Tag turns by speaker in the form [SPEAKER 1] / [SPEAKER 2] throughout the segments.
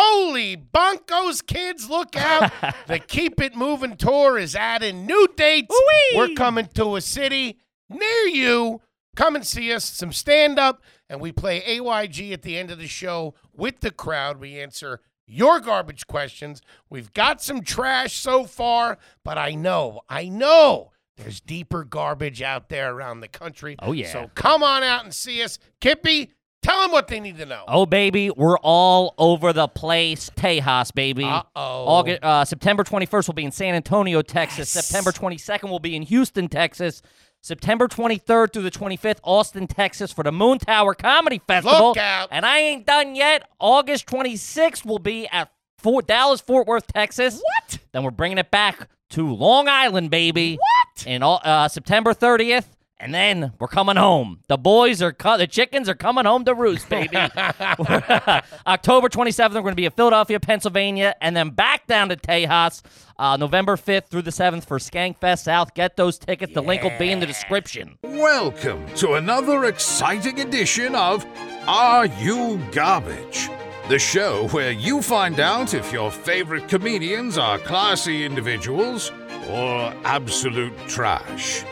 [SPEAKER 1] Holy Broncos kids, look out. the Keep It Moving tour is adding new dates.
[SPEAKER 2] Ooh-wee.
[SPEAKER 1] We're coming to a city near you. Come and see us, some stand up, and we play AYG at the end of the show with the crowd. We answer your garbage questions. We've got some trash so far, but I know, I know there's deeper garbage out there around the country.
[SPEAKER 2] Oh, yeah.
[SPEAKER 1] So come on out and see us. Kippy, tell them what they need to know.
[SPEAKER 2] Oh baby, we're all over the place. Tejas, baby.
[SPEAKER 1] Uh-oh.
[SPEAKER 2] August, uh, September 21st will be in San Antonio, Texas. September 22nd will be in Houston, Texas. September 23rd through the 25th, Austin, Texas, for the Moon Tower Comedy Festival.
[SPEAKER 1] out.
[SPEAKER 2] And I ain't done yet. August 26th will be at Fort Dallas, Fort Worth, Texas. What? Then we're bringing it back to Long Island, baby. What? And all, uh, September 30th. And then we're coming home. The boys are co- the chickens are coming home to roost, baby. October 27th, we're going to be in Philadelphia, Pennsylvania, and then back down to Tejas uh, November 5th through the 7th for Skankfest South. Get those tickets. The link will be in the description.
[SPEAKER 3] Welcome to another exciting edition of Are You Garbage? The show where you find out if your favorite comedians are classy individuals or absolute trash.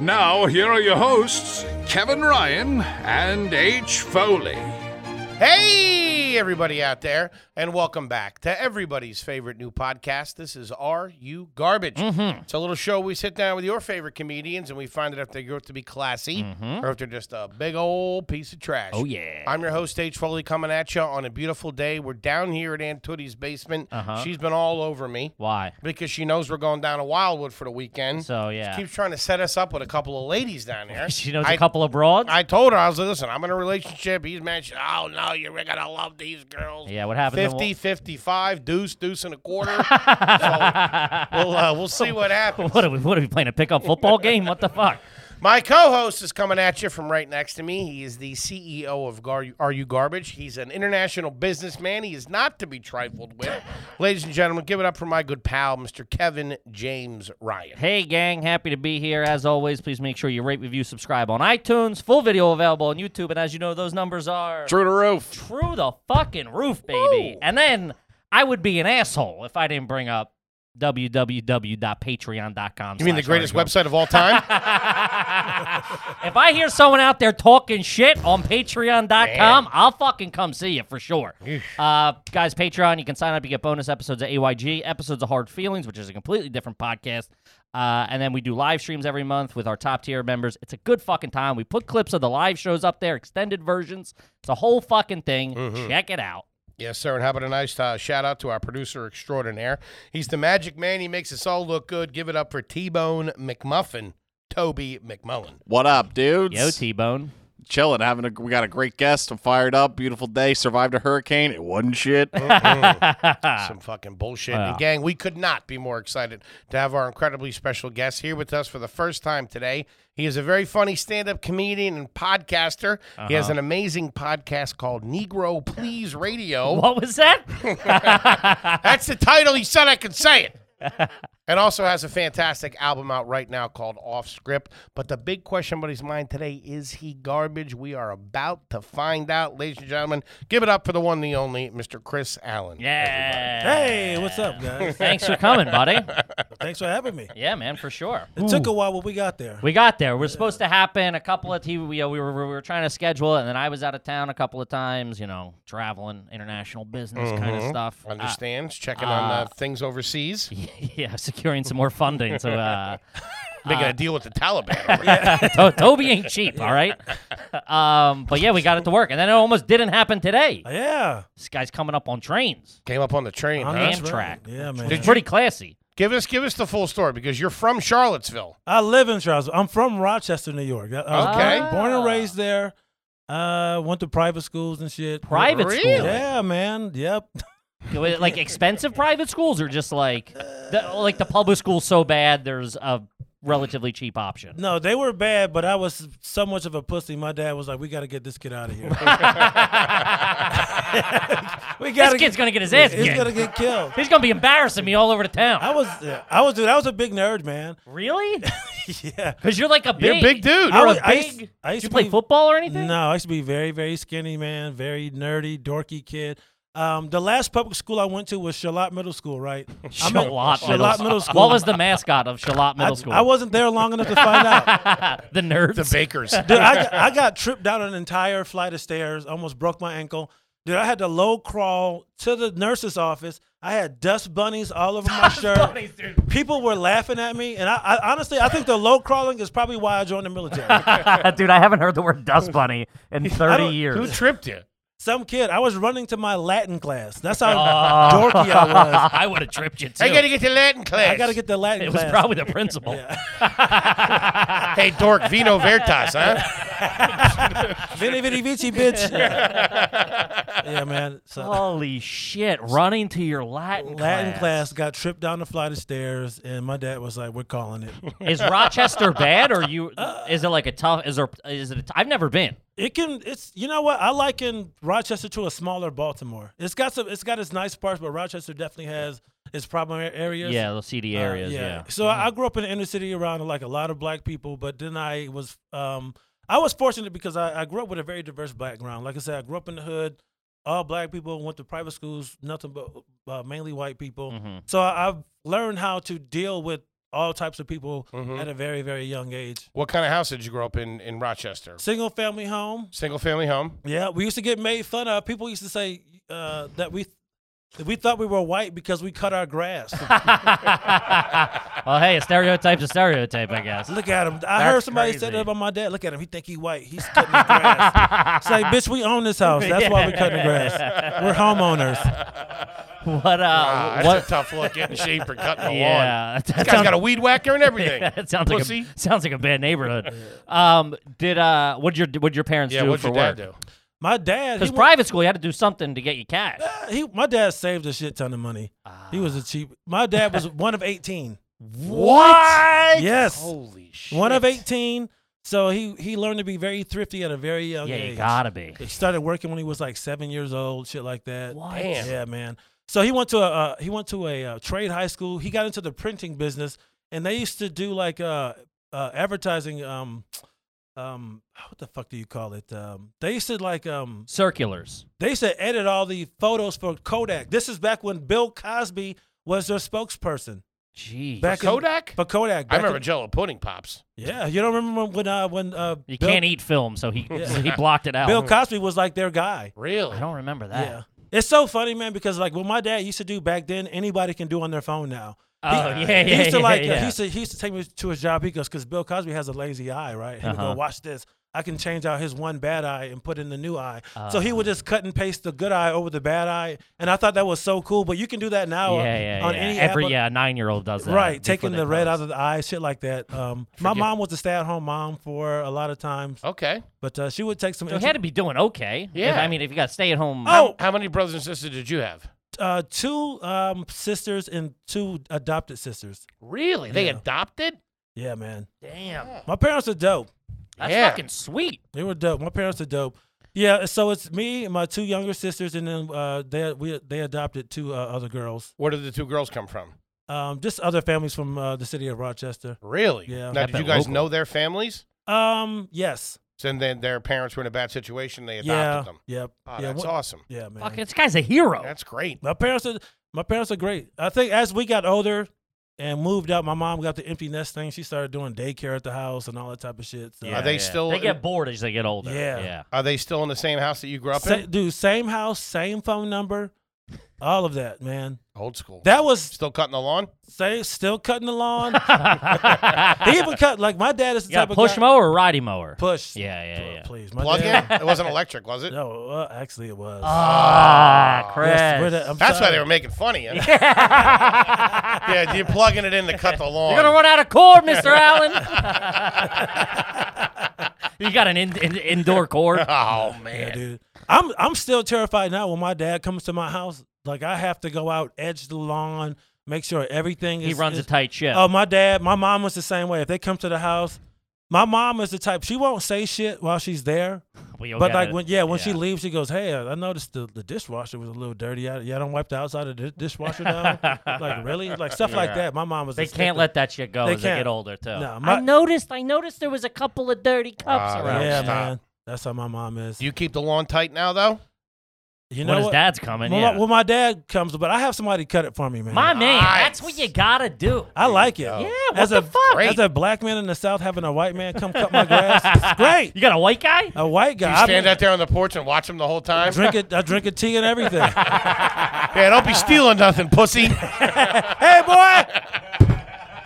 [SPEAKER 3] Now, here are your hosts, Kevin Ryan and H. Foley.
[SPEAKER 1] Hey, everybody out there, and welcome back to everybody's favorite new podcast. This is Are You Garbage?
[SPEAKER 2] Mm-hmm.
[SPEAKER 1] It's a little show we sit down with your favorite comedians and we find out if they grow up to be classy or if they're just a big old piece of trash.
[SPEAKER 2] Mm-hmm. Oh, yeah.
[SPEAKER 1] I'm your host, H. Foley, coming at you on a beautiful day. We're down here at Aunt Tootie's basement.
[SPEAKER 2] Uh-huh.
[SPEAKER 1] She's been all over me.
[SPEAKER 2] Why?
[SPEAKER 1] Because she knows we're going down to Wildwood for the weekend.
[SPEAKER 2] So,
[SPEAKER 1] She
[SPEAKER 2] yeah.
[SPEAKER 1] keeps trying to set us up with a couple of ladies down there.
[SPEAKER 2] She knows
[SPEAKER 1] I-
[SPEAKER 2] a couple of broads?
[SPEAKER 1] I told her, I was like, listen, I'm in a relationship. He's mad. She's, oh, no, you're going to love these girls.
[SPEAKER 2] Yeah, what happened to
[SPEAKER 1] 50, 55, deuce, deuce and a quarter. so we'll, uh, we'll see what happens.
[SPEAKER 2] what, are we, what are we playing, a pickup football game? What the fuck?
[SPEAKER 1] My co host is coming at you from right next to me. He is the CEO of Gar- Are You Garbage. He's an international businessman. He is not to be trifled with. Ladies and gentlemen, give it up for my good pal, Mr. Kevin James Ryan.
[SPEAKER 2] Hey, gang, happy to be here. As always, please make sure you rate, review, subscribe on iTunes. Full video available on YouTube. And as you know, those numbers are
[SPEAKER 3] Through the roof.
[SPEAKER 2] through the fucking roof, baby. And then I would be an asshole if I didn't bring up www.patreon.com.
[SPEAKER 1] You mean the greatest website of all time?
[SPEAKER 2] if I hear someone out there talking shit on patreon.com, I'll fucking come see you for sure. Uh, guys, Patreon, you can sign up. You get bonus episodes of AYG, episodes of Hard Feelings, which is a completely different podcast. Uh, and then we do live streams every month with our top tier members. It's a good fucking time. We put clips of the live shows up there, extended versions. It's a whole fucking thing.
[SPEAKER 1] Mm-hmm.
[SPEAKER 2] Check it out.
[SPEAKER 1] Yes, sir. And how about a nice uh, shout out to our producer extraordinaire? He's the magic man. He makes us all look good. Give it up for T Bone McMuffin, Toby McMullen.
[SPEAKER 4] What up, dudes?
[SPEAKER 2] Yo, T Bone.
[SPEAKER 4] Chilling, having a we got a great guest. I'm fired up. Beautiful day. Survived a hurricane. It wasn't shit.
[SPEAKER 1] Some fucking bullshit. And gang, we could not be more excited to have our incredibly special guest here with us for the first time today. He is a very funny stand up comedian and podcaster. He has an amazing podcast called Negro Please Radio.
[SPEAKER 2] What was that?
[SPEAKER 1] That's the title. He said I could say it. and also has a fantastic album out right now called Off Script. But the big question on his mind today is he garbage? We are about to find out, ladies and gentlemen. Give it up for the one, the only, Mr. Chris Allen.
[SPEAKER 2] Yeah.
[SPEAKER 5] Hey, what's up, guys?
[SPEAKER 2] Thanks for coming, buddy.
[SPEAKER 5] Thanks for having me.
[SPEAKER 2] Yeah, man, for sure.
[SPEAKER 5] It took a while, but we got there.
[SPEAKER 2] We got there. We're supposed to happen a couple of TV. We, uh, we, were, we were trying to schedule it, and then I was out of town a couple of times. You know, traveling, international business kind of stuff. Uh,
[SPEAKER 1] Understands, checking on uh, things overseas,
[SPEAKER 2] yeah, securing some more funding. So uh,
[SPEAKER 1] making a deal with the Taliban.
[SPEAKER 2] To- Toby ain't cheap. All right. Um, but yeah, we got it to work, and then it almost didn't happen today.
[SPEAKER 5] Uh, Yeah.
[SPEAKER 2] This guy's coming up on trains.
[SPEAKER 1] Came up on the train.
[SPEAKER 5] I'm
[SPEAKER 1] huh?
[SPEAKER 5] not-
[SPEAKER 2] Amtrak.
[SPEAKER 5] right. Yeah, man.
[SPEAKER 2] It's pretty classy.
[SPEAKER 1] Give us, give us the full story because you're from Charlottesville.
[SPEAKER 5] I live in Charlottesville. I'm from Rochester, New York. I, I was
[SPEAKER 1] Okay.
[SPEAKER 5] born,
[SPEAKER 2] Ah.
[SPEAKER 5] born and raised there. Uh, went to private schools and shit.
[SPEAKER 2] Private school.
[SPEAKER 5] Yeah, man. Yep.
[SPEAKER 2] Was it, like expensive private schools or just like the, like the public school's so bad there's a relatively cheap option
[SPEAKER 5] No, they were bad, but I was so much of a pussy. My dad was like, "We got to get this kid out of here. we got
[SPEAKER 2] this kid's gonna get his ass
[SPEAKER 5] He's
[SPEAKER 2] kicked
[SPEAKER 5] gonna get killed."
[SPEAKER 2] he's gonna be embarrassing me all over the town
[SPEAKER 5] I was, I was, dude. I was a big nerd, man.
[SPEAKER 2] really
[SPEAKER 5] yeah.
[SPEAKER 2] because you're like a big
[SPEAKER 1] You're a big dude.
[SPEAKER 2] you're a
[SPEAKER 5] I was- I
[SPEAKER 2] big
[SPEAKER 5] used- I
[SPEAKER 2] did
[SPEAKER 5] used
[SPEAKER 2] you
[SPEAKER 5] to
[SPEAKER 2] play
[SPEAKER 5] be-
[SPEAKER 2] football or anything
[SPEAKER 5] No, I used to be very, very skinny, man. Very nerdy, dorky kid. Um, the last public school I went to was Charlotte Middle School, right? I'm at
[SPEAKER 2] Shalott Middle,
[SPEAKER 5] Shalott
[SPEAKER 2] School.
[SPEAKER 5] Middle School.
[SPEAKER 2] What was the mascot of Shalott
[SPEAKER 5] I,
[SPEAKER 2] Middle School?
[SPEAKER 5] I wasn't there long enough to find out.
[SPEAKER 2] the nerds.
[SPEAKER 1] The Bakers.
[SPEAKER 5] Dude, I, I got tripped down an entire flight of stairs, almost broke my ankle. Dude, I had to low crawl to the nurse's office. I had dust bunnies all over my shirt. People were laughing at me, and I, I honestly, I think the low crawling is probably why I joined the military.
[SPEAKER 2] Dude, I haven't heard the word dust bunny in 30
[SPEAKER 5] don't-
[SPEAKER 1] Who
[SPEAKER 2] years.
[SPEAKER 1] tripped you?
[SPEAKER 5] Some kid, I was running to my Latin class. That's how dorky I was.
[SPEAKER 2] I would have tripped you too.
[SPEAKER 1] I gotta get to Latin class.
[SPEAKER 5] I gotta get the Latin
[SPEAKER 2] it was
[SPEAKER 5] class.
[SPEAKER 2] probably the principal.
[SPEAKER 1] Hey, dork, vino veritas, huh?
[SPEAKER 5] Vini Vidi Vici, bitch. yeah. Yeah, man. So
[SPEAKER 2] Holy shit! Running to your Latin
[SPEAKER 5] Latin class got tripped down the flight of stairs, and my dad was like, "We're calling it."
[SPEAKER 2] is Rochester bad or you?
[SPEAKER 1] Uh,
[SPEAKER 2] Is it like a tough? Is there? Is it? A, t- I've never been.
[SPEAKER 5] It can. It's you know what I liken Rochester to a smaller Baltimore. It's got some. It's got its nice parts, but Rochester definitely has its problem a- areas.
[SPEAKER 2] Yeah, those CD
[SPEAKER 5] Uh,
[SPEAKER 2] areas. yeah.
[SPEAKER 5] So I I grew up in the inner city around like a lot of black people, but then I was um I was fortunate because I, I grew up with a very diverse background. Like I said, I grew up in the hood, all black people, went to private schools, nothing but uh, mainly white people.
[SPEAKER 2] Mhm.
[SPEAKER 5] So I, I've learned how to deal with all types of people
[SPEAKER 1] Mhm.
[SPEAKER 2] Mm-hmm.
[SPEAKER 5] at a very very young age.
[SPEAKER 1] What kind of house did you grow up in in Rochester?
[SPEAKER 5] Single family home.
[SPEAKER 1] Single family home.
[SPEAKER 5] Yeah, we used to get made fun of. People used to say uh, that we. that We thought we were white because we cut our grass.
[SPEAKER 2] well, hey, a stereotype's a stereotype, I guess.
[SPEAKER 5] Look at him. I heard somebody said
[SPEAKER 2] crazy.
[SPEAKER 5] that about my dad. Look at him. He think he white. He's cutting the grass. it's like, bitch, we own this house. That's why we cutting the grass. We're homeowners.
[SPEAKER 2] What? Uh,
[SPEAKER 1] Ah, that's
[SPEAKER 2] what?
[SPEAKER 1] a tough look. Getting shamed for cutting the lawn.
[SPEAKER 2] yeah, that
[SPEAKER 1] This guy's
[SPEAKER 2] sounds-
[SPEAKER 1] got a weed whacker and everything.
[SPEAKER 2] that sounds like
[SPEAKER 1] Pussy.
[SPEAKER 2] a, sounds like a bad neighborhood. Um, did uh, what your what your parents
[SPEAKER 1] yeah,
[SPEAKER 2] do
[SPEAKER 1] what'd
[SPEAKER 2] for
[SPEAKER 1] your
[SPEAKER 2] work?
[SPEAKER 1] dad do?
[SPEAKER 5] My dad,
[SPEAKER 2] Because
[SPEAKER 5] he, went-
[SPEAKER 2] private school, you had to do something to get you cash.
[SPEAKER 1] Ah,
[SPEAKER 5] he my dad saved a shit ton of money. He was a cheap. My dad was one of eighteen.
[SPEAKER 1] What?
[SPEAKER 5] Yes,
[SPEAKER 1] Holy shit.
[SPEAKER 5] one of eighteen. So he he learned to be very thrifty at a very young
[SPEAKER 2] yeah,
[SPEAKER 5] age.
[SPEAKER 2] you gotta be.
[SPEAKER 5] He started working when he was like seven years old, shit like that.
[SPEAKER 2] What?
[SPEAKER 1] Damn.
[SPEAKER 5] Yeah, man. So he went to a uh, he went to a uh, trade high school. He got into the printing business, and they used to do like uh, uh advertising. Um, um, what the fuck do you call it? Um, they used to like um,
[SPEAKER 2] Circulars.
[SPEAKER 5] they used to edit all the photos for Kodak. This is back when Bill Cosby was their spokesperson.
[SPEAKER 2] Jeez.
[SPEAKER 5] Back in-
[SPEAKER 1] Kodak?
[SPEAKER 5] for Kodak.
[SPEAKER 1] I
[SPEAKER 5] back
[SPEAKER 1] remember
[SPEAKER 5] in-
[SPEAKER 1] Jello pudding pops.
[SPEAKER 5] yeah, you don't remember when uh when uh
[SPEAKER 2] you
[SPEAKER 5] Bill,
[SPEAKER 1] e
[SPEAKER 2] can't eat film, so he he blocked it out.
[SPEAKER 1] Oh.
[SPEAKER 5] Bill Cosby was like their guy.
[SPEAKER 1] Really?
[SPEAKER 2] I don't remember that.
[SPEAKER 5] Yeah. Ah. It's so funny, man, because like what my dad used to do back then, anybody can do on their phone now.
[SPEAKER 2] Oh,
[SPEAKER 5] he,
[SPEAKER 2] yeah, yeah,
[SPEAKER 5] He used to
[SPEAKER 2] yeah,
[SPEAKER 5] like,
[SPEAKER 2] yeah.
[SPEAKER 5] He, used to, he used to take me to his job. He goes, because Bill Cosby has a lazy eye, right? He would
[SPEAKER 2] Uh-huh.
[SPEAKER 5] go, watch this. I can change out his one bad eye and put in the new eye. so he would
[SPEAKER 2] Ah.
[SPEAKER 5] just cut and paste the good eye over the bad eye. And I thought that was so cool. But you can do that now
[SPEAKER 2] Yeah,
[SPEAKER 5] on-
[SPEAKER 2] yeah,
[SPEAKER 5] uh, on
[SPEAKER 2] yeah.
[SPEAKER 5] any
[SPEAKER 2] Every
[SPEAKER 5] app-
[SPEAKER 2] yeah, nine year old does that.
[SPEAKER 5] Right,
[SPEAKER 2] before
[SPEAKER 5] taking
[SPEAKER 2] they
[SPEAKER 5] the red
[SPEAKER 2] close.
[SPEAKER 5] out of the eye, shit like that. Um, my mom was a stay at home mom for a lot of times,
[SPEAKER 1] Okay.
[SPEAKER 5] but uh, she would take some.
[SPEAKER 2] So he had to be doing okay. If-
[SPEAKER 1] Yeah.
[SPEAKER 2] I mean, if you got to stay at home.
[SPEAKER 5] oh,
[SPEAKER 1] How many brothers and sisters did you have?
[SPEAKER 5] uh, two um, sisters and two adopted sisters.
[SPEAKER 1] Really? They
[SPEAKER 5] Yeah.
[SPEAKER 1] adopted?
[SPEAKER 5] Yeah, man.
[SPEAKER 2] damn,
[SPEAKER 5] My parents are dope.
[SPEAKER 2] that's
[SPEAKER 1] Yeah.
[SPEAKER 2] fucking sweet.
[SPEAKER 5] They were dope. My parents are dope. Yeah, so it's me and my two younger sisters, and then uh, they we they adopted two uh, other girls.
[SPEAKER 1] Where did the two girls come from?
[SPEAKER 5] Um, just other families from uh, the city of Rochester.
[SPEAKER 1] Really?
[SPEAKER 5] Yeah.
[SPEAKER 1] Now,
[SPEAKER 2] I
[SPEAKER 1] did
[SPEAKER 2] bet
[SPEAKER 1] you guys
[SPEAKER 2] local.
[SPEAKER 1] know their families?
[SPEAKER 5] Um, yes,
[SPEAKER 1] So then their parents were in a bad situation. They adopted
[SPEAKER 5] yeah,
[SPEAKER 1] them.
[SPEAKER 5] yep,
[SPEAKER 1] Oh,
[SPEAKER 5] yeah,
[SPEAKER 1] that's
[SPEAKER 5] wha-
[SPEAKER 1] awesome.
[SPEAKER 5] yeah, man.
[SPEAKER 2] Fucking, this guy's a hero.
[SPEAKER 1] That's great.
[SPEAKER 5] My parents are my parents are great. I think as we got older and moved out, my mom got the empty nest thing. She started doing daycare at the house and all that type of shit. So.
[SPEAKER 1] Are they still-
[SPEAKER 2] They get bored as they get older.
[SPEAKER 5] Yeah.
[SPEAKER 2] yeah.
[SPEAKER 1] Are they still in the same house that you grew up
[SPEAKER 5] Sa-
[SPEAKER 1] in?
[SPEAKER 5] dude, same house, same phone number, all of that, man.
[SPEAKER 1] Old school.
[SPEAKER 5] That was
[SPEAKER 1] still cutting the lawn?
[SPEAKER 5] say, still cutting the lawn.
[SPEAKER 2] you
[SPEAKER 5] he even cut like my dad is the
[SPEAKER 2] got
[SPEAKER 5] type
[SPEAKER 2] push
[SPEAKER 5] of guy,
[SPEAKER 2] mower or righty mower?
[SPEAKER 5] push.
[SPEAKER 2] Yeah, yeah,
[SPEAKER 5] Pl-
[SPEAKER 2] yeah.
[SPEAKER 5] Please, my
[SPEAKER 1] Plug in?
[SPEAKER 5] dad.
[SPEAKER 1] It wasn't electric, was it?
[SPEAKER 5] No, uh, actually it was.
[SPEAKER 2] Ah, Chris.
[SPEAKER 5] Yes, um, we're the- I'm
[SPEAKER 1] That's why
[SPEAKER 5] sorry.
[SPEAKER 1] they were making fun of you. Yeah,
[SPEAKER 2] You're
[SPEAKER 1] you're plugging it in to cut the lawn.
[SPEAKER 2] gonna run out of cord, Mr. Allen. you got an in, in, indoor cord.
[SPEAKER 1] Oh
[SPEAKER 5] Yeah,
[SPEAKER 1] man.
[SPEAKER 5] dude. I'm I'm still terrified now when my dad comes to my house. Like I have to go out, edge the lawn, make sure everything is
[SPEAKER 2] He runs a
[SPEAKER 5] is,
[SPEAKER 2] tight ship.
[SPEAKER 5] Oh, my dad, my mom was the same way. If they come to the house, my mom is the type she won't say shit while she's there.
[SPEAKER 2] Well, you'll
[SPEAKER 5] but
[SPEAKER 2] get
[SPEAKER 5] like
[SPEAKER 2] it.
[SPEAKER 5] when yeah, when she leaves, she goes, "Hey, I noticed the, the dishwasher was a little dirty. I, yeah, I don't wipe the outside of the dishwasher down. like really, like stuff like that. My mom was.
[SPEAKER 2] they
[SPEAKER 5] a
[SPEAKER 2] can't
[SPEAKER 5] stickler.
[SPEAKER 2] let that shit go
[SPEAKER 5] They
[SPEAKER 2] as they get
[SPEAKER 5] can't.
[SPEAKER 2] older too.
[SPEAKER 5] No, my- Ah,
[SPEAKER 2] I noticed. I noticed there was a couple of dirty cups
[SPEAKER 1] Wow,
[SPEAKER 2] around.
[SPEAKER 5] Yeah,
[SPEAKER 1] Stop.
[SPEAKER 5] man, that's how my mom is.
[SPEAKER 1] Do you keep the lawn tight now though?
[SPEAKER 5] You
[SPEAKER 2] when
[SPEAKER 5] know
[SPEAKER 2] his
[SPEAKER 5] what?
[SPEAKER 2] dad's coming.
[SPEAKER 5] Well,
[SPEAKER 2] yeah.
[SPEAKER 5] my, well, my dad comes, but I have somebody cut it for me, man.
[SPEAKER 2] My man, that's
[SPEAKER 1] Nice.
[SPEAKER 2] what you gotta do.
[SPEAKER 5] I like it.
[SPEAKER 1] Yeah,
[SPEAKER 2] what
[SPEAKER 5] as
[SPEAKER 2] the
[SPEAKER 5] a,
[SPEAKER 2] fuck?
[SPEAKER 5] As a black man in the South having a white man come cut my grass, it's great.
[SPEAKER 2] You got a white guy?
[SPEAKER 5] A white guy.
[SPEAKER 1] You
[SPEAKER 5] I
[SPEAKER 1] stand
[SPEAKER 5] mean,
[SPEAKER 1] out there on the porch and watch him the whole time.
[SPEAKER 5] drink it. I drink a tea and everything.
[SPEAKER 1] Yeah, don't be stealing nothing, pussy.
[SPEAKER 5] hey, boy,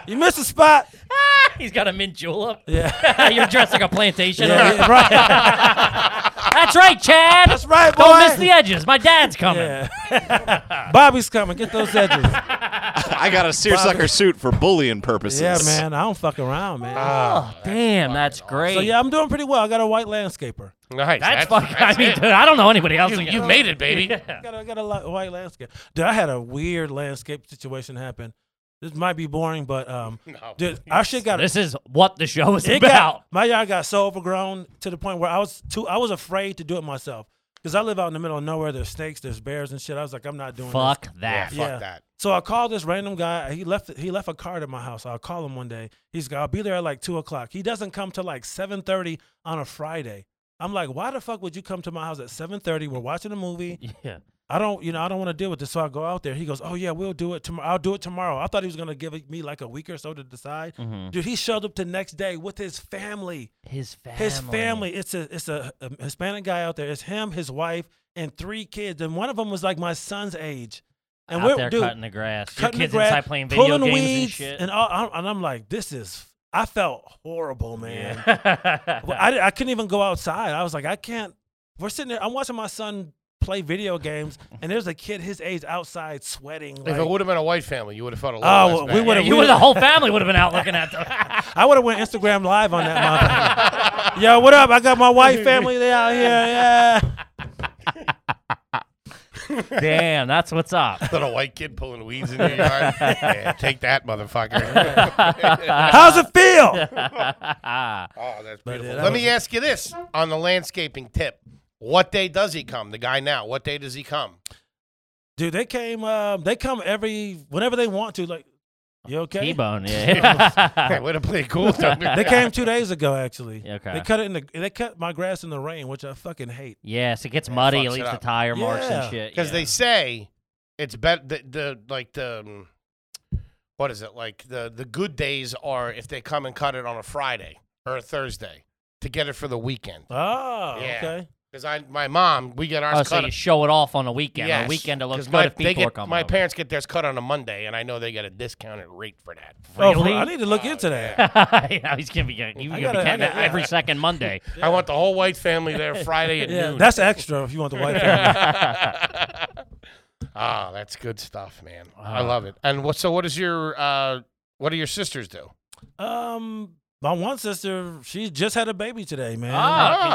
[SPEAKER 5] you missed a spot.
[SPEAKER 2] He's got a mint julep.
[SPEAKER 5] Yeah,
[SPEAKER 2] You're dressed like a plantation.
[SPEAKER 5] yeah,
[SPEAKER 2] owner.
[SPEAKER 5] yeah, right.
[SPEAKER 2] That's right, Chad.
[SPEAKER 5] That's right, boy.
[SPEAKER 2] Don't miss the edges. My dad's coming.
[SPEAKER 5] Yeah. Bobby's coming. Get those edges.
[SPEAKER 4] I got a seersucker suit for bullying purposes.
[SPEAKER 5] yeah, man. I don't fuck around, man.
[SPEAKER 2] Oh, damn, that's great.
[SPEAKER 5] so yeah, I'm doing pretty well. I got a white landscaper.
[SPEAKER 1] nice.
[SPEAKER 2] that's, fucking.
[SPEAKER 1] that's
[SPEAKER 2] I mean,
[SPEAKER 1] it.
[SPEAKER 2] dude, I don't know anybody else.
[SPEAKER 1] you, you made it, baby.
[SPEAKER 5] I got, a- I got a lot, white landscape. Dude, I had a weird landscape situation happen. This might be boring, but um,
[SPEAKER 1] No,
[SPEAKER 5] dude, our shit got
[SPEAKER 2] This is what the show is
[SPEAKER 5] it
[SPEAKER 2] about.
[SPEAKER 5] got my yard got so overgrown to the point where I was too I was afraid to do it myself because I live out in the middle of nowhere. There's snakes, there's bears and shit. I was like, I'm not doing this.
[SPEAKER 2] Fuck
[SPEAKER 1] Yeah,
[SPEAKER 2] that.
[SPEAKER 1] fuck
[SPEAKER 5] Yeah.
[SPEAKER 1] that.
[SPEAKER 5] So I called this random guy. He left he left a card at my house. I'll call him one day. He's like, I'll be there at like two o'clock. He doesn't come till like seven thirty on a Friday. I'm like, why the fuck would you come to my house at seven thirty? We're watching a movie.
[SPEAKER 2] Yeah.
[SPEAKER 5] I don't, you know, I don't want to deal with this. So I go out there. He goes, "Oh yeah, we'll do it tomorrow. I'll do it tomorrow." I thought he was gonna give it me like a week or so to decide.
[SPEAKER 2] Mm-hmm.
[SPEAKER 5] Dude, he showed up the next day with his family.
[SPEAKER 2] His family.
[SPEAKER 5] His family. It's a it's a, a Hispanic guy out there. It's him, his wife, and three kids. And one of them was like my son's age. And
[SPEAKER 2] out
[SPEAKER 5] we're
[SPEAKER 2] there
[SPEAKER 5] dude,
[SPEAKER 2] cutting the grass.
[SPEAKER 5] cutting
[SPEAKER 2] Your kids
[SPEAKER 5] the grass,
[SPEAKER 2] inside playing video
[SPEAKER 5] pulling
[SPEAKER 2] games and
[SPEAKER 5] weeds,
[SPEAKER 2] shit.
[SPEAKER 5] all, I'm, and I'm like, this is. I felt horrible, oh, man.
[SPEAKER 2] Yeah.
[SPEAKER 5] Well, I, di- I couldn't even go outside. I was like, I can't. We're sitting there. I'm watching my son play video games, and there's a kid his age outside sweating.
[SPEAKER 1] If
[SPEAKER 5] Like,
[SPEAKER 1] it would have been a white family, you would have felt a lot
[SPEAKER 5] Oh,
[SPEAKER 1] less
[SPEAKER 5] we
[SPEAKER 1] bad.
[SPEAKER 5] would've-
[SPEAKER 2] you
[SPEAKER 5] we-
[SPEAKER 2] and the whole family would have been out looking at them.
[SPEAKER 5] I would have went Instagram live on that motherfucker. Yo, what up? I got my white family. They out here. Yeah.
[SPEAKER 2] Damn, that's what's up.
[SPEAKER 1] Little white kid pulling weeds in your yard. Yeah, take that,
[SPEAKER 5] uh,
[SPEAKER 1] motherfucker.
[SPEAKER 2] Uh-huh.
[SPEAKER 5] How's it feel?
[SPEAKER 2] Ah,
[SPEAKER 1] oh, that's beautiful.
[SPEAKER 5] yeah, that
[SPEAKER 1] Let
[SPEAKER 5] was-
[SPEAKER 1] me ask you this on the landscaping tip. What day does he come? The guy now. What day does he come?
[SPEAKER 5] Dude, they came. Um, they come every whenever they want to. Like, you okay?
[SPEAKER 2] T-bone, yeah.
[SPEAKER 1] Hey, way to play cool. Tony.
[SPEAKER 5] They came two days ago, actually.
[SPEAKER 2] Yeah, okay.
[SPEAKER 5] They cut it in the. They cut my grass in the rain, which I fucking hate.
[SPEAKER 2] yes, it gets muddy. It
[SPEAKER 1] fucks
[SPEAKER 2] leaves
[SPEAKER 1] it
[SPEAKER 2] the
[SPEAKER 1] up.
[SPEAKER 2] tire marks
[SPEAKER 5] Yeah.
[SPEAKER 2] and shit.
[SPEAKER 1] because they say it's better the, the like the um, what is it like the the good days are if they come and cut it on a Friday or a Thursday to get it for the weekend.
[SPEAKER 5] Oh,
[SPEAKER 1] Yeah.
[SPEAKER 5] okay.
[SPEAKER 1] Because I my mom we get ours
[SPEAKER 2] Oh,
[SPEAKER 1] cut.
[SPEAKER 2] so you show it off on a weekend. On
[SPEAKER 1] Yes,
[SPEAKER 2] a weekend it looks
[SPEAKER 1] 'cause
[SPEAKER 2] good
[SPEAKER 1] my,
[SPEAKER 2] if
[SPEAKER 1] they
[SPEAKER 2] people
[SPEAKER 1] get,
[SPEAKER 2] are coming.
[SPEAKER 1] my
[SPEAKER 2] over.
[SPEAKER 1] parents get theirs cut on a Monday, and I know they get a discounted rate for that.
[SPEAKER 5] Oh,
[SPEAKER 2] Really?
[SPEAKER 5] I need to look into that.
[SPEAKER 2] you know, he's gonna be getting, he's
[SPEAKER 5] I
[SPEAKER 2] gonna
[SPEAKER 5] gotta-
[SPEAKER 2] be
[SPEAKER 5] I
[SPEAKER 2] getting that
[SPEAKER 5] gotta- yeah.
[SPEAKER 2] every second Monday.
[SPEAKER 1] I want the whole white family there Friday at
[SPEAKER 5] Yeah,
[SPEAKER 1] noon.
[SPEAKER 5] that's extra if you want the white family.
[SPEAKER 1] Ah, that's good stuff, man. I
[SPEAKER 5] Ah.
[SPEAKER 1] love it. And what? So, what does your uh, what do your sisters do?
[SPEAKER 5] um, my one sister, she just had a baby today, man.
[SPEAKER 2] Ah,
[SPEAKER 1] Oh,
[SPEAKER 5] Uh,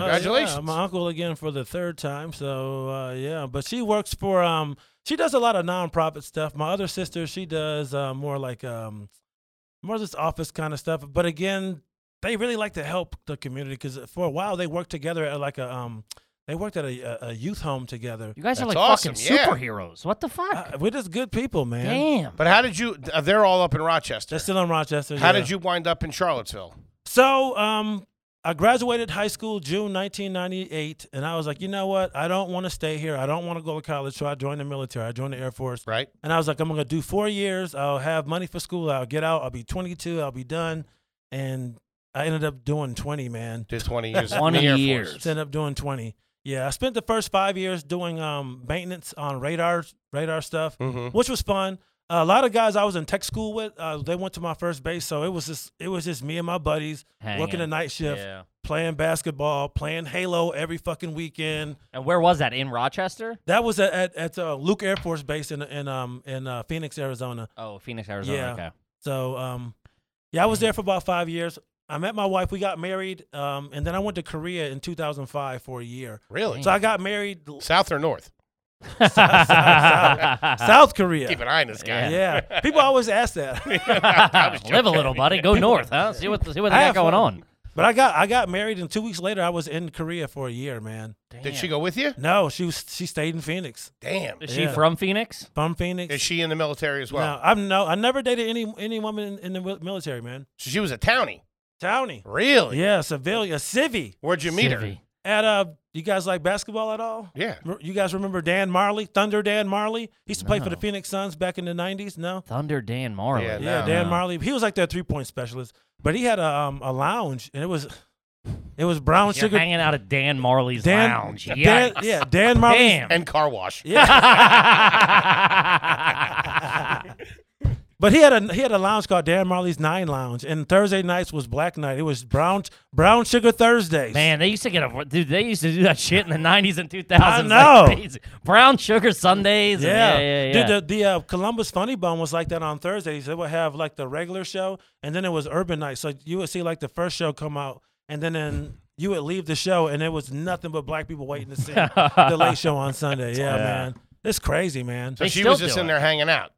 [SPEAKER 1] okay. congratulations.
[SPEAKER 5] yeah, my uncle again for the third time. So uh, yeah, but she works for um, she does a lot of nonprofit stuff. My other sister, she does uh, more like um, more this office kind of stuff. But again, they really like to help the community because for a while they worked together at like a um, they worked at a, a, a youth home together.
[SPEAKER 2] You guys are
[SPEAKER 1] That's
[SPEAKER 2] like
[SPEAKER 1] awesome,
[SPEAKER 2] fucking
[SPEAKER 1] yeah.
[SPEAKER 2] superheroes. What the fuck?
[SPEAKER 5] Uh, we're just good people, man.
[SPEAKER 2] Damn.
[SPEAKER 1] But how did you? uh, They're all up in Rochester.
[SPEAKER 5] They're still in Rochester.
[SPEAKER 1] How
[SPEAKER 5] yeah.
[SPEAKER 1] did you wind up in Charlottesville?
[SPEAKER 5] So, um, I graduated high school June 1998, and I was like, you know what? I don't want to stay here. I don't want to go to college. So I joined the military. I joined the Air Force.
[SPEAKER 1] Right?
[SPEAKER 5] And I was like, I'm going to do four years. I'll have money for school. I'll get out. I'll be 22. I'll be done. And I ended up doing 20, man.
[SPEAKER 1] Did twenty years. in
[SPEAKER 2] 20
[SPEAKER 1] the Air Force.
[SPEAKER 2] years.
[SPEAKER 5] Ended up doing 20. Yeah, I spent the first five years doing um, maintenance on radar, radar stuff,
[SPEAKER 1] Mhm.
[SPEAKER 2] Mm-hmm.
[SPEAKER 5] which was fun. a lot of guys I was in tech school with, uh, they went to my first base, so it was just it was just me and my buddies working
[SPEAKER 2] Hanging.
[SPEAKER 5] a night shift,
[SPEAKER 2] Yeah.
[SPEAKER 5] playing basketball, playing Halo every fucking weekend.
[SPEAKER 2] And where was that? In Rochester?
[SPEAKER 5] That was at at, at uh, Luke Air Force Base in in um in uh, Phoenix, Arizona.
[SPEAKER 2] Oh, Phoenix, Arizona.
[SPEAKER 5] Yeah.
[SPEAKER 2] Okay.
[SPEAKER 5] So um, yeah, I was there for about five years. I met my wife. We got married, um, and then I went to Korea in 2005 for a year.
[SPEAKER 1] Really?
[SPEAKER 5] So I got married
[SPEAKER 1] South or north?
[SPEAKER 5] South, South, South, South Korea.
[SPEAKER 1] Ah, Keep an eye on this guy.
[SPEAKER 5] Yeah, people always ask that.
[SPEAKER 2] Live a little, buddy. Go north, huh? See what see what they
[SPEAKER 5] I
[SPEAKER 2] got
[SPEAKER 5] have
[SPEAKER 2] going
[SPEAKER 5] fun.
[SPEAKER 2] on.
[SPEAKER 5] But I got I got married, and two weeks later I was in Korea for a year, man.
[SPEAKER 1] Did she go with you?
[SPEAKER 5] No, she was she stayed in Phoenix,
[SPEAKER 1] Damn.
[SPEAKER 2] Is she
[SPEAKER 5] Yeah.
[SPEAKER 2] from Phoenix?
[SPEAKER 5] from Phoenix.
[SPEAKER 1] Is she in the military as well?
[SPEAKER 5] no, I'm no, I never dated any any woman in, in the wi- military, man.
[SPEAKER 1] So she was a townie.
[SPEAKER 5] Townie,
[SPEAKER 1] Really?
[SPEAKER 5] yeah, civilian, civvy
[SPEAKER 1] Where'd you meet her?
[SPEAKER 2] Civvy.
[SPEAKER 5] at uh You guys like basketball at all?
[SPEAKER 1] Yeah.
[SPEAKER 5] Re- You guys remember Dan Marley, Thunder Dan Marley? He used to play for the Phoenix Suns back in the '90s. No,
[SPEAKER 2] Thunder Dan Marley.
[SPEAKER 1] Yeah,
[SPEAKER 5] yeah,
[SPEAKER 1] no.
[SPEAKER 5] Dan Marley. He was like their three-point specialist, but he had a, um, a lounge, and it was it was brown
[SPEAKER 2] You're
[SPEAKER 5] sugar.
[SPEAKER 2] hanging out at Dan Marley's
[SPEAKER 5] Dan,
[SPEAKER 2] lounge.
[SPEAKER 5] Dan,
[SPEAKER 2] Yikes.
[SPEAKER 5] yeah, Dan Marley.
[SPEAKER 2] Damn.
[SPEAKER 1] And car wash.
[SPEAKER 5] But he had a he had a lounge called Dan Marley's Nine Lounge, and Thursday nights was Black Night. It was brown brown sugar Thursdays.
[SPEAKER 2] Man, they used to get a dude. They used to do that shit in the '90s and 2000s. like
[SPEAKER 5] know.
[SPEAKER 2] crazy. brown sugar Sundays. and yeah,
[SPEAKER 5] Yeah.
[SPEAKER 2] yeah, yeah.
[SPEAKER 5] Dude, the, the uh, Columbus Funny Bone was like that on Thursdays. They would have like the regular show, and then it was Urban Night. So you would see like the first show come out, and then in, you would leave the show, and it was nothing but black people waiting to see the late show on Sunday. Yeah, man. It's crazy, man.
[SPEAKER 1] So
[SPEAKER 2] They
[SPEAKER 1] she
[SPEAKER 2] still
[SPEAKER 1] was just
[SPEAKER 2] do
[SPEAKER 1] in
[SPEAKER 2] it.
[SPEAKER 1] there hanging out.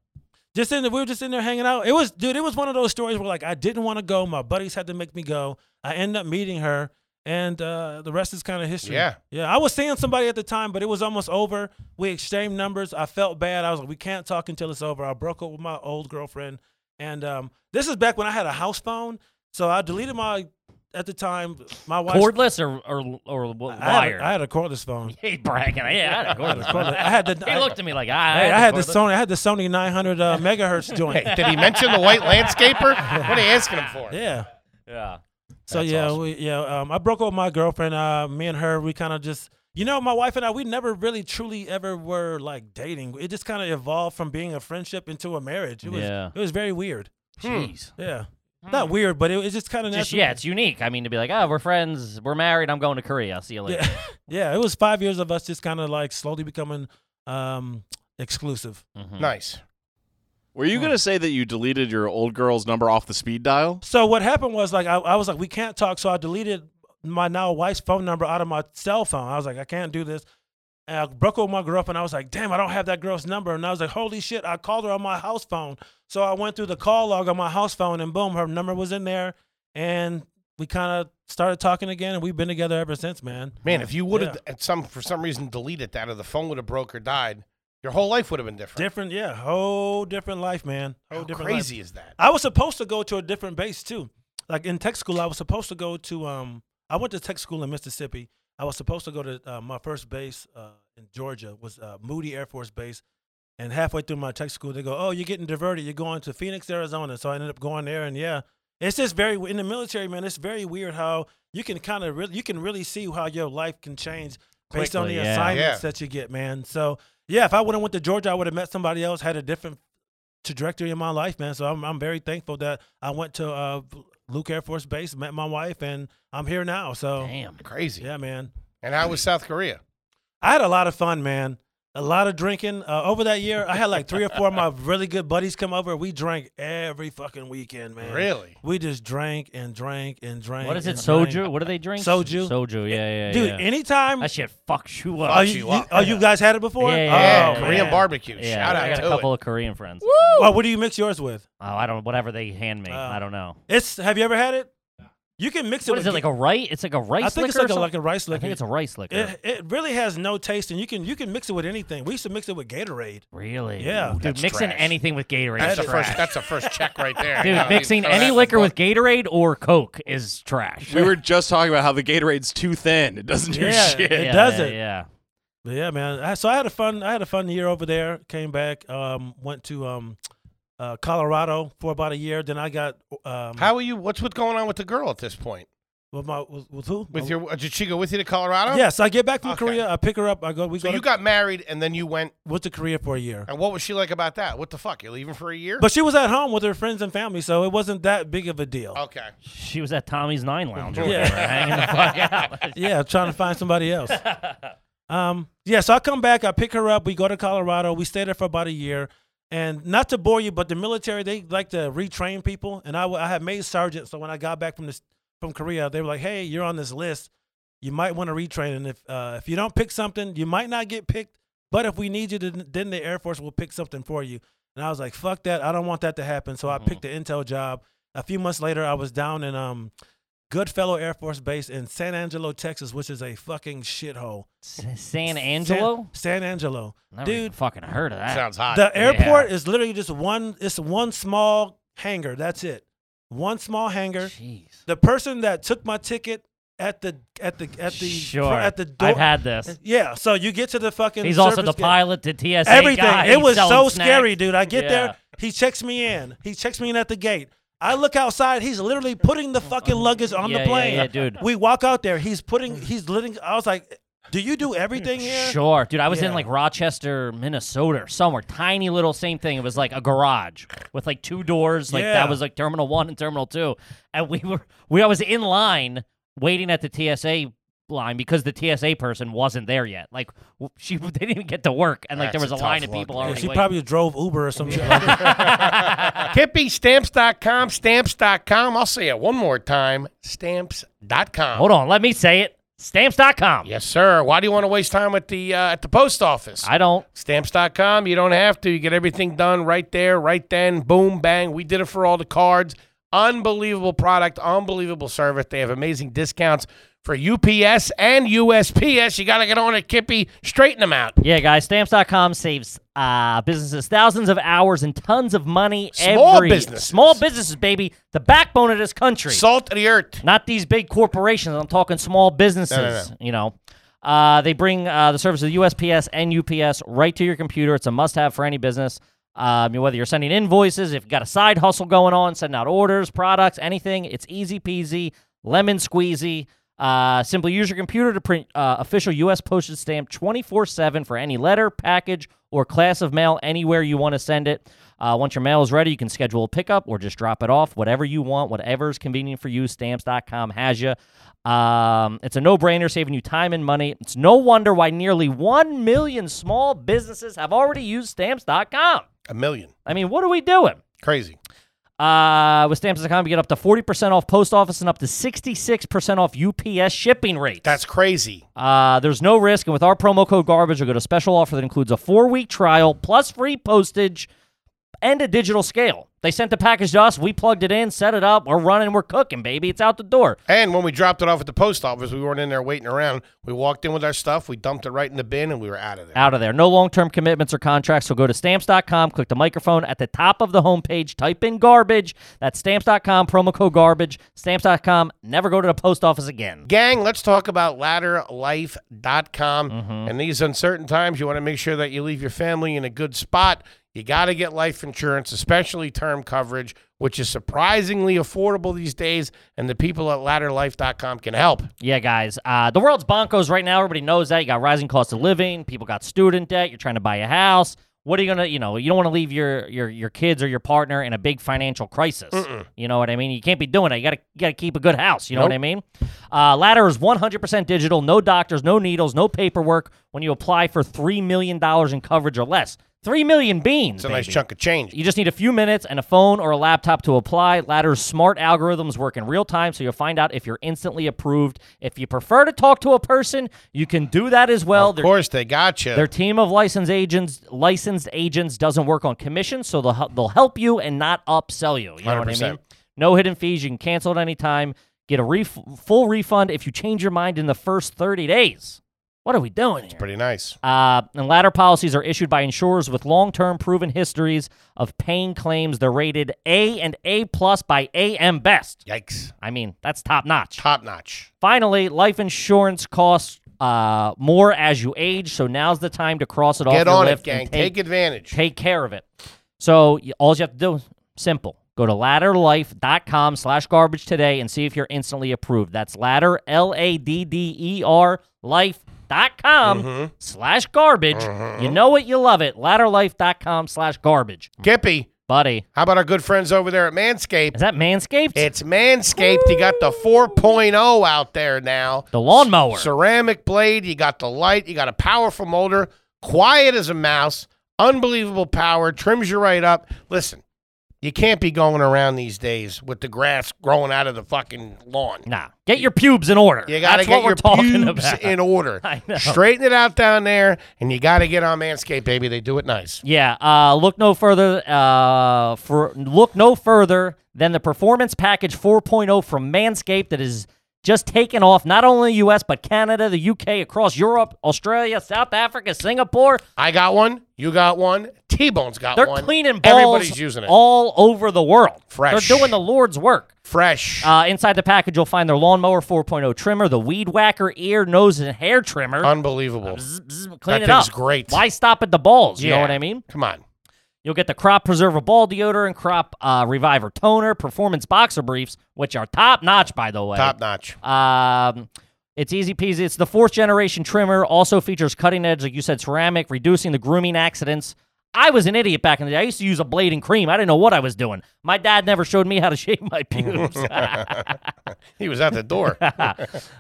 [SPEAKER 5] Just in, the, we were just in there hanging out. It was, dude. It was one of those stories where like I didn't want to go. My buddies had to make me go. I ended up meeting her, and uh, the rest is kind of history.
[SPEAKER 1] Yeah.
[SPEAKER 5] yeah. I was seeing somebody at the time, but it was almost over. We exchanged numbers. I felt bad. I was like, we can't talk until it's over. I broke up with my old girlfriend, and um, this is back when I had a house phone. So I deleted my, at the time, my wife's
[SPEAKER 2] Cordless or or or
[SPEAKER 5] I had,
[SPEAKER 2] wired.
[SPEAKER 5] a- I had a cordless phone.
[SPEAKER 2] He's bragging. Yeah, I had a
[SPEAKER 5] I had
[SPEAKER 2] cordless.
[SPEAKER 5] a cordless- I had the.
[SPEAKER 2] he looked at me like, I,
[SPEAKER 5] Hey, I had the
[SPEAKER 2] cordless.
[SPEAKER 5] Sony. I had the Sony 900 uh, megahertz joint.
[SPEAKER 1] Did he mention the white landscaper? What are you asking him for?
[SPEAKER 5] Yeah.
[SPEAKER 2] Yeah.
[SPEAKER 5] So
[SPEAKER 1] That's
[SPEAKER 5] yeah,
[SPEAKER 1] awesome.
[SPEAKER 5] we, yeah. Um, I broke up with my girlfriend. Uh, me and her, we kind of just, you know, my wife and I, we never really truly ever were like dating. It just kind of evolved from being a friendship into a marriage. It was,
[SPEAKER 2] Yeah.
[SPEAKER 5] it was very weird.
[SPEAKER 2] Jeez.
[SPEAKER 5] Yeah, not weird, but it, it just kind of
[SPEAKER 2] Just yeah, it's unique. I mean, to be like, oh, we're friends, we're married, I'm going to Korea. I'll see you later.
[SPEAKER 5] Yeah. yeah. It was five years of us just kind of like slowly becoming um exclusive.
[SPEAKER 2] Mhm.
[SPEAKER 1] Nice.
[SPEAKER 4] Were you gonna say that you deleted your old girl's number off the speed dial?
[SPEAKER 5] So what happened was like I, I was like we can't talk, so I deleted my now wife's phone number out of my cell phone. I was like I can't do this. And I broke up with my girlfriend. I was like, damn, I don't have that girl's number. And I was like, holy shit, I called her on my house phone. So I went through the call log on my house phone, and boom, her number was in there. And we kind of started talking again, and we've been together ever since, man.
[SPEAKER 1] Man, if you would have at some for some reason deleted that or the phone would have broke or died, your whole life would have been different.
[SPEAKER 5] different, yeah, whole different life, man. Whole
[SPEAKER 1] How
[SPEAKER 5] different life. Ah.
[SPEAKER 1] crazy is that?
[SPEAKER 5] I was supposed to go to a different base too. Like in tech school, I was supposed to go to um. I went to tech school in Mississippi. I was supposed to go to uh, my first base uh, in Georgia was uh, Moody Air Force Base, and halfway through my tech school, they go, "Oh, you're getting diverted. You're going to Phoenix, Arizona." So I ended up going there, and yeah, it's just very in the military, man. It's very weird how you can kind of really you can really see how your life can change based on the
[SPEAKER 2] Quickly, yeah.
[SPEAKER 5] assignments
[SPEAKER 1] Yeah.
[SPEAKER 5] that you get, man. So yeah, if I would have went to Georgia, I would have met somebody else, had a different trajectory in my life, man. So I'm I'm very thankful that I went to uh, Luke Air Force Base, met my wife, and I'm here now. So
[SPEAKER 2] Damn.
[SPEAKER 1] Crazy.
[SPEAKER 5] yeah, man.
[SPEAKER 1] And how was South Korea?
[SPEAKER 5] I had a lot of fun, man. A lot of drinking uh, over that year. I had like three or four of my really good buddies come over. We drank every fucking weekend, man.
[SPEAKER 1] Really?
[SPEAKER 5] We just drank and drank and drank.
[SPEAKER 2] What is it?
[SPEAKER 5] and drank.
[SPEAKER 2] Soju? What do they drink?
[SPEAKER 5] Soju.
[SPEAKER 2] Soju. Yeah, yeah,
[SPEAKER 5] Dude,
[SPEAKER 2] yeah.
[SPEAKER 5] anytime.
[SPEAKER 2] that shit fucks you
[SPEAKER 5] oh,
[SPEAKER 2] up.
[SPEAKER 5] you,
[SPEAKER 1] you
[SPEAKER 5] you-
[SPEAKER 1] up.
[SPEAKER 5] oh, you guys had it before?
[SPEAKER 2] Yeah, yeah,
[SPEAKER 1] Yeah,
[SPEAKER 5] oh,
[SPEAKER 2] yeah.
[SPEAKER 1] Korean
[SPEAKER 5] man.
[SPEAKER 1] barbecue.
[SPEAKER 2] yeah,
[SPEAKER 1] Shout
[SPEAKER 2] I
[SPEAKER 1] out
[SPEAKER 2] got
[SPEAKER 1] to
[SPEAKER 2] a couple
[SPEAKER 1] it.
[SPEAKER 2] of Korean friends.
[SPEAKER 5] Oh, what do you mix yours with?
[SPEAKER 2] Oh, I don't. Whatever they hand me,
[SPEAKER 5] Oh.
[SPEAKER 2] I don't know.
[SPEAKER 5] It's. Have you ever had it? You can mix it.
[SPEAKER 2] What
[SPEAKER 5] with
[SPEAKER 2] is it like a rice? It's like a rice
[SPEAKER 5] I
[SPEAKER 2] liquor.
[SPEAKER 5] think it's
[SPEAKER 2] or
[SPEAKER 5] like a,
[SPEAKER 2] something?
[SPEAKER 5] like a rice liquor.
[SPEAKER 2] I think it's a rice liquor.
[SPEAKER 5] It, it really has no taste, and you can you can mix it with anything. We used to mix it with Gatorade.
[SPEAKER 2] really?
[SPEAKER 5] Yeah.
[SPEAKER 2] Dude,
[SPEAKER 1] That's
[SPEAKER 2] mixing
[SPEAKER 1] trash.
[SPEAKER 2] anything with Gatorade.
[SPEAKER 1] That's
[SPEAKER 2] is
[SPEAKER 1] the
[SPEAKER 2] trash.
[SPEAKER 1] first. That's the first check right there.
[SPEAKER 2] Dude,
[SPEAKER 1] You know,
[SPEAKER 2] mixing
[SPEAKER 1] throw that
[SPEAKER 2] any
[SPEAKER 1] in the
[SPEAKER 2] liquor with
[SPEAKER 1] book.
[SPEAKER 2] Gatorade or Coke is trash.
[SPEAKER 4] We were just talking about how the Gatorade's too thin. It doesn't do
[SPEAKER 5] Yeah.
[SPEAKER 4] shit.
[SPEAKER 5] It
[SPEAKER 2] yeah,
[SPEAKER 5] doesn't.
[SPEAKER 2] Yeah.
[SPEAKER 5] But yeah, man. I, so I had a fun I had a fun year over there. Came back, um, went to um, uh, Colorado for about a year. Then I got um,
[SPEAKER 1] How are you? What's what's going on with the girl at this point?
[SPEAKER 5] with my with, with who Oh,
[SPEAKER 1] With your uh, did she go with you to Colorado?
[SPEAKER 5] Yes, I get back from
[SPEAKER 1] Okay.
[SPEAKER 5] Korea. I pick her up. I go. We
[SPEAKER 1] So
[SPEAKER 5] go.
[SPEAKER 1] you
[SPEAKER 5] to,
[SPEAKER 1] got married and then you went.
[SPEAKER 5] went to Korea for a year.
[SPEAKER 1] And what was she like about that? What the fuck? You're leaving for a year?
[SPEAKER 5] But she was at home with her friends and family, so it wasn't that big of a deal.
[SPEAKER 1] okay.
[SPEAKER 2] She was at Tommy's Nine Lounge or
[SPEAKER 5] Yeah.
[SPEAKER 2] whatever, hanging the fuck out.
[SPEAKER 5] yeah, trying to find somebody else. Um, yeah, so I come back, I pick her up, we go to Colorado, we stay there for about a year. And not to bore you, but the military they like to retrain people, and I, w- I had made sergeant. So when I got back from this from Korea, they were like, "Hey, you're on this list. You might want to retrain, and if uh, if you don't pick something, you might not get picked. But if we need you, then then the Air Force will pick something for you." And I was like, "Fuck that! I don't want that to happen." So I picked the intel job. A few months later, I was down in um, Goodfellow Air Force Base in San Angelo, Texas, which is a fucking shithole.
[SPEAKER 2] S- San Angelo?
[SPEAKER 5] San, San Angelo.
[SPEAKER 2] Never even
[SPEAKER 5] Dude,
[SPEAKER 2] fucking heard of that.
[SPEAKER 1] Sounds hot.
[SPEAKER 5] the airport is literally just one it's one small hangar. That's it. One small hangar.
[SPEAKER 2] Jeez.
[SPEAKER 5] The person that took my ticket at the at the at the
[SPEAKER 2] sure.
[SPEAKER 5] at the door.
[SPEAKER 2] I've had this.
[SPEAKER 5] yeah, so you get to the fucking.
[SPEAKER 2] He's also the
[SPEAKER 5] service gate.
[SPEAKER 2] pilot, the TSA
[SPEAKER 5] Everything.
[SPEAKER 2] guy.
[SPEAKER 5] it
[SPEAKER 2] He's
[SPEAKER 5] was
[SPEAKER 2] selling
[SPEAKER 5] so
[SPEAKER 2] snacks.
[SPEAKER 5] scary, dude. I get
[SPEAKER 2] Yeah.
[SPEAKER 5] there. He checks me in. He checks me in at the gate. I look outside. He's literally putting the fucking luggage on
[SPEAKER 2] Yeah, yeah,
[SPEAKER 5] the plane.
[SPEAKER 2] yeah, dude.
[SPEAKER 5] We walk out there. He's putting. He's letting. I was like, "Do you do everything here?"
[SPEAKER 2] Sure, dude. I was in
[SPEAKER 5] Yeah.
[SPEAKER 2] like Rochester, Minnesota, or somewhere. Tiny little same thing. It was like a garage with like two doors. Like
[SPEAKER 5] Yeah.
[SPEAKER 2] that was like Terminal One and Terminal Two, and we were we. I was in line waiting at the TSA line because the TSA person wasn't there yet. Like w- she they didn't even get to work, and like
[SPEAKER 1] That's
[SPEAKER 2] there was
[SPEAKER 1] a
[SPEAKER 2] a, line
[SPEAKER 1] tough
[SPEAKER 2] of people
[SPEAKER 1] look.
[SPEAKER 5] Yeah,
[SPEAKER 2] already.
[SPEAKER 5] she
[SPEAKER 2] waiting.
[SPEAKER 5] probably drove Uber or some shit. Like that.
[SPEAKER 1] Kippystamps.com, stamps.com. I'll say it one more time stamps.com.
[SPEAKER 2] Hold on, let me say it. Stamps.com.
[SPEAKER 1] Yes, sir. Why do you want to waste time at the uh, at the post office?
[SPEAKER 2] I don't.
[SPEAKER 1] Stamps.com. You don't have to. You get everything done right there, right then. Boom, bang. We did it for all the cards. Unbelievable product, unbelievable service. They have amazing discounts for UPS and USPS. You got to get on it, Kippy. Straighten them out.
[SPEAKER 2] Yeah, guys, stamps.com saves uh, businesses thousands of hours and tons of money
[SPEAKER 1] Small
[SPEAKER 2] every
[SPEAKER 1] businesses.
[SPEAKER 2] small businesses, baby, the backbone of this country.
[SPEAKER 1] Salt of the earth.
[SPEAKER 2] Not these big corporations. I'm talking small businesses. You know, uh, they bring uh, the service of USPS and UPS right to your computer. It's a must-have for any business. Um, whether you're sending invoices, if you got a side hustle going on, sending out orders, products, anything, it's easy peasy, lemon squeezy. Uh, simply use your computer to print uh, official U.S. postage stamp 24/7 for any letter, package, or class of mail anywhere you want to send it. Uh, once your mail is ready, you can schedule a pickup or just drop it off. Whatever you want, whatever is convenient for you, stamps.com has you. Um, it's a no-brainer, saving you time and money. It's no wonder why nearly 1 million small businesses have already used stamps.com.
[SPEAKER 1] A million.
[SPEAKER 2] I mean, what are we doing?
[SPEAKER 1] Crazy.
[SPEAKER 2] Uh, with stamps.com, you get up to 40% off post office and up to 66% off UPS shipping rates.
[SPEAKER 1] That's crazy.
[SPEAKER 2] Uh, there's no risk, and with our promo code garbage, you'll get a special offer that includes a four-week trial plus free postage and a digital scale. They sent the package to us. We plugged it in, set it up. We're running. We're cooking, baby. It's out the door.
[SPEAKER 1] And when we dropped it off at the post office, we weren't in there waiting around. We walked in with our stuff, we dumped it right in the bin, and we were out of there.
[SPEAKER 2] Out of there. No long-term commitments or contracts. So go to stamps.com, click the microphone at the top of the homepage, type in garbage. That's stamps.com, promo code garbage. Stamps.com. Never go to the post office again.
[SPEAKER 1] Gang, let's talk about ladderlife.com.
[SPEAKER 2] Mm-hmm.
[SPEAKER 1] In these uncertain times, you want to make sure that you leave your family in a good spot. You got to get life insurance, especially term coverage, which is surprisingly affordable these days, and the people at ladderlife.com can help.
[SPEAKER 2] Yeah, guys. Uh, the world's bonkos right now. Everybody knows that. You got rising cost of living. People got student debt. You're trying to buy a house. What are you gonna? You know, you don't want to leave your your your kids or your partner in a big financial crisis. You know what I mean? You can't be doing that. You gotta you gotta keep a good house. You know what I mean? Uh, Ladder is 100% digital. No doctors, no needles, no paperwork. When you apply for three million dollars in coverage or less, three million beans.
[SPEAKER 1] It's a nice
[SPEAKER 2] baby.
[SPEAKER 1] chunk of change.
[SPEAKER 2] You just need a few minutes and a phone or a laptop to apply. Ladder's smart algorithms work in real time, so you'll find out if you're instantly approved. If you prefer to talk to a person, you can do that as well.
[SPEAKER 1] Of
[SPEAKER 2] Their,
[SPEAKER 1] course, they got you.
[SPEAKER 2] their team of licensed agents licensed agents doesn't work on commission, so they'll hel- they'll help you and not upsell you. You know what I mean?
[SPEAKER 1] 100%.
[SPEAKER 2] No hidden fees. You can cancel at any time. Get a ref- full refund if you change your mind in the first 30 days. What are we doing here?
[SPEAKER 1] Pretty nice.
[SPEAKER 2] Uh, and ladder policies are issued by insurers with long-term proven histories of paying claims. They're rated A and A plus by AM Best.
[SPEAKER 1] Yikes.
[SPEAKER 2] I mean, that's top notch.
[SPEAKER 1] Top notch.
[SPEAKER 2] Finally, life insurance costs uh, more as you age, so now's the time to cross it off
[SPEAKER 1] Get
[SPEAKER 2] your
[SPEAKER 1] on it,
[SPEAKER 2] list
[SPEAKER 1] gang.
[SPEAKER 2] and
[SPEAKER 1] Take, advantage.
[SPEAKER 2] take care of it. So y- all you have to do is simple. Go to ladderlife.com slash garbage today and see if you're instantly approved. That's ladder, L-A-D-D-E-R, E life.com
[SPEAKER 1] Mm-hmm.
[SPEAKER 2] slash garbage. You know it, you love it. Ladderlife.com slash garbage.
[SPEAKER 1] Kippy,
[SPEAKER 2] Buddy,
[SPEAKER 1] how about our good friends over there at Manscaped?
[SPEAKER 2] is that Manscaped?
[SPEAKER 1] It's Manscaped. You got the 4.0 out there now.
[SPEAKER 2] the lawnmower.
[SPEAKER 1] Ceramic blade. You got the light. You got a powerful motor. Quiet as a mouse. Unbelievable power. Trims you right up. Listen, you can't be going around these days with the grass growing out of the fucking lawn.
[SPEAKER 2] nah, get your pubes in order.
[SPEAKER 1] You got to
[SPEAKER 2] That's
[SPEAKER 1] get
[SPEAKER 2] what we're
[SPEAKER 1] your
[SPEAKER 2] talking
[SPEAKER 1] pubes
[SPEAKER 2] about.
[SPEAKER 1] in order.
[SPEAKER 2] I know.
[SPEAKER 1] Straighten it out down there, and you got to get on Manscaped, baby. They do it nice.
[SPEAKER 2] Yeah, uh, look no further uh, for look no further than the performance package 4.0 from Manscaped that is just taken off not only the US but Canada, the UK, across Europe, Australia, South Africa, Singapore.
[SPEAKER 1] I got one. You got one. TJ T-Bone's got
[SPEAKER 2] They're
[SPEAKER 1] one.
[SPEAKER 2] cleaning
[SPEAKER 1] Everybody's
[SPEAKER 2] balls
[SPEAKER 1] using it.
[SPEAKER 2] all over the world.
[SPEAKER 1] Fresh.
[SPEAKER 2] They're doing the Lord's work.
[SPEAKER 1] Fresh.
[SPEAKER 2] Uh, inside the package, you'll find their lawnmower 4.0 trimmer, the weed whacker, ear, nose, and hair trimmer.
[SPEAKER 1] Unbelievable.
[SPEAKER 2] Zzz, zzz, clean
[SPEAKER 1] Uh, That
[SPEAKER 2] it
[SPEAKER 1] thing's
[SPEAKER 2] up.
[SPEAKER 1] great.
[SPEAKER 2] Why stop at the balls? You
[SPEAKER 1] Yeah.
[SPEAKER 2] know what I mean?
[SPEAKER 1] Come on.
[SPEAKER 2] You'll get the Crop Preserver Ball Deodorant, Crop uh, Reviver Toner, Performance Boxer Briefs, which are top notch, by the way.
[SPEAKER 1] Top notch.
[SPEAKER 2] Um, it's easy peasy. It's the fourth generation trimmer. Also features cutting edge, like you said, ceramic, reducing the grooming accidents. I was an idiot back in the day. I used to use a blade and cream. I didn't know what I was doing. My dad never showed me how to shave my pubes.
[SPEAKER 1] He was out the door.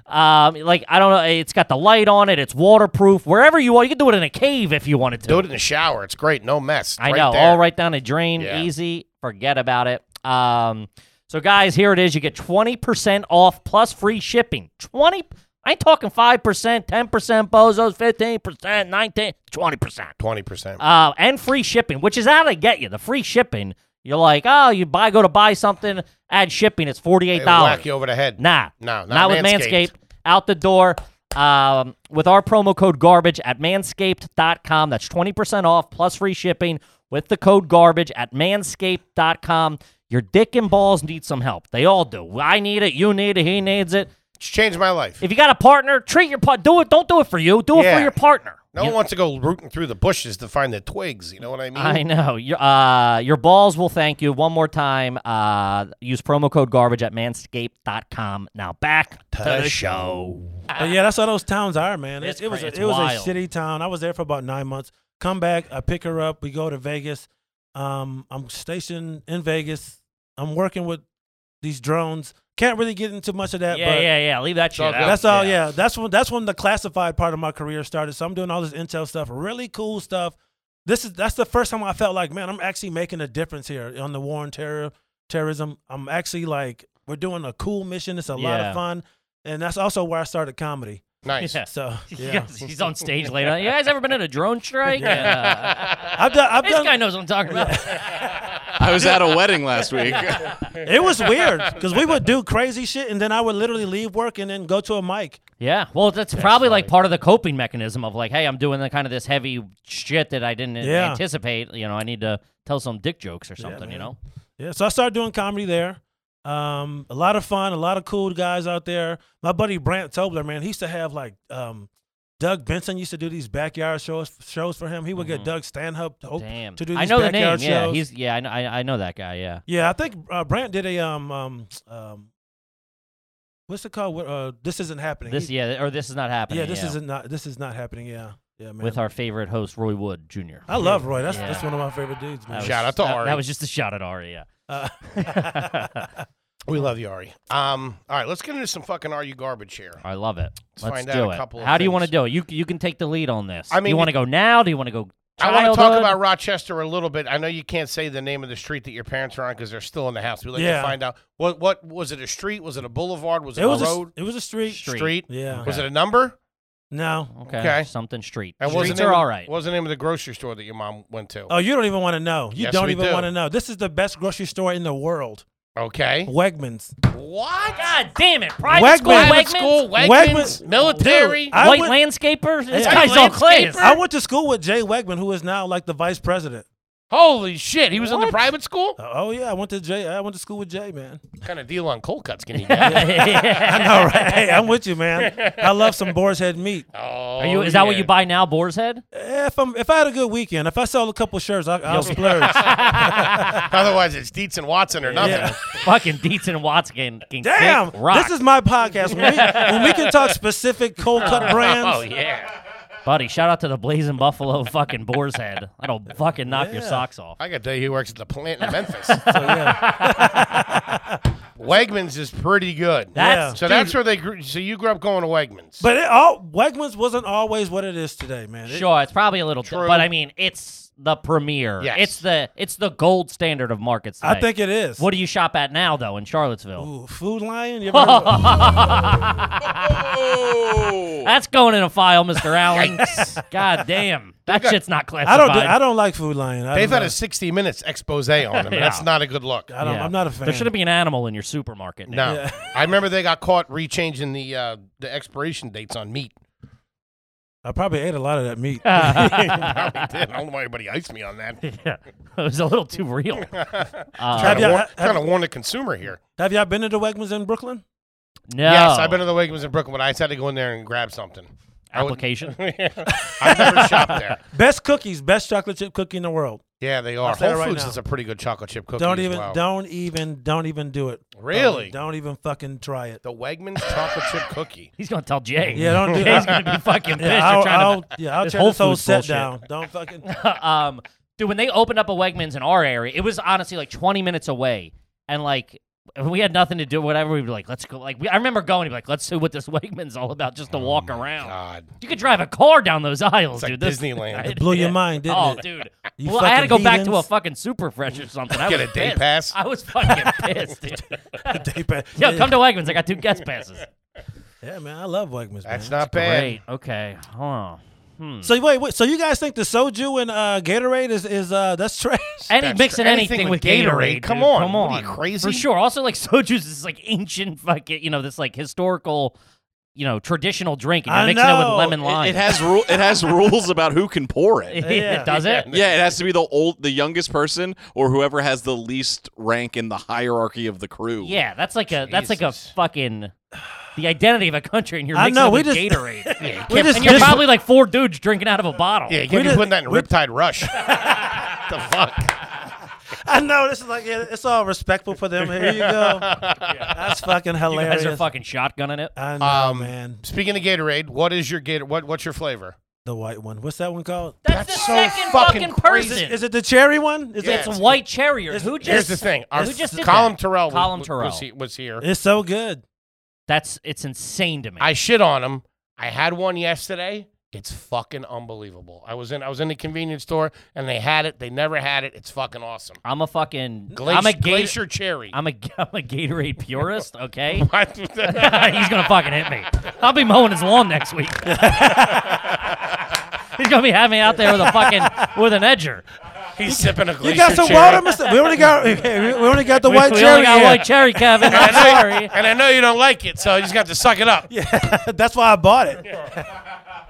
[SPEAKER 2] um, like I don't know. It's got the light on it. It's waterproof. Wherever you are, you can do it in a cave if you wanted to.
[SPEAKER 1] Do it in the shower. It's great. No mess. It's
[SPEAKER 2] I
[SPEAKER 1] right
[SPEAKER 2] know.
[SPEAKER 1] There.
[SPEAKER 2] All right down a drain.
[SPEAKER 1] Yeah.
[SPEAKER 2] Easy. Forget about it. Um, so guys, here it is. You get 20% off plus free shipping. 20 I ain't talking 5%, 10%, bozos, 15%, 19, 20%.
[SPEAKER 1] Twenty percent.
[SPEAKER 2] Uh, and free shipping, which is how they get you. The free shipping. You're like, oh, you buy go to buy something, add shipping, it's $48.
[SPEAKER 1] Whack you over the head.
[SPEAKER 2] Nah.
[SPEAKER 1] No, not
[SPEAKER 2] with
[SPEAKER 1] Manscaped.
[SPEAKER 2] Manscaped. Out the door um, with our promo code garbage at manscaped.com. That's 20% off plus free shipping with the code garbage at manscaped.com. Your dick and balls need some help. They all do. I need it. You need it. He needs it.
[SPEAKER 1] It's changed my life.
[SPEAKER 2] If you got a partner, treat your partner. Do it. Don't do it for you. Do it
[SPEAKER 1] Yeah.
[SPEAKER 2] for your partner.
[SPEAKER 1] No one wants to go rooting through the bushes to find the twigs. You know what I mean?
[SPEAKER 2] I know. Your, uh, your balls will thank you. One more time, uh, use promo code garbage at manscaped.com. Now back to, the show.
[SPEAKER 5] But yeah, that's how those towns are, man.
[SPEAKER 2] It's
[SPEAKER 5] It, it was
[SPEAKER 2] cra-
[SPEAKER 5] a,
[SPEAKER 2] it's
[SPEAKER 5] it was
[SPEAKER 2] wild.
[SPEAKER 5] a shitty town. I was there for about nine months. Come back, I pick her up. We go to Vegas. Um, I'm stationed in Vegas. I'm working with these drones. Can't really get into much of that.
[SPEAKER 2] Yeah,
[SPEAKER 5] but
[SPEAKER 2] yeah, yeah. Leave that shit
[SPEAKER 1] all
[SPEAKER 2] out.
[SPEAKER 1] good.
[SPEAKER 5] That's all. Yeah. that's when that's when the classified part of my career started. So I'm doing all this intel stuff, really cool stuff. This is that's the first time I felt like, man, I'm actually making a difference here on the war on terror terrorism. I'm actually like, we're doing a cool mission. It's a lot
[SPEAKER 2] Yeah.
[SPEAKER 5] of fun, and that's also where I started comedy.
[SPEAKER 1] Nice.
[SPEAKER 2] Yeah.
[SPEAKER 5] So
[SPEAKER 2] You
[SPEAKER 5] yeah.
[SPEAKER 2] guys- He's on stage later. You guys ever been in a drone strike? Yeah.
[SPEAKER 5] I've done, I've
[SPEAKER 2] this
[SPEAKER 5] done,
[SPEAKER 2] guy knows what I'm talking about.
[SPEAKER 4] I was at a wedding last week.
[SPEAKER 5] it was weird because we would do crazy shit and then I would literally leave work and then go to a mic.
[SPEAKER 2] yeah. Well, that's, probably like part of the coping mechanism of like, hey, I'm doing the kind of this heavy shit that I didn't
[SPEAKER 5] Yeah.
[SPEAKER 2] anticipate. You know, I need to tell some dick jokes or something. you
[SPEAKER 5] man.
[SPEAKER 2] know.
[SPEAKER 5] Yeah, so I started doing comedy there. Um, a lot of fun, a lot of cool guys out there. My buddy Brant Tobler, man, he used to have like um, Doug Benson used to do these backyard shows shows for him. He would get Doug Stanhope to,
[SPEAKER 2] Mm-hmm. Damn.
[SPEAKER 5] to do these
[SPEAKER 2] I know the name.
[SPEAKER 5] backyard
[SPEAKER 2] Yeah.
[SPEAKER 5] shows.
[SPEAKER 2] He's yeah. I know. I, I know that guy. Yeah.
[SPEAKER 5] Yeah, I think uh, Brant did a um um um what's it called? What, uh, this isn't happening.
[SPEAKER 2] This
[SPEAKER 5] He-
[SPEAKER 2] yeah. Or this is not happening.
[SPEAKER 5] yeah, this isn't not this is not happening. Yeah, yeah, man. Oh,
[SPEAKER 2] with our favorite host Roy Wood Jr.
[SPEAKER 5] I love Roy. That's
[SPEAKER 2] Yeah.
[SPEAKER 5] that's one of my favorite dudes,
[SPEAKER 2] That
[SPEAKER 5] man.
[SPEAKER 1] Shout out to
[SPEAKER 2] that,
[SPEAKER 1] Ari.
[SPEAKER 2] That was just a shout at Ari. Yeah.
[SPEAKER 5] Uh,
[SPEAKER 1] We love you, Ari. Um, all right, let's get into some fucking are you garbage here.
[SPEAKER 2] I love it.
[SPEAKER 1] Let's
[SPEAKER 2] Let's,
[SPEAKER 1] find out
[SPEAKER 2] do
[SPEAKER 1] a
[SPEAKER 2] it.
[SPEAKER 1] couple of
[SPEAKER 2] How do you want to
[SPEAKER 1] things.
[SPEAKER 2] do it? You you can take the lead on this.
[SPEAKER 1] I
[SPEAKER 2] I mean,
[SPEAKER 1] mean,
[SPEAKER 2] you want to go now? Do you want to go?
[SPEAKER 1] I want to talk
[SPEAKER 2] childhood?
[SPEAKER 1] about Rochester a little bit. I know you can't say the name of the street that your parents are on because they're still in the house. We like to
[SPEAKER 5] Yeah.
[SPEAKER 1] find out what what was it a street? Was it a boulevard? Was it,
[SPEAKER 5] it was
[SPEAKER 1] a
[SPEAKER 5] a,
[SPEAKER 1] road?
[SPEAKER 5] it was a street.
[SPEAKER 2] Street.
[SPEAKER 5] Yeah.
[SPEAKER 1] Was it a number?
[SPEAKER 5] No.
[SPEAKER 2] Okay.
[SPEAKER 1] Okay.
[SPEAKER 2] Something street.
[SPEAKER 1] And what was the
[SPEAKER 2] Streets
[SPEAKER 1] name
[SPEAKER 2] are
[SPEAKER 1] of-
[SPEAKER 2] all right.
[SPEAKER 1] What was the name of the grocery store that your mom went to?
[SPEAKER 5] Oh, you don't even want to know. You
[SPEAKER 1] Yes,
[SPEAKER 5] don't
[SPEAKER 1] we
[SPEAKER 5] even
[SPEAKER 1] do.
[SPEAKER 5] want to know. This is the best grocery store in the world.
[SPEAKER 1] Okay.
[SPEAKER 5] Wegmans.
[SPEAKER 1] What?
[SPEAKER 2] God damn it! Private
[SPEAKER 5] Wegmans.
[SPEAKER 2] school,
[SPEAKER 1] Private
[SPEAKER 2] Wegmans?
[SPEAKER 1] school, Wegmans,
[SPEAKER 5] Wegmans.
[SPEAKER 1] military.
[SPEAKER 5] Dude, I
[SPEAKER 2] white
[SPEAKER 5] went-
[SPEAKER 2] landscaper. This
[SPEAKER 5] Yeah.
[SPEAKER 2] guy's all clay.
[SPEAKER 1] Landscaper?
[SPEAKER 5] I went to school with Jay Wegman, who is now like the vice president.
[SPEAKER 1] Holy shit! He was in the private school.
[SPEAKER 5] Oh yeah, I went to Jay. I went to school with Jay, man.
[SPEAKER 1] What kind of deal on cold cuts can you get?
[SPEAKER 5] I know, right? Hey, I'm with you, man. I love some boar's head meat. Eh,
[SPEAKER 1] oh,
[SPEAKER 2] Are you? Is that what
[SPEAKER 1] yeah.
[SPEAKER 2] you buy now? Boar's head.
[SPEAKER 5] If I'm, if I had a good weekend, if I sold a couple shirts, I, I'll splurge.
[SPEAKER 1] Otherwise, it's Dietz and Watson or nothing.
[SPEAKER 5] Yeah.
[SPEAKER 2] Fucking Dietz and Watts can, can
[SPEAKER 5] Damn,
[SPEAKER 2] kick rock.
[SPEAKER 5] this is my podcast. When we, when we can talk specific cold cut brands,
[SPEAKER 1] Oh yeah,
[SPEAKER 2] buddy. Shout out to the Blazing Buffalo fucking Boar's Head. That'll fucking knock your
[SPEAKER 5] Yeah.
[SPEAKER 2] socks off.
[SPEAKER 1] I got to tell you, he works at the plant in Memphis.
[SPEAKER 5] So, yeah.
[SPEAKER 1] Wegmans is pretty good.
[SPEAKER 2] That's
[SPEAKER 1] so that's where they grew. So you grew up going to Wegmans.
[SPEAKER 5] But it all Wegmans wasn't always what it is today, man. It-
[SPEAKER 2] Sure, it's probably a little,
[SPEAKER 1] True.
[SPEAKER 2] but I mean, it's the premier.
[SPEAKER 1] Yes.
[SPEAKER 2] It's the it's the gold standard of markets.
[SPEAKER 5] I
[SPEAKER 2] today.
[SPEAKER 5] think it is.
[SPEAKER 2] What do you shop at now though in Charlottesville?
[SPEAKER 5] Ooh, Food Lion? You ever heard of-
[SPEAKER 4] Oh.
[SPEAKER 2] That's going in a file, Mr. Allen. God damn, that shit's not classified.
[SPEAKER 5] I don't. Do, I don't like Food Lion. I
[SPEAKER 1] They've
[SPEAKER 5] don't
[SPEAKER 1] had a 60 minutes expose on them. and That's
[SPEAKER 2] Yeah.
[SPEAKER 1] not a good look.
[SPEAKER 5] I don't,
[SPEAKER 2] Yeah.
[SPEAKER 5] I'm not a fan.
[SPEAKER 2] There shouldn't be an animal in your supermarket. Nick.
[SPEAKER 1] No,
[SPEAKER 5] Yeah.
[SPEAKER 1] I remember they got caught rechanging the uh, the expiration dates on meat.
[SPEAKER 5] I probably ate a lot of that meat.
[SPEAKER 1] Probably did. I don't know why everybody iced me on that.
[SPEAKER 2] yeah, it was a little too real. Uh,
[SPEAKER 1] Trying
[SPEAKER 5] Have
[SPEAKER 1] to
[SPEAKER 5] ya-
[SPEAKER 1] warn-
[SPEAKER 5] have-
[SPEAKER 1] trying to warn the consumer here.
[SPEAKER 5] Have y'all been to the Wegmans in Brooklyn?
[SPEAKER 2] No.
[SPEAKER 1] Yes, I've been to the Wiggins in Brooklyn, but I just had to go in there and grab something. I would-
[SPEAKER 2] application.
[SPEAKER 1] I've never shopped there.
[SPEAKER 5] Best cookies, best chocolate chip cookie in the world.
[SPEAKER 1] Yeah, they are.
[SPEAKER 5] say it
[SPEAKER 1] Whole
[SPEAKER 5] right
[SPEAKER 1] Foods
[SPEAKER 5] now.
[SPEAKER 1] is a pretty good chocolate chip cookie.
[SPEAKER 5] Don't
[SPEAKER 1] as
[SPEAKER 5] even,
[SPEAKER 1] well.
[SPEAKER 5] don't even, don't even do it. Don't-
[SPEAKER 1] Really?
[SPEAKER 5] Don't, even fucking try it.
[SPEAKER 1] The Wegmans chocolate chip cookie.
[SPEAKER 2] He's gonna tell Jay.
[SPEAKER 5] Yeah, don't do
[SPEAKER 2] Jay's
[SPEAKER 5] that.
[SPEAKER 2] gonna be fucking pissed.
[SPEAKER 5] Yeah,
[SPEAKER 2] You're
[SPEAKER 5] I'll,
[SPEAKER 2] trying
[SPEAKER 5] I'll,
[SPEAKER 2] to,
[SPEAKER 5] yeah, I'll
[SPEAKER 2] this
[SPEAKER 5] turn this whole
[SPEAKER 2] Foods
[SPEAKER 5] set
[SPEAKER 2] bullshit.
[SPEAKER 5] down. Don't fucking.
[SPEAKER 2] um, dude, when they opened up a Wegmans in our area, it was honestly like 20 minutes away, and like we had nothing to do. Whatever, we'd be like, let's go. Like, we, I remember going to be like, let's see what this Wegmans all about, just
[SPEAKER 5] Oh
[SPEAKER 2] to walk around.
[SPEAKER 1] God.
[SPEAKER 2] You could drive a car down those aisles,
[SPEAKER 1] like
[SPEAKER 2] dude. This-
[SPEAKER 1] Disneyland. It
[SPEAKER 5] blew your mind, didn't
[SPEAKER 2] oh,
[SPEAKER 5] it?
[SPEAKER 2] dude.
[SPEAKER 5] You
[SPEAKER 2] well, I had to
[SPEAKER 5] fucking
[SPEAKER 2] go back to a
[SPEAKER 5] heathens.
[SPEAKER 2] fucking super fresh or something. I
[SPEAKER 1] Get
[SPEAKER 2] was
[SPEAKER 1] a day
[SPEAKER 2] pissed.
[SPEAKER 1] pass?
[SPEAKER 2] I was fucking pissed, dude.
[SPEAKER 5] They pa-
[SPEAKER 2] Yo, come to Wegmans. I got two guest passes.
[SPEAKER 5] Yeah, man, I love Wegmans.
[SPEAKER 1] That's
[SPEAKER 5] man.
[SPEAKER 1] not bad.
[SPEAKER 2] Great. Okay. Huh.
[SPEAKER 5] So wait, wait, so you guys think the soju and uh, Gatorade is is uh, that's trash?
[SPEAKER 2] Any
[SPEAKER 1] That's
[SPEAKER 2] mixing
[SPEAKER 1] true.
[SPEAKER 2] anything,
[SPEAKER 1] Anything
[SPEAKER 2] with
[SPEAKER 1] with Gatorade,
[SPEAKER 2] Gatorade.
[SPEAKER 1] come
[SPEAKER 2] dude.
[SPEAKER 1] on.
[SPEAKER 2] Come
[SPEAKER 1] What
[SPEAKER 2] on.
[SPEAKER 1] are you, crazy?
[SPEAKER 2] For sure. Also, like soju is this, like ancient fucking, you know, this like historical, you know, traditional drink, and you're
[SPEAKER 5] I
[SPEAKER 2] mixing it with
[SPEAKER 5] know.
[SPEAKER 2] lemon
[SPEAKER 4] It,
[SPEAKER 2] lime.
[SPEAKER 4] it has ru- it has rules about who can pour it.
[SPEAKER 5] Yeah.
[SPEAKER 2] It does it.
[SPEAKER 4] Yeah, it has to be the old, the youngest person, or whoever has the least rank in the hierarchy of the crew.
[SPEAKER 2] Yeah, that's like a that's like a
[SPEAKER 1] Jesus.
[SPEAKER 2] fucking the identity of a country, and you're
[SPEAKER 5] I
[SPEAKER 2] mixing
[SPEAKER 5] know,
[SPEAKER 2] it
[SPEAKER 5] we
[SPEAKER 2] with
[SPEAKER 5] just-
[SPEAKER 2] Gatorade.
[SPEAKER 5] We just
[SPEAKER 2] and you're
[SPEAKER 5] dis-
[SPEAKER 2] probably like four dudes drinking out of a bottle.
[SPEAKER 1] Yeah, you can't be
[SPEAKER 5] did-
[SPEAKER 1] putting that in Riptide Rush. the fuck?
[SPEAKER 5] I know this is like yeah, it's all respectful for them. Here you go. That's fucking
[SPEAKER 2] you guys
[SPEAKER 5] hilarious.
[SPEAKER 2] are fucking shotgunning it.
[SPEAKER 5] I know,
[SPEAKER 1] Um,
[SPEAKER 5] man.
[SPEAKER 1] Speaking of Gatorade, what is your Gator? What what's your flavor?
[SPEAKER 5] The white one. What's that one called?
[SPEAKER 2] That's,
[SPEAKER 1] that's
[SPEAKER 2] the
[SPEAKER 1] so
[SPEAKER 2] second
[SPEAKER 1] fucking
[SPEAKER 2] fucking,
[SPEAKER 1] crazy.
[SPEAKER 2] person.
[SPEAKER 5] Is it the cherry one? Is
[SPEAKER 1] Yeah.
[SPEAKER 5] it,
[SPEAKER 2] it's white cherry. or
[SPEAKER 5] It's-
[SPEAKER 2] Who just?
[SPEAKER 1] Here's the thing. Our
[SPEAKER 2] who just did
[SPEAKER 1] Colin
[SPEAKER 2] that?
[SPEAKER 1] Terrell, wa-
[SPEAKER 2] Colin
[SPEAKER 1] wa-
[SPEAKER 2] Terrell.
[SPEAKER 1] Was, he- was here.
[SPEAKER 5] it's so good.
[SPEAKER 2] That's it's insane to me.
[SPEAKER 1] I shit on him. I had one yesterday. It's fucking unbelievable. I was in I was in the convenience store and they had it. They never had it. It's fucking awesome.
[SPEAKER 2] I'm a fucking.
[SPEAKER 1] Glacier,
[SPEAKER 2] I'm a Gator.
[SPEAKER 1] glacier cherry.
[SPEAKER 2] I'm a I'm a Gatorade purist, okay?
[SPEAKER 1] What?
[SPEAKER 2] He's gonna fucking hit me. I'll be mowing his lawn next week. He's gonna be having me out there with a fucking with an edger.
[SPEAKER 1] He's sipping a glacier
[SPEAKER 5] You got some
[SPEAKER 1] cherry.
[SPEAKER 5] water, Mister. We only got we only got the
[SPEAKER 2] We-
[SPEAKER 5] white
[SPEAKER 2] we
[SPEAKER 5] cherry.
[SPEAKER 2] only got
[SPEAKER 5] here.
[SPEAKER 2] white cherry, Kevin. I'm sorry.
[SPEAKER 1] And I know you don't like it, so you just got to suck it up.
[SPEAKER 5] That's why I bought it.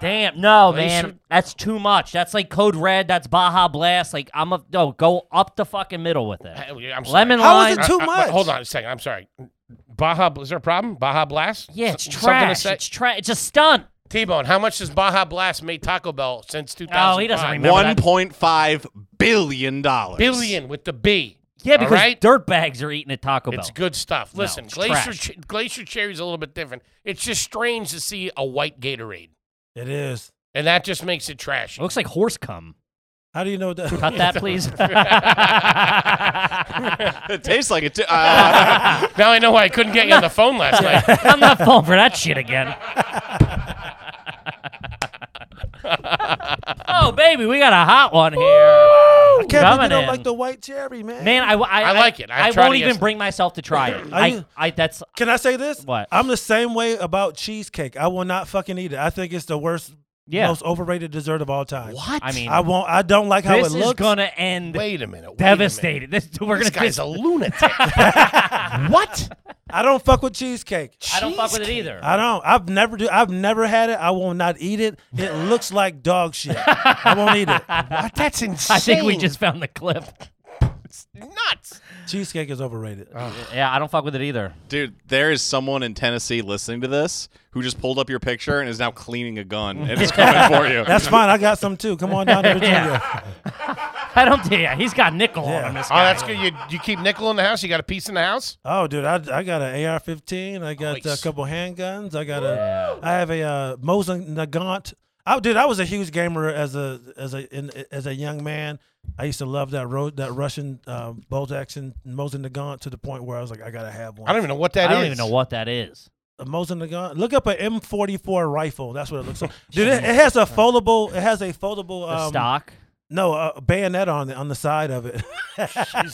[SPEAKER 2] Damn, no,
[SPEAKER 1] Glacier-
[SPEAKER 2] man, that's too much. That's like Code Red. That's Baja Blast. Like I'm a no. Go up the fucking middle with it.
[SPEAKER 1] I'm sorry.
[SPEAKER 2] Lemon
[SPEAKER 5] How
[SPEAKER 2] lime.
[SPEAKER 5] is it too
[SPEAKER 1] Uh, uh, wait,
[SPEAKER 5] much?
[SPEAKER 1] hold on a second. I'm sorry. Baja, is there a problem? Baja Blast?
[SPEAKER 2] yeah, it's
[SPEAKER 1] S- something to
[SPEAKER 2] trash.
[SPEAKER 1] say?
[SPEAKER 2] It's trash. It's a stunt.
[SPEAKER 1] T-Bone, how much does Baja Blast make Taco Bell since 2000?
[SPEAKER 2] Oh, he doesn't remember.
[SPEAKER 4] one
[SPEAKER 2] that.
[SPEAKER 4] point five billion dollars.
[SPEAKER 1] Billion with the B.
[SPEAKER 2] Yeah, because
[SPEAKER 1] All right?
[SPEAKER 2] dirtbags are eating at Taco Bell.
[SPEAKER 1] It's good stuff. Listen,
[SPEAKER 2] it's
[SPEAKER 1] Glacier
[SPEAKER 2] trash.
[SPEAKER 1] ch- Glacier Cherry's a little bit different. It's just strange to see a white Gatorade,
[SPEAKER 5] It is.
[SPEAKER 1] and that just makes it trashy.
[SPEAKER 2] It looks like horse cum.
[SPEAKER 5] How do you know that?
[SPEAKER 2] Cut that, please.
[SPEAKER 4] It tastes like it. T- uh,
[SPEAKER 1] now I know why I couldn't get you on the phone last night.
[SPEAKER 2] I'm not falling for that shit again. oh, baby, we got a hot one here.
[SPEAKER 5] I can't believe
[SPEAKER 2] Coming
[SPEAKER 5] you don't
[SPEAKER 2] in.
[SPEAKER 5] like the white cherry, man.
[SPEAKER 2] Man, I, I,
[SPEAKER 1] I like it. I
[SPEAKER 2] I,
[SPEAKER 1] tried
[SPEAKER 2] won't
[SPEAKER 1] it
[SPEAKER 2] even
[SPEAKER 1] yesterday.
[SPEAKER 2] bring myself to try it.
[SPEAKER 5] Are
[SPEAKER 2] I,
[SPEAKER 5] you-
[SPEAKER 2] I, that's
[SPEAKER 5] Can I say this?
[SPEAKER 2] What?
[SPEAKER 5] I'm the same way about cheesecake. I will not fucking eat it. I think it's the worst,
[SPEAKER 2] yeah.
[SPEAKER 5] most overrated dessert of all time.
[SPEAKER 4] what?
[SPEAKER 2] I mean,
[SPEAKER 5] I won't. I don't like how
[SPEAKER 2] this
[SPEAKER 5] it
[SPEAKER 2] is
[SPEAKER 5] looks.
[SPEAKER 2] gonna end
[SPEAKER 1] wait a minute. wait a
[SPEAKER 2] devastated. This
[SPEAKER 1] minute.
[SPEAKER 2] we're
[SPEAKER 1] This
[SPEAKER 2] gonna
[SPEAKER 1] guy's
[SPEAKER 2] this,
[SPEAKER 1] a lunatic. what?
[SPEAKER 5] I don't fuck with cheesecake.
[SPEAKER 2] I don't fuck with it either.
[SPEAKER 5] I don't. I've never do. I've never had it. I will not eat it. It looks like dog shit. I won't eat it.
[SPEAKER 1] What? That's insane.
[SPEAKER 2] I think we just found the clip.
[SPEAKER 1] nuts.
[SPEAKER 5] Cheesecake is overrated.
[SPEAKER 2] Yeah, I don't fuck with it either.
[SPEAKER 4] Dude, there is someone in Tennessee listening to this who just pulled up your picture and is now cleaning a gun and is coming for you.
[SPEAKER 5] That's fine. I got some too. Come on down to Virginia.
[SPEAKER 2] I don't. Yeah, he's got nickel on him. This
[SPEAKER 1] Oh,
[SPEAKER 2] guy.
[SPEAKER 1] that's good. You you keep nickel in the house. You got a piece in the house.
[SPEAKER 5] Oh, dude, I, I got an AR-15. I got uh, a
[SPEAKER 1] Nice.
[SPEAKER 5] couple handguns. I got a. I have a uh, Mosin Nagant. I, dude, I was a huge gamer as a as a in, as a young man. I used to love that road that Russian uh, bolt action Mosin Nagant to the point where I was like, I gotta have one.
[SPEAKER 1] I don't even know what that is.
[SPEAKER 2] I don't even know what that is.
[SPEAKER 5] a Mosin Nagant. Look up an M44 rifle. That's what it looks like. Dude, it, it has a foldable. It has a foldable.
[SPEAKER 2] The
[SPEAKER 5] Um,
[SPEAKER 2] stock.
[SPEAKER 5] No, a bayonet on the on the side of it.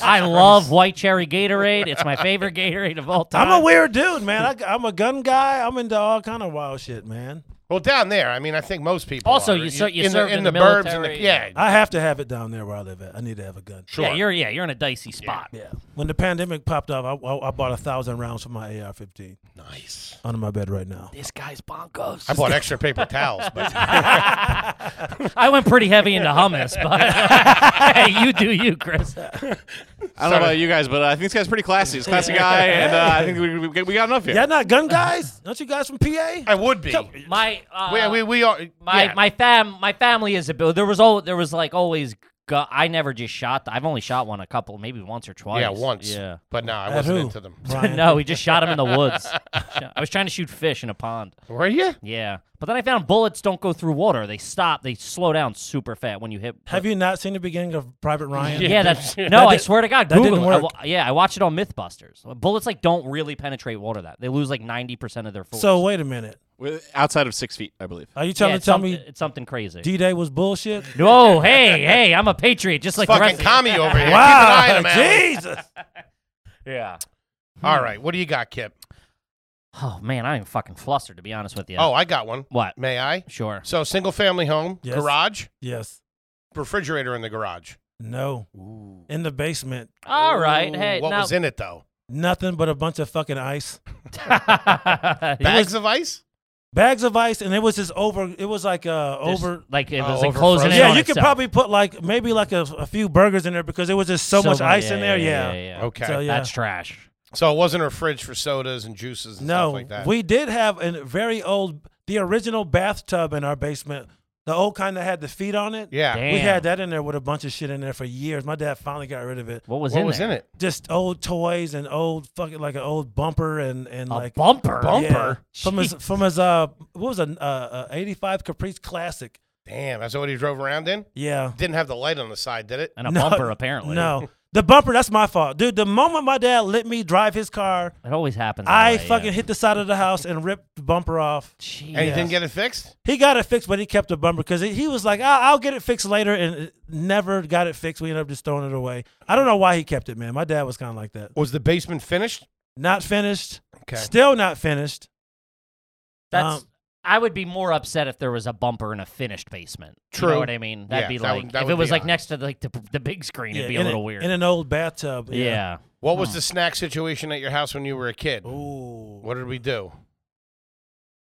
[SPEAKER 2] I love white cherry Gatorade. It's my favorite Gatorade of all time.
[SPEAKER 5] I'm a weird dude, man. I, I'm a gun guy. I'm into all kind of wild shit, man.
[SPEAKER 1] Well, down there, I mean, I think most people.
[SPEAKER 2] Also,
[SPEAKER 1] are.
[SPEAKER 2] you ser- you
[SPEAKER 1] in the,
[SPEAKER 2] served
[SPEAKER 1] in
[SPEAKER 2] in
[SPEAKER 1] the,
[SPEAKER 2] the
[SPEAKER 1] burbs and the
[SPEAKER 2] military. uh,
[SPEAKER 1] yeah.
[SPEAKER 5] I have to have it down there where I live at. I need to have a gun.
[SPEAKER 1] Sure.
[SPEAKER 2] Yeah, you're yeah, you're in a dicey spot.
[SPEAKER 5] Yeah. When the pandemic popped off, I, I, I bought a thousand rounds for my AR-15
[SPEAKER 1] nice.
[SPEAKER 5] under my bed right now.
[SPEAKER 2] This guy's bonkers.
[SPEAKER 1] I bought extra paper towels, but
[SPEAKER 2] I went pretty heavy into hummus, but you do you, Chris.
[SPEAKER 4] I don't know about you guys, but uh, I think this guy's pretty classy. He's a classy guy, and uh, I think we, we, we got enough here.
[SPEAKER 5] Y'all not gun guys? Aren't you guys from PA?
[SPEAKER 1] I would be.
[SPEAKER 2] My uh,
[SPEAKER 1] we, we, we are.
[SPEAKER 2] my
[SPEAKER 1] yeah.
[SPEAKER 2] my fam my family is a bill. There was all there was like always. Gu- I never just shot. I've only shot one a couple, maybe once or twice.
[SPEAKER 1] yeah, once.
[SPEAKER 2] Yeah.
[SPEAKER 1] But no, I
[SPEAKER 5] At
[SPEAKER 1] wasn't
[SPEAKER 5] who?
[SPEAKER 1] into them.
[SPEAKER 5] Brian?
[SPEAKER 2] no, we just shot him in the woods. I was trying to shoot fish in a pond.
[SPEAKER 1] Were you?
[SPEAKER 2] Yeah, but then I found bullets don't go through water. They stop. They slow down super fast when you hit.
[SPEAKER 5] Have you not seen the beginning of Private Ryan?
[SPEAKER 2] Yeah, that's no. I swear to God,
[SPEAKER 5] that
[SPEAKER 2] Google.
[SPEAKER 5] didn't
[SPEAKER 2] it. I
[SPEAKER 5] work.
[SPEAKER 2] wa- yeah, I watched it on MythBusters. Bullets like don't really penetrate water. That they lose like ninety percent of their force.
[SPEAKER 5] So wait a minute.
[SPEAKER 4] With- Outside of six feet, I believe.
[SPEAKER 5] Are you
[SPEAKER 2] yeah,
[SPEAKER 5] trying to
[SPEAKER 2] it's
[SPEAKER 5] tell
[SPEAKER 2] some-
[SPEAKER 5] me
[SPEAKER 2] it's something crazy.
[SPEAKER 5] D-Day was bullshit?
[SPEAKER 2] No, hey, hey, I'm a patriot, just like the
[SPEAKER 1] Fucking
[SPEAKER 2] rest. of
[SPEAKER 1] commie over here. Keep an eye on
[SPEAKER 5] Wow,
[SPEAKER 1] him, Alan.
[SPEAKER 5] Jesus.
[SPEAKER 2] you. Yeah.
[SPEAKER 1] All right, what do you got, Kip?
[SPEAKER 2] Oh man, I'm fucking flustered to be honest with you.
[SPEAKER 1] Oh, I got one.
[SPEAKER 2] what?
[SPEAKER 1] May I?
[SPEAKER 2] Sure.
[SPEAKER 1] So, single family home,
[SPEAKER 5] Yes.
[SPEAKER 1] garage,
[SPEAKER 5] Yes.
[SPEAKER 1] refrigerator in the garage.
[SPEAKER 5] No. In the basement,
[SPEAKER 2] All right. Hey,
[SPEAKER 1] what
[SPEAKER 2] now-
[SPEAKER 1] was in it though?
[SPEAKER 5] nothing but a bunch of fucking ice.
[SPEAKER 2] It was-
[SPEAKER 1] Bags of ice.
[SPEAKER 5] Bags of ice, and it was just over. It was like uh,
[SPEAKER 2] just
[SPEAKER 5] over.
[SPEAKER 2] like it
[SPEAKER 1] Oh,
[SPEAKER 2] was like
[SPEAKER 1] over
[SPEAKER 2] closing
[SPEAKER 1] frozen.
[SPEAKER 2] in
[SPEAKER 5] Yeah,
[SPEAKER 2] on
[SPEAKER 5] you could
[SPEAKER 2] itself.
[SPEAKER 5] probably put like maybe like a, a few burgers in there because there was just so, much
[SPEAKER 2] many-
[SPEAKER 5] ice in there. Yeah.
[SPEAKER 2] yeah, yeah.
[SPEAKER 1] Okay.
[SPEAKER 5] So
[SPEAKER 1] So,
[SPEAKER 5] yeah.
[SPEAKER 2] That's trash.
[SPEAKER 1] it wasn't a fridge for sodas and juices and
[SPEAKER 5] no,
[SPEAKER 1] stuff like that.
[SPEAKER 5] we did have a very old, the original bathtub in our basement, the old kind that had the feet on it.
[SPEAKER 1] yeah.
[SPEAKER 2] Damn.
[SPEAKER 5] We had that in there with a bunch of shit in there for years. My dad finally got rid of it.
[SPEAKER 2] What was
[SPEAKER 1] What
[SPEAKER 2] in
[SPEAKER 1] was
[SPEAKER 2] there?
[SPEAKER 1] in it?
[SPEAKER 5] Just old toys and old fucking like an old bumper and and
[SPEAKER 2] A
[SPEAKER 5] like
[SPEAKER 2] bumper.
[SPEAKER 5] Yeah. from his from his uh what was an uh, uh, 85 Caprice Classic.
[SPEAKER 1] Damn, that's what he drove around in.
[SPEAKER 5] Yeah.
[SPEAKER 1] Didn't have the light on the side, did it?
[SPEAKER 2] And a
[SPEAKER 5] No,
[SPEAKER 2] bumper apparently.
[SPEAKER 5] No. The bumper, that's my fault. Dude, the moment my dad let me drive his car,
[SPEAKER 2] It always happens. that
[SPEAKER 5] I
[SPEAKER 2] way, Oh, yeah.
[SPEAKER 5] fucking hit the side of the house and ripped the bumper off.
[SPEAKER 2] Jeez.
[SPEAKER 1] And he didn't get it fixed.
[SPEAKER 5] He got it fixed, but he kept the bumper because he was like, I'll, I'll get it fixed later, and it never got it fixed. We ended up just throwing it away. I don't know why he kept it, man. My dad was kind of like that.
[SPEAKER 1] Was the basement finished?
[SPEAKER 5] Not finished.
[SPEAKER 1] Okay.
[SPEAKER 5] Still not finished.
[SPEAKER 2] That's.
[SPEAKER 5] Um,
[SPEAKER 2] I would be more upset if there was a bumper in a finished basement. You
[SPEAKER 1] True.
[SPEAKER 2] know what I mean? That'd
[SPEAKER 1] Yeah,
[SPEAKER 2] be
[SPEAKER 1] that
[SPEAKER 2] like
[SPEAKER 1] would- that
[SPEAKER 2] if
[SPEAKER 1] would
[SPEAKER 2] it was
[SPEAKER 1] be
[SPEAKER 2] like
[SPEAKER 1] odd.
[SPEAKER 2] next to the, like, the the big screen, it'd be a
[SPEAKER 5] in
[SPEAKER 2] little weird.
[SPEAKER 5] In an old bathtub. Yeah.
[SPEAKER 2] yeah.
[SPEAKER 1] What was
[SPEAKER 2] Hmm.
[SPEAKER 1] the snack situation at your house when you were a kid?
[SPEAKER 5] Ooh.
[SPEAKER 1] What did we do?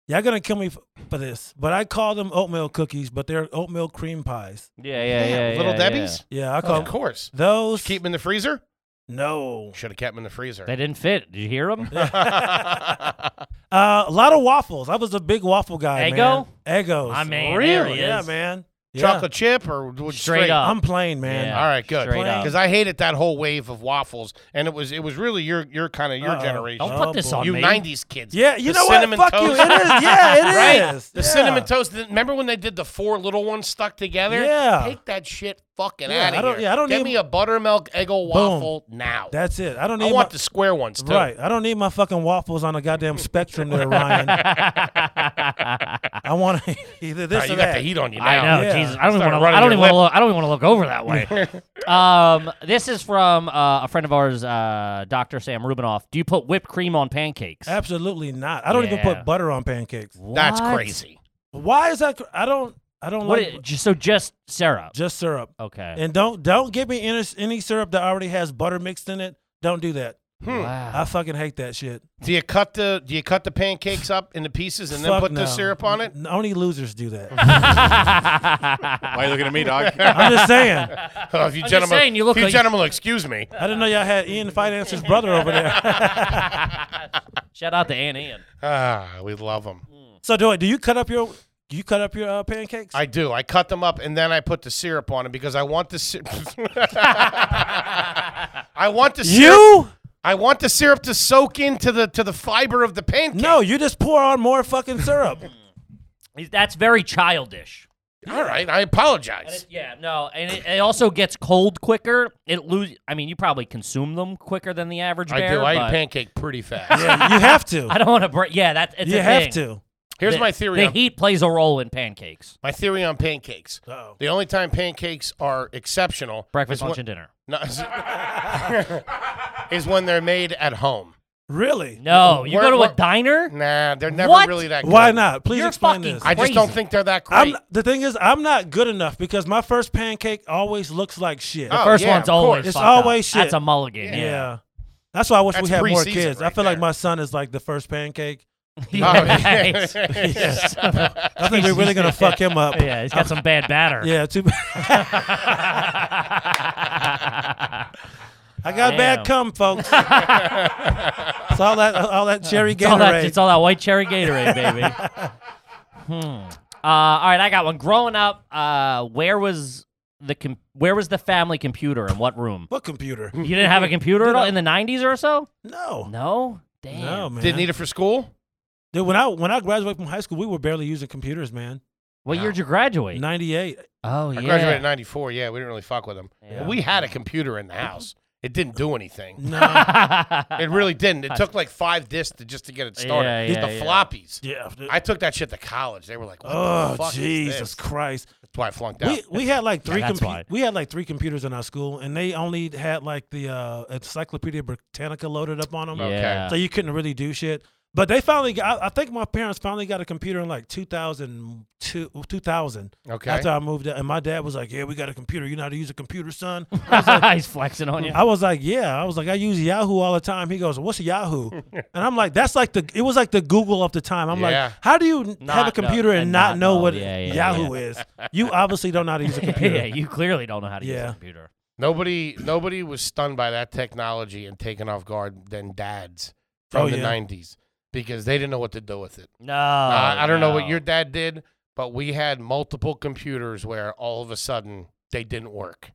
[SPEAKER 5] Y'all gonna kill me f- for this, but I call them oatmeal cookies, but they're oatmeal cream pies.
[SPEAKER 2] Yeah, yeah, yeah.
[SPEAKER 1] Little
[SPEAKER 2] yeah,
[SPEAKER 1] Debbie's.
[SPEAKER 5] Yeah, I
[SPEAKER 1] Oh,
[SPEAKER 5] call
[SPEAKER 1] Of course.
[SPEAKER 5] those.
[SPEAKER 1] Keep them in the freezer.
[SPEAKER 5] no.
[SPEAKER 1] Should have kept them in the freezer.
[SPEAKER 2] yeah. They didn't fit. Did you hear them?
[SPEAKER 5] Uh, a lot of waffles. I was a big waffle guy.
[SPEAKER 2] Eggo?
[SPEAKER 5] Man. Eggos.
[SPEAKER 2] I mean, there he
[SPEAKER 5] Yeah,
[SPEAKER 2] is.
[SPEAKER 5] man. Yeah.
[SPEAKER 1] Chocolate chip or would- would
[SPEAKER 2] Straight up.
[SPEAKER 5] I'm plain, man.
[SPEAKER 2] Yeah.
[SPEAKER 1] All right, good.
[SPEAKER 2] Straight up.
[SPEAKER 1] Because I hated that whole wave of waffles, and it was it was really your your kind of your
[SPEAKER 5] Uh-oh.
[SPEAKER 1] generation.
[SPEAKER 2] Don't
[SPEAKER 5] Oh,
[SPEAKER 2] put this
[SPEAKER 5] boy.
[SPEAKER 2] on
[SPEAKER 1] you
[SPEAKER 2] me.
[SPEAKER 1] '90s kids.
[SPEAKER 5] Yeah, you
[SPEAKER 1] The
[SPEAKER 5] know what?
[SPEAKER 1] cinnamon
[SPEAKER 5] Fuck you. It
[SPEAKER 1] toast.
[SPEAKER 5] is. Yeah, it is.
[SPEAKER 1] Right? The
[SPEAKER 5] Yeah.
[SPEAKER 1] cinnamon toast. Remember when they did the four little ones stuck together?
[SPEAKER 5] Yeah.
[SPEAKER 1] Take that shit fucking
[SPEAKER 5] Yeah,
[SPEAKER 1] out
[SPEAKER 5] I
[SPEAKER 1] of
[SPEAKER 5] don't-
[SPEAKER 1] here.
[SPEAKER 5] yeah, I don't
[SPEAKER 1] Get
[SPEAKER 5] need-
[SPEAKER 1] me a buttermilk Eggo waffle now.
[SPEAKER 5] That's it. I don't need
[SPEAKER 1] I want
[SPEAKER 5] my,
[SPEAKER 1] the square ones too.
[SPEAKER 5] right. I don't need my fucking waffles on a goddamn spectrum there, Ryan. I want either
[SPEAKER 1] All
[SPEAKER 5] this
[SPEAKER 1] right,
[SPEAKER 5] or
[SPEAKER 1] you got
[SPEAKER 5] that.
[SPEAKER 1] the heat on you now.
[SPEAKER 2] I know,
[SPEAKER 5] Yeah.
[SPEAKER 2] Jesus. I don't
[SPEAKER 1] Started
[SPEAKER 2] even want to.
[SPEAKER 1] running
[SPEAKER 2] I don't
[SPEAKER 1] your
[SPEAKER 2] even want to look. I don't even want to look over that way. um, this is from uh, a friend of ours, uh, Doctor Sam Rubinoff. Do you put whipped cream on pancakes?
[SPEAKER 5] Absolutely not. I don't even
[SPEAKER 2] Yeah.
[SPEAKER 5] put butter on pancakes.
[SPEAKER 1] That's
[SPEAKER 2] What?
[SPEAKER 1] crazy.
[SPEAKER 5] Why is that? cr- I don't. I don't
[SPEAKER 2] What?
[SPEAKER 5] like
[SPEAKER 2] it- Oh, just, so just syrup.
[SPEAKER 5] just syrup.
[SPEAKER 2] okay.
[SPEAKER 5] And don't don't give me any, any syrup that already has butter mixed in it. Don't do that.
[SPEAKER 1] Hmm.
[SPEAKER 5] I
[SPEAKER 2] Wow.
[SPEAKER 5] fucking hate that shit.
[SPEAKER 1] Do you cut the do you cut the pancakes up into pieces and then
[SPEAKER 5] Fuck
[SPEAKER 1] put
[SPEAKER 5] no.
[SPEAKER 1] the syrup on it?
[SPEAKER 5] N- Only losers do that.
[SPEAKER 4] Why are you looking at me, dog?
[SPEAKER 5] I'm just saying.
[SPEAKER 1] Oh, if you
[SPEAKER 2] I'm just
[SPEAKER 1] gentlemen,
[SPEAKER 2] saying, you look
[SPEAKER 1] if you
[SPEAKER 2] like-
[SPEAKER 1] gentlemen, will excuse me.
[SPEAKER 5] I didn't know y'all had Ian Finance's brother over there.
[SPEAKER 2] Shout out to Ann Ann.
[SPEAKER 1] Ah, we love them.
[SPEAKER 5] so do it. Do you cut up your do you cut up your uh, pancakes?
[SPEAKER 1] I do. I cut them up and then I put the syrup on it because I want the. Sy- I want the syrup.
[SPEAKER 5] you
[SPEAKER 1] I want the syrup to soak into the to the fiber of the pancake.
[SPEAKER 5] no. You just pour on more fucking syrup.
[SPEAKER 2] That's very childish.
[SPEAKER 1] All right, I apologize.
[SPEAKER 2] Yeah, no, and it, it also gets cold quicker. It lose. I mean, you probably consume them quicker than the average
[SPEAKER 1] I
[SPEAKER 2] bear.
[SPEAKER 1] do. I
[SPEAKER 2] but
[SPEAKER 1] eat pancake pretty fast.
[SPEAKER 5] you have to.
[SPEAKER 2] I don't want to break. Yeah, that it's
[SPEAKER 5] you
[SPEAKER 2] a
[SPEAKER 5] have
[SPEAKER 2] thing.
[SPEAKER 5] to.
[SPEAKER 1] Here's
[SPEAKER 2] The-
[SPEAKER 1] my theory.
[SPEAKER 2] The
[SPEAKER 1] On,
[SPEAKER 2] heat plays a role in pancakes.
[SPEAKER 1] my theory on pancakes.
[SPEAKER 2] Oh.
[SPEAKER 5] Uh-oh.
[SPEAKER 1] The only time pancakes are exceptional
[SPEAKER 2] Breakfast,
[SPEAKER 1] is when-
[SPEAKER 2] lunch, and dinner.
[SPEAKER 1] No, is- is when they're made at home.
[SPEAKER 5] Really?
[SPEAKER 2] No, you
[SPEAKER 1] We're-
[SPEAKER 2] go to
[SPEAKER 1] we're-
[SPEAKER 2] a diner.
[SPEAKER 1] Nah, they're never
[SPEAKER 2] What?
[SPEAKER 1] really that good.
[SPEAKER 5] Why not? Please
[SPEAKER 2] You're
[SPEAKER 5] explain
[SPEAKER 2] fucking
[SPEAKER 5] this.
[SPEAKER 1] I just don't
[SPEAKER 2] Crazy.
[SPEAKER 1] think they're that great. Oh,
[SPEAKER 5] I'm, the thing is, I'm not good enough because my first pancake always looks like shit.
[SPEAKER 1] Oh,
[SPEAKER 2] First
[SPEAKER 1] yeah,
[SPEAKER 2] one's
[SPEAKER 1] of
[SPEAKER 2] always
[SPEAKER 1] course.
[SPEAKER 5] It's
[SPEAKER 2] fucked up.
[SPEAKER 5] always shit.
[SPEAKER 2] That's a mulligan.
[SPEAKER 5] yeah.
[SPEAKER 2] Yeah.
[SPEAKER 5] That's why I wish
[SPEAKER 1] That's
[SPEAKER 5] we had more
[SPEAKER 1] preseason
[SPEAKER 5] kids. I
[SPEAKER 1] right
[SPEAKER 5] feel like
[SPEAKER 1] there.
[SPEAKER 5] my son is like the first pancake.
[SPEAKER 1] Oh,
[SPEAKER 2] Right.
[SPEAKER 1] yeah.
[SPEAKER 5] I think we're really gonna fuck him up.
[SPEAKER 2] Yeah, he's got some bad batter.
[SPEAKER 5] Yeah, too bad. I got
[SPEAKER 2] Damn.
[SPEAKER 5] bad cum, folks. it's all that all that cherry
[SPEAKER 2] it's, all that,
[SPEAKER 5] Gatorade.
[SPEAKER 2] it's all that white cherry Gatorade, baby. hmm. Uh, all right, I got one. Growing up, uh, where was the com- where was the family computer in what room?
[SPEAKER 5] what computer?
[SPEAKER 2] You didn't have a computer at all in the '90s or so?
[SPEAKER 5] No,
[SPEAKER 2] No. Damn.
[SPEAKER 5] no, man.
[SPEAKER 1] Didn't need it for school.
[SPEAKER 5] Dude, when I when I graduated from high school, we were barely using computers, man.
[SPEAKER 2] What year did you graduate?
[SPEAKER 5] Ninety eight.
[SPEAKER 2] Oh yeah.
[SPEAKER 1] I graduated in '94. Yeah, we didn't really fuck with them.
[SPEAKER 2] Yeah.
[SPEAKER 1] We had a computer in the house. It didn't do anything.
[SPEAKER 5] No.
[SPEAKER 1] It really didn't. It took like five discs to, just to get it started.
[SPEAKER 2] Yeah,
[SPEAKER 1] It's
[SPEAKER 2] yeah,
[SPEAKER 1] the
[SPEAKER 2] yeah.
[SPEAKER 1] floppies.
[SPEAKER 5] yeah. dude.
[SPEAKER 1] I took that shit to college. They were like, what the
[SPEAKER 5] oh
[SPEAKER 1] fuck is
[SPEAKER 5] Jesus
[SPEAKER 1] this?
[SPEAKER 5] Christ.
[SPEAKER 1] That's why I flunked out.
[SPEAKER 5] We we had like three
[SPEAKER 2] Yeah, that's
[SPEAKER 5] compu-
[SPEAKER 2] why.
[SPEAKER 5] we had like three computers in our school, and they only had like the uh, Encyclopedia Britannica loaded up on them,
[SPEAKER 1] Okay.
[SPEAKER 2] Yeah.
[SPEAKER 5] so you couldn't really do shit. But they finally got. I I think my parents finally got a computer in like 2002, 2000.
[SPEAKER 1] Okay.
[SPEAKER 5] After I moved out, and my dad was like, "Yeah, we got a computer. You know how to use a computer, son."
[SPEAKER 2] he's flexing on you.
[SPEAKER 5] I was like, "Yeah." I was like, "I use Yahoo all the time." He goes, "What's Yahoo?" and I'm like, "That's like the. It was like the Google of the time." I'm
[SPEAKER 1] Yeah.
[SPEAKER 5] like, "How do you
[SPEAKER 2] Not
[SPEAKER 5] have
[SPEAKER 2] know-
[SPEAKER 5] a computer and, not know, what
[SPEAKER 2] Yeah, yeah,
[SPEAKER 5] Yahoo is? You obviously don't know how to use a computer."
[SPEAKER 2] yeah, you clearly don't know how to use
[SPEAKER 5] Yeah.
[SPEAKER 2] a computer.
[SPEAKER 1] Nobody nobody was stunned by that technology and taken off guard than dads from
[SPEAKER 5] Oh,
[SPEAKER 1] the
[SPEAKER 5] yeah. Oh,
[SPEAKER 1] 90s because they didn't know what to do with it.
[SPEAKER 2] No,
[SPEAKER 1] Uh, I don't know what
[SPEAKER 2] no.
[SPEAKER 1] your dad did, but we had multiple computers where all of a sudden they didn't work.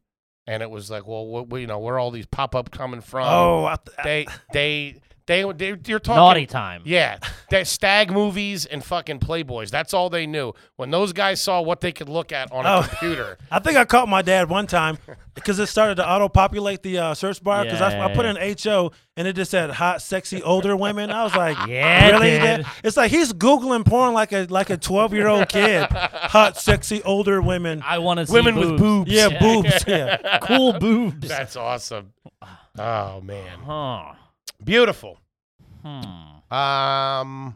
[SPEAKER 1] And it was like, well, what, you know, where are all these pop up coming from?
[SPEAKER 5] Oh, I th-
[SPEAKER 1] They, they, they, they, you're talking.
[SPEAKER 2] naughty time.
[SPEAKER 1] Yeah, that stag movies and fucking Playboys. That's all they knew. When those guys saw what they could look at on a
[SPEAKER 5] Oh.
[SPEAKER 1] computer,
[SPEAKER 5] I think I caught my dad one time because it started to auto populate the uh, search bar because
[SPEAKER 2] Yeah.
[SPEAKER 5] I, I put in HO and it just said hot, sexy, older women. I was like,
[SPEAKER 2] Yeah, it
[SPEAKER 5] really?
[SPEAKER 2] did.
[SPEAKER 5] Dad? It's like he's Googling porn like a like a 12 year old kid. hot, sexy, older women.
[SPEAKER 2] I want to see
[SPEAKER 1] women with boobs.
[SPEAKER 5] Yeah, boobs. Yeah.
[SPEAKER 2] cool boobs.
[SPEAKER 1] That's awesome. Oh man,
[SPEAKER 2] huh.
[SPEAKER 1] beautiful.
[SPEAKER 2] Hmm.
[SPEAKER 1] Um,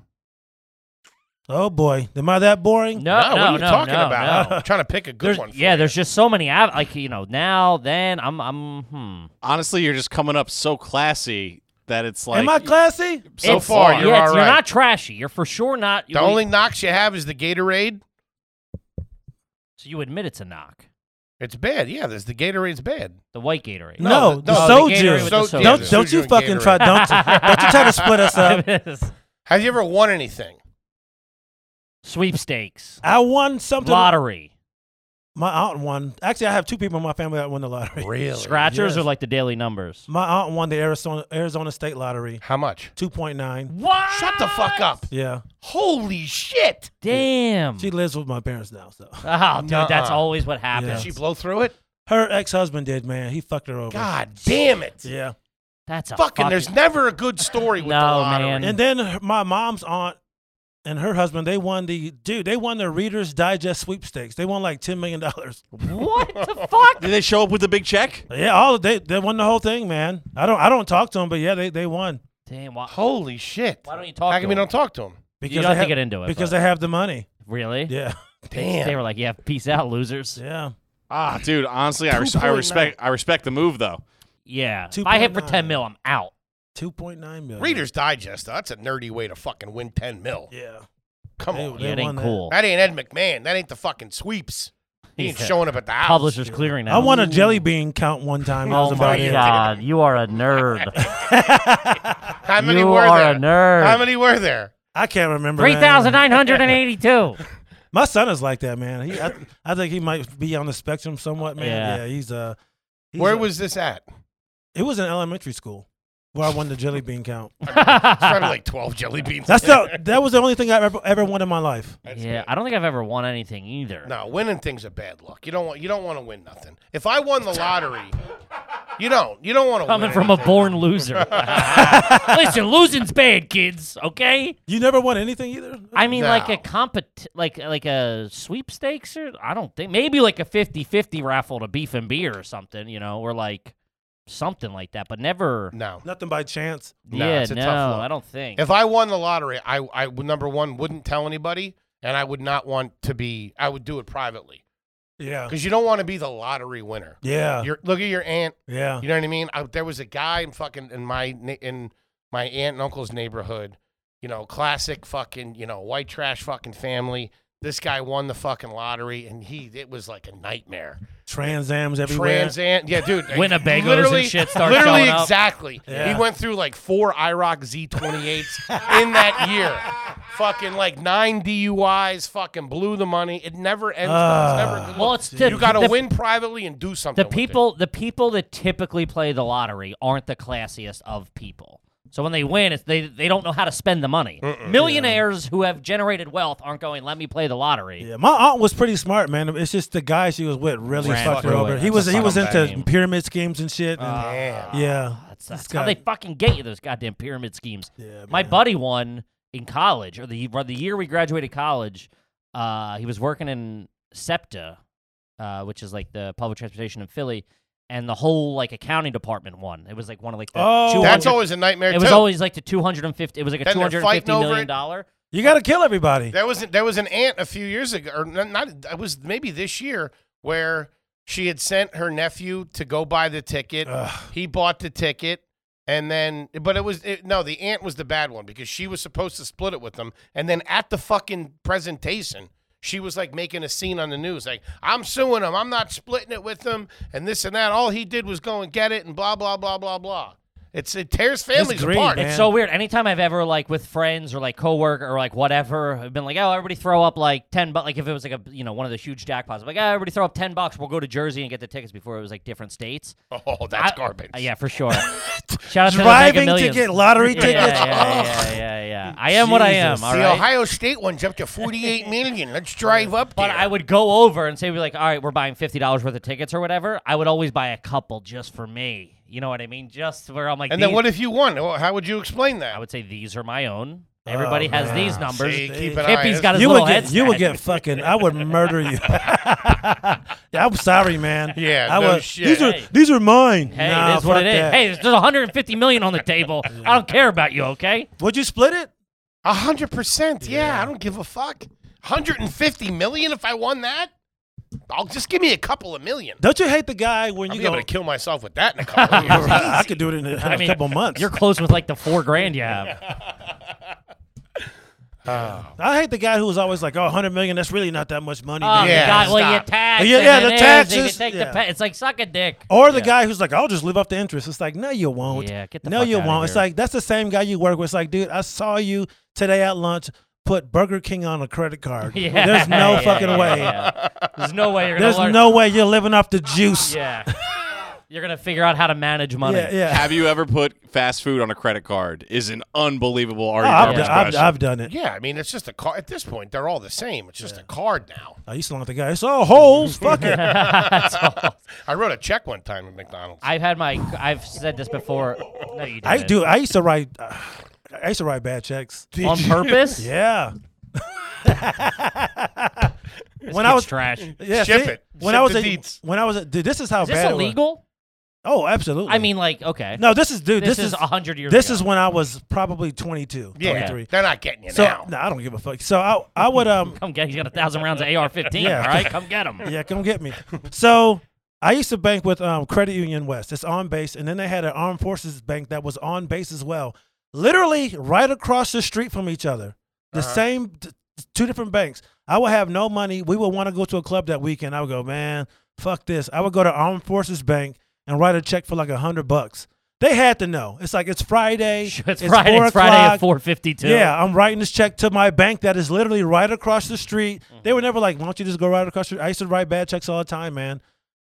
[SPEAKER 5] Oh boy, am I that boring?
[SPEAKER 2] No,
[SPEAKER 1] no,
[SPEAKER 2] no,
[SPEAKER 1] what are you
[SPEAKER 2] no,
[SPEAKER 1] talking
[SPEAKER 2] no,
[SPEAKER 1] about?
[SPEAKER 2] no.
[SPEAKER 1] I'm trying to pick a good
[SPEAKER 2] There's,
[SPEAKER 1] one. For
[SPEAKER 2] yeah,
[SPEAKER 1] you.
[SPEAKER 2] there's just so many. av- Like you know, now then I'm I'm. Hmm.
[SPEAKER 4] Honestly, you're just coming up so classy that it's like
[SPEAKER 5] am I classy?
[SPEAKER 4] so
[SPEAKER 2] It's-
[SPEAKER 1] far,
[SPEAKER 2] yeah,
[SPEAKER 1] you're
[SPEAKER 2] it's-
[SPEAKER 1] all
[SPEAKER 2] You're
[SPEAKER 1] right.
[SPEAKER 2] not trashy. You're for sure not.
[SPEAKER 1] the
[SPEAKER 2] you-
[SPEAKER 1] only knocks you have is the Gatorade.
[SPEAKER 2] so you admit it's a knock.
[SPEAKER 1] It's bad. Yeah, there's the Gatorade's bad.
[SPEAKER 2] The white Gatorade.
[SPEAKER 5] No, the
[SPEAKER 2] Gatorade
[SPEAKER 5] soju.
[SPEAKER 2] with the
[SPEAKER 1] Soju.
[SPEAKER 2] soju.
[SPEAKER 5] Don't
[SPEAKER 1] Yeah.
[SPEAKER 5] don't
[SPEAKER 1] Soju
[SPEAKER 5] you
[SPEAKER 1] and
[SPEAKER 5] fucking try. Don't don't you try to split us up.
[SPEAKER 1] Have you ever won anything?
[SPEAKER 2] Sweepstakes,
[SPEAKER 5] I won something.
[SPEAKER 2] lottery,
[SPEAKER 5] My aunt won. Actually, I have two people in my family that won the lottery.
[SPEAKER 1] Really?
[SPEAKER 2] scratchers,
[SPEAKER 5] Yes.
[SPEAKER 2] or like the daily numbers.
[SPEAKER 5] My aunt won the Arizona Arizona State Lottery.
[SPEAKER 1] How much?
[SPEAKER 5] 2.9.
[SPEAKER 2] What?
[SPEAKER 1] Shut the fuck up!
[SPEAKER 5] Yeah.
[SPEAKER 1] Holy shit!
[SPEAKER 2] Damn.
[SPEAKER 5] She lives with my parents now, so.
[SPEAKER 2] Oh, dude,
[SPEAKER 1] Nuh-uh.
[SPEAKER 2] that's always what
[SPEAKER 1] Did
[SPEAKER 2] happens.
[SPEAKER 1] she blow through it?
[SPEAKER 5] Her ex-husband did, man. He fucked her over.
[SPEAKER 1] God damn it!
[SPEAKER 5] Yeah.
[SPEAKER 2] That's a
[SPEAKER 1] Fucking, there's never a good story with
[SPEAKER 2] No,
[SPEAKER 1] the lottery.
[SPEAKER 2] man.
[SPEAKER 5] And then her- my mom's aunt and her husband, they won the dude, they won the Reader's Digest sweepstakes. They won like 10 million dollars.
[SPEAKER 2] what the fuck?
[SPEAKER 4] Did they show up with the big check?
[SPEAKER 5] Yeah, all of they they won the whole thing, man. I don't I don't talk to them, but yeah, they they won
[SPEAKER 2] Damn, why,
[SPEAKER 1] Holy shit!
[SPEAKER 2] why don't you talk?
[SPEAKER 1] How
[SPEAKER 2] to
[SPEAKER 1] come you
[SPEAKER 2] him?
[SPEAKER 1] don't talk to him?
[SPEAKER 5] because
[SPEAKER 2] You don't
[SPEAKER 5] they
[SPEAKER 2] have to
[SPEAKER 5] have,
[SPEAKER 2] get into it.
[SPEAKER 5] because
[SPEAKER 2] but-
[SPEAKER 5] they have the money.
[SPEAKER 2] really,
[SPEAKER 5] Yeah.
[SPEAKER 1] Damn.
[SPEAKER 2] they were like, "Yeah, peace out, losers."
[SPEAKER 5] Yeah.
[SPEAKER 4] Ah, dude. Honestly, I, res- I
[SPEAKER 1] 2.9.
[SPEAKER 4] respect. I respect the move though.
[SPEAKER 2] Yeah, if I hit for
[SPEAKER 5] 2.9.
[SPEAKER 2] ten mil, I'm out.
[SPEAKER 5] 2.9 million.
[SPEAKER 1] Reader's Digest. That's a nerdy way to fucking win 10 mil.
[SPEAKER 5] Yeah.
[SPEAKER 1] Come
[SPEAKER 5] They-
[SPEAKER 1] on.
[SPEAKER 5] they
[SPEAKER 2] Yeah, it ain't
[SPEAKER 5] won that.
[SPEAKER 2] cool.
[SPEAKER 1] That ain't Ed McMahon. That ain't the fucking sweeps. He ain't
[SPEAKER 2] Yeah.
[SPEAKER 1] showing up at the house.
[SPEAKER 2] Publishers clearing
[SPEAKER 5] I won a jelly bean count one time. That was
[SPEAKER 2] Oh
[SPEAKER 5] about
[SPEAKER 2] my
[SPEAKER 5] it.
[SPEAKER 2] god, you are a nerd.
[SPEAKER 1] How many
[SPEAKER 2] you
[SPEAKER 1] were
[SPEAKER 2] are
[SPEAKER 1] there?
[SPEAKER 2] a nerd.
[SPEAKER 1] How many were there?
[SPEAKER 5] I can't remember.
[SPEAKER 2] Three
[SPEAKER 5] man.
[SPEAKER 2] thousand nine hundred and eighty-two.
[SPEAKER 5] My son is like that, man. He, I, I think he might be on the spectrum somewhat, man.
[SPEAKER 2] Yeah.
[SPEAKER 5] Yeah, he's uh, he's,
[SPEAKER 1] Where
[SPEAKER 5] uh,
[SPEAKER 1] was this at?
[SPEAKER 5] it? Was in elementary school where I won the jelly bean count.
[SPEAKER 1] Probably like 12 jelly beans.
[SPEAKER 5] That's the that was the only thing I ever ever won in my life.
[SPEAKER 1] That's
[SPEAKER 2] yeah,
[SPEAKER 1] good.
[SPEAKER 2] I don't think I've ever won anything either.
[SPEAKER 1] No, winning things are bad luck. You don't want you don't want to win nothing. If I won the lottery, you don't. You don't want to
[SPEAKER 2] Coming
[SPEAKER 1] win.
[SPEAKER 2] from a born loser. Listen, losing's bad, kids. Okay.
[SPEAKER 5] You never won anything either.
[SPEAKER 2] I mean, like
[SPEAKER 1] No.
[SPEAKER 2] a compet, like like a sweepstakes, or I don't think maybe like a 50-50 raffle to beef and beer or something, you know, or like something like that, but never.
[SPEAKER 1] No.
[SPEAKER 5] Nothing by chance.
[SPEAKER 1] No,
[SPEAKER 2] yeah,
[SPEAKER 1] it's a
[SPEAKER 2] no,
[SPEAKER 1] tough look.
[SPEAKER 2] I don't think.
[SPEAKER 1] If I won the lottery, I, I would, number one, wouldn't tell anybody, and I would not want to be, I would do it privately.
[SPEAKER 5] Yeah.
[SPEAKER 1] Because you don't want to be the lottery winner.
[SPEAKER 5] Yeah.
[SPEAKER 1] You're, look at your aunt.
[SPEAKER 5] Yeah.
[SPEAKER 1] You know what I mean? I, there was a guy in fucking in my na- in my aunt and uncle's neighborhood. You know, classic fucking you know white trash fucking family. This guy won the fucking lottery, and he it was like a nightmare.
[SPEAKER 5] Transams everywhere.
[SPEAKER 1] Trans and yeah, dude,
[SPEAKER 2] Winnebagos and
[SPEAKER 1] literally-
[SPEAKER 2] shit start
[SPEAKER 1] literally
[SPEAKER 2] showing up.
[SPEAKER 1] exactly.
[SPEAKER 5] Yeah.
[SPEAKER 1] He went through like four IROC Z28s in that year. Fucking like nine DUIs. Fucking blew the money. It never ends. well. It's never
[SPEAKER 5] Ah.
[SPEAKER 1] good.
[SPEAKER 2] well,
[SPEAKER 1] Look,
[SPEAKER 2] it's the,
[SPEAKER 1] you got to
[SPEAKER 2] the-
[SPEAKER 1] win privately and do something.
[SPEAKER 2] The
[SPEAKER 1] with it.
[SPEAKER 2] people, the people that typically play the lottery aren't the classiest of people. So when they win, it's, they they don't know how to spend the money. Millionaires who have generated wealth aren't going. Let me play the lottery.
[SPEAKER 5] Yeah, my aunt was pretty smart, man. It's just the guy she was with really
[SPEAKER 2] Ran
[SPEAKER 5] fucked her
[SPEAKER 2] through
[SPEAKER 5] over.
[SPEAKER 2] it.
[SPEAKER 5] He
[SPEAKER 2] That's
[SPEAKER 5] was
[SPEAKER 2] a
[SPEAKER 5] he was
[SPEAKER 2] fucking
[SPEAKER 5] into
[SPEAKER 2] shame.
[SPEAKER 5] pyramid schemes and shit. and-
[SPEAKER 1] Damn.
[SPEAKER 5] yeah,
[SPEAKER 2] That's,
[SPEAKER 5] This
[SPEAKER 2] that's how
[SPEAKER 5] guy-
[SPEAKER 2] they fucking get you. Those goddamn pyramid schemes.
[SPEAKER 5] Yeah,
[SPEAKER 2] My
[SPEAKER 5] man.
[SPEAKER 2] buddy won in college, or the or the year we graduated college. Uh, he was working in SEPTA, uh, which is like the public transportation in Philly, and the whole like accounting department won. It was like one of like the
[SPEAKER 5] Oh.
[SPEAKER 2] 200
[SPEAKER 1] That's always a nightmare.
[SPEAKER 2] It was
[SPEAKER 1] too.
[SPEAKER 2] always like the 250. It was like a
[SPEAKER 1] Then they're
[SPEAKER 2] 250
[SPEAKER 1] fighting over
[SPEAKER 2] million
[SPEAKER 1] it.
[SPEAKER 2] dollar.
[SPEAKER 5] You got to kill everybody.
[SPEAKER 1] There was there was an aunt a few years ago, or not, not it was maybe this year, where she had sent her nephew to go buy the ticket.
[SPEAKER 5] Ugh.
[SPEAKER 1] He bought the ticket, and then but it was it, no, the aunt was the bad one because she was supposed to split it with them, and then at the fucking presentation. She was like making a scene on the news, like, I'm suing him. I'm not splitting it with him and this and that. All he did was go and get it and blah, blah, blah, blah, blah. It's, it tears families
[SPEAKER 5] greed,
[SPEAKER 1] apart.
[SPEAKER 5] man.
[SPEAKER 2] It's so weird. Anytime I've ever like with friends or like coworker or like whatever, I've been like, oh, everybody throw up like ten bucks. Like if it was like a you know one of the huge jackpots, I'm like, oh, everybody throw up ten bucks. We'll go to Jersey and get the tickets before it was like different states.
[SPEAKER 1] Oh, that's
[SPEAKER 2] I-
[SPEAKER 1] garbage.
[SPEAKER 2] uh, yeah, for sure. Shout out to the Mega
[SPEAKER 5] Driving
[SPEAKER 2] Millions.
[SPEAKER 5] ticket, lottery
[SPEAKER 2] Yeah,
[SPEAKER 5] tickets.
[SPEAKER 2] Yeah, yeah,
[SPEAKER 5] Ugh.
[SPEAKER 2] yeah, yeah, yeah. I am what I am.
[SPEAKER 5] Jesus.
[SPEAKER 2] All
[SPEAKER 1] the
[SPEAKER 2] right.
[SPEAKER 1] Ohio State one jumped to 48 million. Let's drive up
[SPEAKER 2] But
[SPEAKER 1] there.
[SPEAKER 2] I would go over and say, "We're like, all right, we're buying fifty dollars worth of tickets or whatever." I would always buy a couple just for me. You know what I mean? Just where I'm like,
[SPEAKER 1] and then
[SPEAKER 2] these-
[SPEAKER 1] what if you won? Well, How would you explain that?
[SPEAKER 2] I would say these are my own. Everybody has
[SPEAKER 5] man.
[SPEAKER 2] these numbers.
[SPEAKER 1] See, keep an eye.
[SPEAKER 2] Hippie's got his
[SPEAKER 5] You
[SPEAKER 2] little
[SPEAKER 5] would get you would
[SPEAKER 2] headset.
[SPEAKER 5] get fucking. I would murder you. Yeah, I'm sorry, man.
[SPEAKER 1] Yeah,
[SPEAKER 5] I
[SPEAKER 1] no
[SPEAKER 5] would,
[SPEAKER 1] shit.
[SPEAKER 5] These are
[SPEAKER 2] Hey.
[SPEAKER 5] these are mine.
[SPEAKER 2] Hey,
[SPEAKER 5] nah,
[SPEAKER 2] that's what
[SPEAKER 5] fuck
[SPEAKER 2] it is.
[SPEAKER 5] that.
[SPEAKER 2] Hey, there's 150 million on the table. I don't care about you, okay?
[SPEAKER 5] would you split it?
[SPEAKER 1] A hundred percent. Yeah, I don't give a fuck. 150 million if I won that? I'll just give me a couple of million.
[SPEAKER 5] Don't you hate the guy when
[SPEAKER 1] I'll
[SPEAKER 5] you
[SPEAKER 1] be able
[SPEAKER 5] go?
[SPEAKER 1] to kill myself with that in a couple of years.
[SPEAKER 5] I, I could do it in a, in a
[SPEAKER 2] I mean,
[SPEAKER 5] couple months.
[SPEAKER 2] You're close with like the four grand you have.
[SPEAKER 5] I hate the guy who was always like, "Oh, 100 million. That's really not that much money."
[SPEAKER 2] Oh,
[SPEAKER 5] man."
[SPEAKER 1] Yeah,
[SPEAKER 2] yeah, God, well, you
[SPEAKER 1] stop.
[SPEAKER 2] tax.
[SPEAKER 5] Yeah,
[SPEAKER 2] and
[SPEAKER 5] yeah,
[SPEAKER 2] then
[SPEAKER 5] the
[SPEAKER 2] this, and you
[SPEAKER 5] taxes,
[SPEAKER 2] take the
[SPEAKER 5] yeah.
[SPEAKER 2] pa- It's like suck a dick.
[SPEAKER 5] Or the guy who's like, I'll just live off the interest. It's like, no, you won't.
[SPEAKER 2] Yeah, get the
[SPEAKER 5] no,
[SPEAKER 2] fuck
[SPEAKER 5] you
[SPEAKER 2] outta
[SPEAKER 5] won't. It's
[SPEAKER 2] here.
[SPEAKER 5] like that's the same guy you work with. It's like, dude, I saw you today at lunch put Burger King on a credit card.
[SPEAKER 2] Yeah,
[SPEAKER 5] There's no
[SPEAKER 2] yeah,
[SPEAKER 5] fucking
[SPEAKER 2] yeah,
[SPEAKER 5] way.
[SPEAKER 2] yeah. There's no way you're gonna.
[SPEAKER 5] There's
[SPEAKER 2] learn-
[SPEAKER 5] no way you're living off the juice.
[SPEAKER 2] Yeah. You're gonna figure out how to manage money.
[SPEAKER 5] yeah. yeah.
[SPEAKER 4] Have you ever put fast food on a credit card? Is an unbelievable
[SPEAKER 5] Oh, I've,
[SPEAKER 4] argument.
[SPEAKER 5] done, I've, I've done it.
[SPEAKER 1] yeah, I mean, it's just a card. At this point, they're all the same. It's just a card now.
[SPEAKER 5] I used to look at the guy. It's all holes. Fuck it.
[SPEAKER 1] I wrote a check one time at McDonald's.
[SPEAKER 2] I've had my. I've said this before. No, you didn't.
[SPEAKER 5] I do. I used to write. Uh, I used to write bad checks.
[SPEAKER 2] on purpose.
[SPEAKER 5] Yeah. when I
[SPEAKER 2] It's
[SPEAKER 5] was
[SPEAKER 2] trash.
[SPEAKER 5] yeah,
[SPEAKER 1] Ship
[SPEAKER 5] see,
[SPEAKER 1] it.
[SPEAKER 5] When
[SPEAKER 1] Ship
[SPEAKER 5] I was
[SPEAKER 1] the
[SPEAKER 5] a,
[SPEAKER 1] deeds.
[SPEAKER 5] when I was a, dude, this is how
[SPEAKER 2] Is
[SPEAKER 5] bad
[SPEAKER 2] this
[SPEAKER 5] it was.
[SPEAKER 2] illegal?
[SPEAKER 5] Oh, absolutely.
[SPEAKER 2] I mean, like, okay.
[SPEAKER 5] No, this is dude.
[SPEAKER 2] this,
[SPEAKER 5] This,
[SPEAKER 2] is is hundred years.
[SPEAKER 5] This
[SPEAKER 2] ago.
[SPEAKER 5] is when I was probably 22,
[SPEAKER 1] yeah,
[SPEAKER 5] 23.
[SPEAKER 1] they're not getting you
[SPEAKER 5] So
[SPEAKER 1] now.
[SPEAKER 5] no, I don't give a fuck. So I I would um
[SPEAKER 2] Come get. He's got a thousand rounds of AR-15.
[SPEAKER 5] Yeah.
[SPEAKER 2] All right, come get him.
[SPEAKER 5] yeah, come get me. So I used to bank with um Credit Union West. It's on base, and then they had an Armed Forces bank that was on base as well. Literally right across the street from each other. The
[SPEAKER 2] Uh-huh.
[SPEAKER 5] same t- two different banks. I would have no money. We would want to go to a club that weekend. I would go, man, fuck this. I would go to Armed Forces Bank and write a check for like a hundred bucks. They had to know. It's like it's Friday.
[SPEAKER 2] It's, Friday.
[SPEAKER 5] four
[SPEAKER 2] It's Friday at
[SPEAKER 5] o'clock.
[SPEAKER 2] four fifty-two.
[SPEAKER 5] Yeah, I'm writing this check to my bank that is literally right across the street.
[SPEAKER 2] Mm-hmm.
[SPEAKER 5] They were never like, why don't you just go right across the street? I used to write bad checks all the time, man.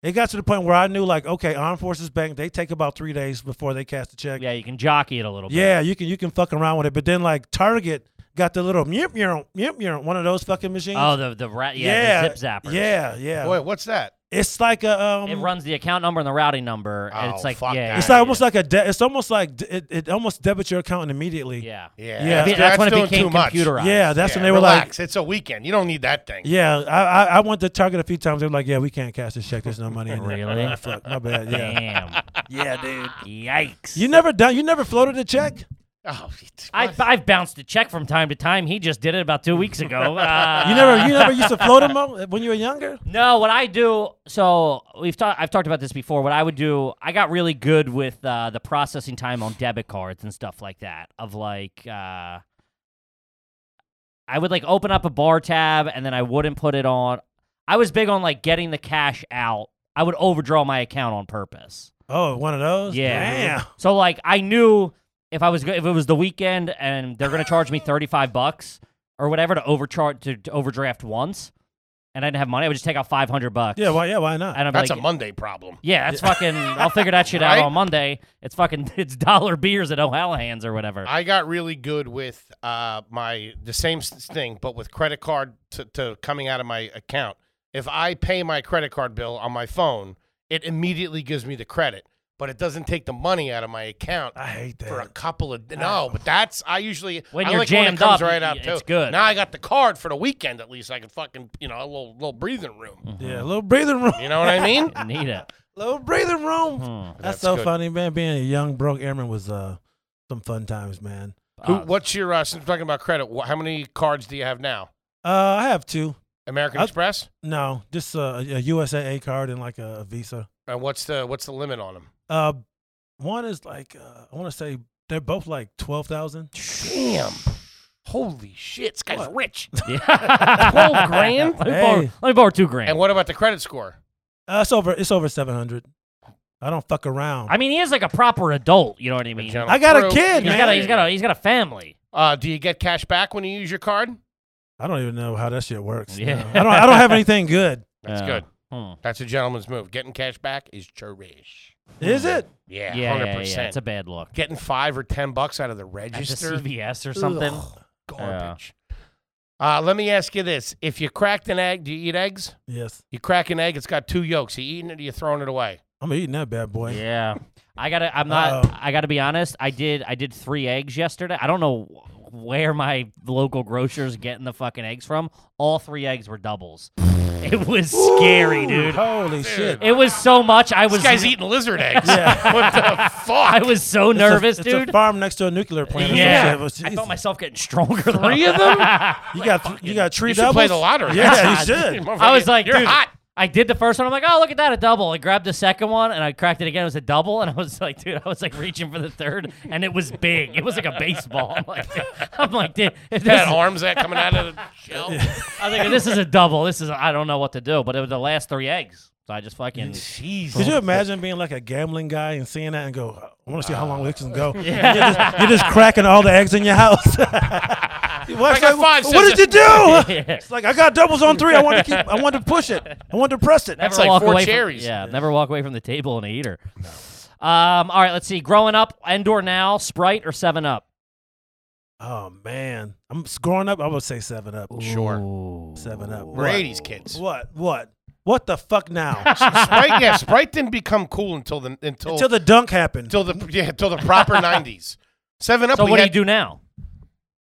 [SPEAKER 5] It got to the point where I knew, like, okay, Armed Forces Bank, they take about three days before they cast a check.
[SPEAKER 2] Yeah, you can jockey it a little bit.
[SPEAKER 5] Yeah, you can you can fuck around with it. But then, like, Target got the little, yep, yep, yep, yep, one of those fucking machines.
[SPEAKER 2] Oh, the the rat. Yeah, the zip zappers.
[SPEAKER 5] Yeah, yeah.
[SPEAKER 1] Boy, what's that?
[SPEAKER 5] It's like a. Um,
[SPEAKER 2] It runs the account number and the routing number, and
[SPEAKER 1] Oh,
[SPEAKER 2] it's like
[SPEAKER 1] fuck
[SPEAKER 2] yeah,
[SPEAKER 1] that.
[SPEAKER 5] it's
[SPEAKER 2] yeah,
[SPEAKER 5] like, almost like a. De- it's almost like d- it, it almost debits your account immediately.
[SPEAKER 2] yeah. yeah.
[SPEAKER 1] Yeah,
[SPEAKER 5] Yeah.
[SPEAKER 1] that's,
[SPEAKER 2] That's, when it
[SPEAKER 1] doing
[SPEAKER 2] became
[SPEAKER 1] too much.
[SPEAKER 2] computerized.
[SPEAKER 5] Yeah, that's
[SPEAKER 1] yeah,
[SPEAKER 5] when they were like,
[SPEAKER 1] relax. It's a weekend. You don't need that thing.
[SPEAKER 5] Yeah, I, I I went to Target a few times. They were like, "Yeah, we can't cash this check. There's no money in it."
[SPEAKER 2] Really?
[SPEAKER 5] Fuck, my bad. Yeah,
[SPEAKER 2] Damn.
[SPEAKER 5] yeah, dude.
[SPEAKER 2] Yikes.
[SPEAKER 5] You never done. You never floated a check.
[SPEAKER 1] Oh,
[SPEAKER 2] I, I've bounced a check from time to time. He just did it about two weeks ago. Uh,
[SPEAKER 5] You never. You never used to float them up when you were younger.
[SPEAKER 2] No, what I do. So we've talked. I've talked about this before. What I would do. I got really good with uh, the processing time on debit cards and stuff like that. Of like, uh, I would like open up a bar tab and then I wouldn't put it on. I was big on like getting the cash out. I would overdraw my account on purpose.
[SPEAKER 5] Oh, one of those.
[SPEAKER 2] Yeah.
[SPEAKER 5] Damn.
[SPEAKER 2] So like I knew if I was go- if it was the weekend and they're gonna charge me thirty five bucks or whatever to overcharge to, to overdraft once, and I didn't have money, I would just take out five hundred bucks.
[SPEAKER 5] Yeah. Why? Yeah. Why not?
[SPEAKER 2] and I'm
[SPEAKER 1] that's
[SPEAKER 2] like,
[SPEAKER 1] a Monday problem.
[SPEAKER 2] yeah, that's fucking. I'll figure that shit out
[SPEAKER 1] Right?
[SPEAKER 2] on Monday. It's fucking. It's dollar beers at O'Hallahan's or whatever.
[SPEAKER 1] I got really good with uh, my the same s- thing, but with credit card to, to coming out of my account. If I pay my credit card bill on my phone, it immediately gives me the credit, but it doesn't take the money out of my account
[SPEAKER 5] I hate that.
[SPEAKER 1] for a couple of no. But that's I usually
[SPEAKER 2] When
[SPEAKER 1] I
[SPEAKER 2] you're
[SPEAKER 1] like
[SPEAKER 2] jammed
[SPEAKER 1] it comes
[SPEAKER 2] up,
[SPEAKER 1] right
[SPEAKER 2] y-
[SPEAKER 1] out
[SPEAKER 2] it's
[SPEAKER 1] too.
[SPEAKER 2] good.
[SPEAKER 1] Now I got the card for the weekend at least. I can fucking you know a little little breathing room.
[SPEAKER 5] yeah. A little breathing room.
[SPEAKER 1] You know what I mean?
[SPEAKER 2] Mm-hmm. Need it.
[SPEAKER 5] Little breathing room.
[SPEAKER 2] Hmm.
[SPEAKER 5] That's,
[SPEAKER 1] That's
[SPEAKER 5] so
[SPEAKER 1] good.
[SPEAKER 5] funny, man. Being a young broke airman was uh some fun times, man.
[SPEAKER 1] Who,
[SPEAKER 2] Uh,
[SPEAKER 1] what's your uh, since we're talking about credit? Wh- how many cards do you have now?
[SPEAKER 5] Uh, I have two.
[SPEAKER 1] American
[SPEAKER 2] Uh,
[SPEAKER 5] I-
[SPEAKER 1] Express.
[SPEAKER 5] No, just uh, a, a USAA card and like a, a Visa.
[SPEAKER 1] And what's the what's the limit on them?
[SPEAKER 5] Uh, one is like uh, I want to say they're both like twelve thousand.
[SPEAKER 1] Damn. Holy shit, this guy's
[SPEAKER 5] What?
[SPEAKER 1] rich.
[SPEAKER 2] yeah.
[SPEAKER 1] 12 grand?
[SPEAKER 2] Let me, borrow,
[SPEAKER 5] Hey.
[SPEAKER 2] let me borrow two grand.
[SPEAKER 1] And what about the credit score?
[SPEAKER 5] Uh, it's over. It's over seven hundred. I don't fuck around.
[SPEAKER 2] I mean, he is like a proper adult. You know what I mean?
[SPEAKER 1] Gentlemen,
[SPEAKER 5] I got a
[SPEAKER 1] through-
[SPEAKER 5] kid,
[SPEAKER 2] He's
[SPEAKER 5] man.
[SPEAKER 2] got a he's got a he's got a family.
[SPEAKER 1] Uh, do you get cash back when you use your card?
[SPEAKER 5] I don't even know how that shit works.
[SPEAKER 2] Yeah.
[SPEAKER 5] No. I don't. I don't have anything good.
[SPEAKER 1] That's
[SPEAKER 2] Uh,
[SPEAKER 1] good.
[SPEAKER 2] hmm.
[SPEAKER 1] That's a gentleman's move. Getting cash back is cherish.
[SPEAKER 5] Is it?
[SPEAKER 1] Yeah,
[SPEAKER 2] Yeah, yeah, yeah,
[SPEAKER 1] 100%.
[SPEAKER 2] It's a bad look.
[SPEAKER 1] Getting five or 10 bucks out of the
[SPEAKER 2] At the
[SPEAKER 1] register.
[SPEAKER 2] CVS or something.
[SPEAKER 1] Ugh, garbage. Uh, let me ask you this. If you cracked an egg, do you eat eggs?
[SPEAKER 5] Yes.
[SPEAKER 1] You crack an egg, it's got two yolks. You eating it or you throwing it away?
[SPEAKER 5] I'm eating that bad boy.
[SPEAKER 2] Yeah, I gotta. I'm not.
[SPEAKER 5] Uh-oh.
[SPEAKER 2] I gotta be honest. I did. I did three eggs yesterday. I don't know wh- where my local grocer's getting the fucking eggs from. All three eggs were doubles. it was scary, dude.
[SPEAKER 5] Holy shit.
[SPEAKER 2] It was so much. I was.
[SPEAKER 1] This guy's eating lizard eggs.
[SPEAKER 5] Yeah.
[SPEAKER 1] what the
[SPEAKER 2] I
[SPEAKER 1] fuck?
[SPEAKER 2] was so
[SPEAKER 5] It's a-
[SPEAKER 2] nervous,
[SPEAKER 5] it's
[SPEAKER 2] dude.
[SPEAKER 5] a farm next to a nuclear plant. or some
[SPEAKER 2] yeah,
[SPEAKER 5] shit. It was-
[SPEAKER 2] I
[SPEAKER 5] Jesus.
[SPEAKER 2] felt myself getting stronger.
[SPEAKER 1] Three
[SPEAKER 2] though.
[SPEAKER 1] of them?
[SPEAKER 5] You got th- you got tree
[SPEAKER 1] You should
[SPEAKER 5] doubles.
[SPEAKER 1] play the lottery.
[SPEAKER 5] Yeah, you should.
[SPEAKER 2] I was like,
[SPEAKER 1] you're
[SPEAKER 2] dude,
[SPEAKER 1] hot.
[SPEAKER 2] I did the first one. I'm like, oh, look at that, a double. I grabbed the second one and I cracked it again. It was a double, and I was like, dude, I was like reaching for the third, and it was big. It was like a baseball. I'm like, I'm like, dude, this,
[SPEAKER 1] that
[SPEAKER 2] I
[SPEAKER 1] arms that coming out of the shell.
[SPEAKER 2] was like, this is a double. This is I don't know what to do, but it was the last three eggs, so I just fucking.
[SPEAKER 5] Could
[SPEAKER 1] Jesus.
[SPEAKER 5] you imagine being like a gambling guy and seeing that and go, I want to see how long this can go? You're, just, you're just cracking all the eggs in your house. What's
[SPEAKER 1] got five, says
[SPEAKER 5] what did you do?
[SPEAKER 2] Yeah.
[SPEAKER 5] It's like I got doubles on three. I want to keep. I want to push it. I want to press it.
[SPEAKER 1] That's like four
[SPEAKER 2] away
[SPEAKER 1] cherries.
[SPEAKER 2] From, yeah, never walk away from the table and eat her. Um, all right, let's see. Growing up, Endor now, Sprite or Seven Up?
[SPEAKER 5] Oh man, I'm s- growing up. I would say seven up.
[SPEAKER 1] Sure.
[SPEAKER 5] Seven up.
[SPEAKER 1] We're
[SPEAKER 5] What?
[SPEAKER 1] 80s kids.
[SPEAKER 5] What? What? What the fuck now?
[SPEAKER 1] Sprite, yeah, Sprite didn't become cool until the until
[SPEAKER 2] Oh.
[SPEAKER 5] Until the dunk happened.
[SPEAKER 1] until the yeah, until the proper 90s. 7 Up
[SPEAKER 2] So
[SPEAKER 1] we
[SPEAKER 2] what do you
[SPEAKER 1] had-
[SPEAKER 2] do now?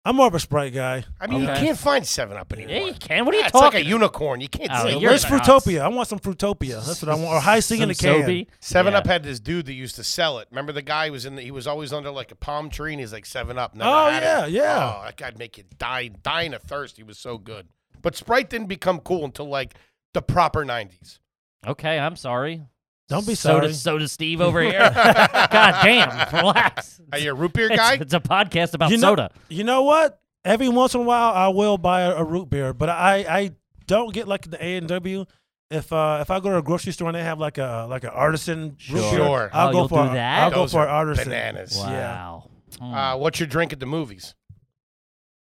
[SPEAKER 5] I'm more of a Sprite guy.
[SPEAKER 1] I mean,
[SPEAKER 2] Okay.
[SPEAKER 1] you can't find 7 Up anymore.
[SPEAKER 2] Yeah, you can. What are you
[SPEAKER 1] Yeah, it's
[SPEAKER 2] talking?
[SPEAKER 1] like a unicorn. You can't
[SPEAKER 2] Oh,
[SPEAKER 1] see it.
[SPEAKER 2] you're
[SPEAKER 5] Where's
[SPEAKER 2] nuts.
[SPEAKER 5] Fruitopia? I want some Fruitopia. That's what I want. Or high C in
[SPEAKER 2] Some
[SPEAKER 5] the can.
[SPEAKER 2] Sobe?
[SPEAKER 1] 7
[SPEAKER 2] Yeah.
[SPEAKER 1] Up had this dude that used to sell it. Remember the guy who was in the, he was always under like a palm tree and he's like 7 Up. Never
[SPEAKER 5] Oh,
[SPEAKER 1] had
[SPEAKER 5] yeah,
[SPEAKER 1] it.
[SPEAKER 5] yeah.
[SPEAKER 1] Oh, that guy'd make you die dying of thirst. He was so good. But Sprite didn't become cool until like the proper 90s.
[SPEAKER 2] Okay, I'm sorry.
[SPEAKER 5] Don't be
[SPEAKER 2] Soda,
[SPEAKER 5] sorry.
[SPEAKER 2] soda Steve over here. God damn, relax.
[SPEAKER 1] Are you a root beer
[SPEAKER 2] It's,
[SPEAKER 1] guy?
[SPEAKER 2] it's a podcast about
[SPEAKER 5] you know,
[SPEAKER 2] soda.
[SPEAKER 5] You know what? Every once in a while, I will buy a, a root beer, but I, I don't get like the A and W. If uh, if I go to a grocery store and they have like a like an artisan root beer,
[SPEAKER 1] Sure.
[SPEAKER 5] I'll
[SPEAKER 2] Oh,
[SPEAKER 5] go
[SPEAKER 2] you'll
[SPEAKER 5] for
[SPEAKER 2] do
[SPEAKER 5] a-
[SPEAKER 2] that?
[SPEAKER 5] I'll go
[SPEAKER 1] Those
[SPEAKER 5] for an
[SPEAKER 1] are
[SPEAKER 5] artisan.
[SPEAKER 1] bananas.
[SPEAKER 2] Wow. Hmm.
[SPEAKER 1] Uh, what's your drink at the movies?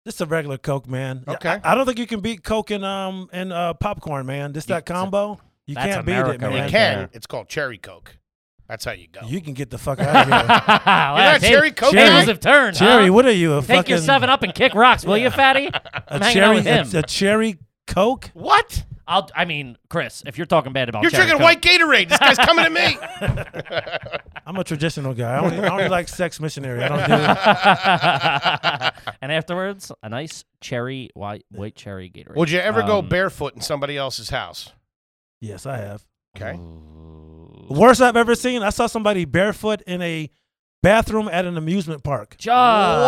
[SPEAKER 5] This is a regular Coke, man. Yeah,
[SPEAKER 1] Okay.
[SPEAKER 5] I, I don't think you can beat Coke and um and uh, popcorn, man. This that combo, you
[SPEAKER 2] That's
[SPEAKER 5] can't
[SPEAKER 2] America
[SPEAKER 5] beat it, man.
[SPEAKER 2] right
[SPEAKER 1] You can. It's called Cherry Coke. That's how you go.
[SPEAKER 5] You can get the fuck out of here,
[SPEAKER 2] Wow,
[SPEAKER 1] not
[SPEAKER 2] ta-
[SPEAKER 1] Cherry Coke
[SPEAKER 2] Tables
[SPEAKER 1] guy?
[SPEAKER 2] have turned. huh?
[SPEAKER 5] Jerry. What are you? A
[SPEAKER 2] Take
[SPEAKER 5] fucking
[SPEAKER 2] your seven up and kick rocks, will you, fatty? I'm
[SPEAKER 5] a
[SPEAKER 2] hanging out
[SPEAKER 5] cherry,
[SPEAKER 2] with him.
[SPEAKER 5] a, a cherry Coke.
[SPEAKER 1] what?
[SPEAKER 2] I'll, I mean, Chris, if you're talking bad about
[SPEAKER 1] You're
[SPEAKER 2] Cherry
[SPEAKER 1] drinking
[SPEAKER 2] Coke-
[SPEAKER 1] white Gatorade. This guy's coming at me.
[SPEAKER 5] I'm a traditional guy. I only, I only like sex missionary. I don't do.
[SPEAKER 2] and afterwards, a nice cherry white white cherry Gatorade.
[SPEAKER 1] Would you ever go
[SPEAKER 2] Um,
[SPEAKER 1] barefoot in somebody else's house?
[SPEAKER 5] Yes, I have.
[SPEAKER 1] Okay.
[SPEAKER 2] Ooh.
[SPEAKER 5] Worst I've ever seen. I saw somebody barefoot in a bathroom at an amusement park.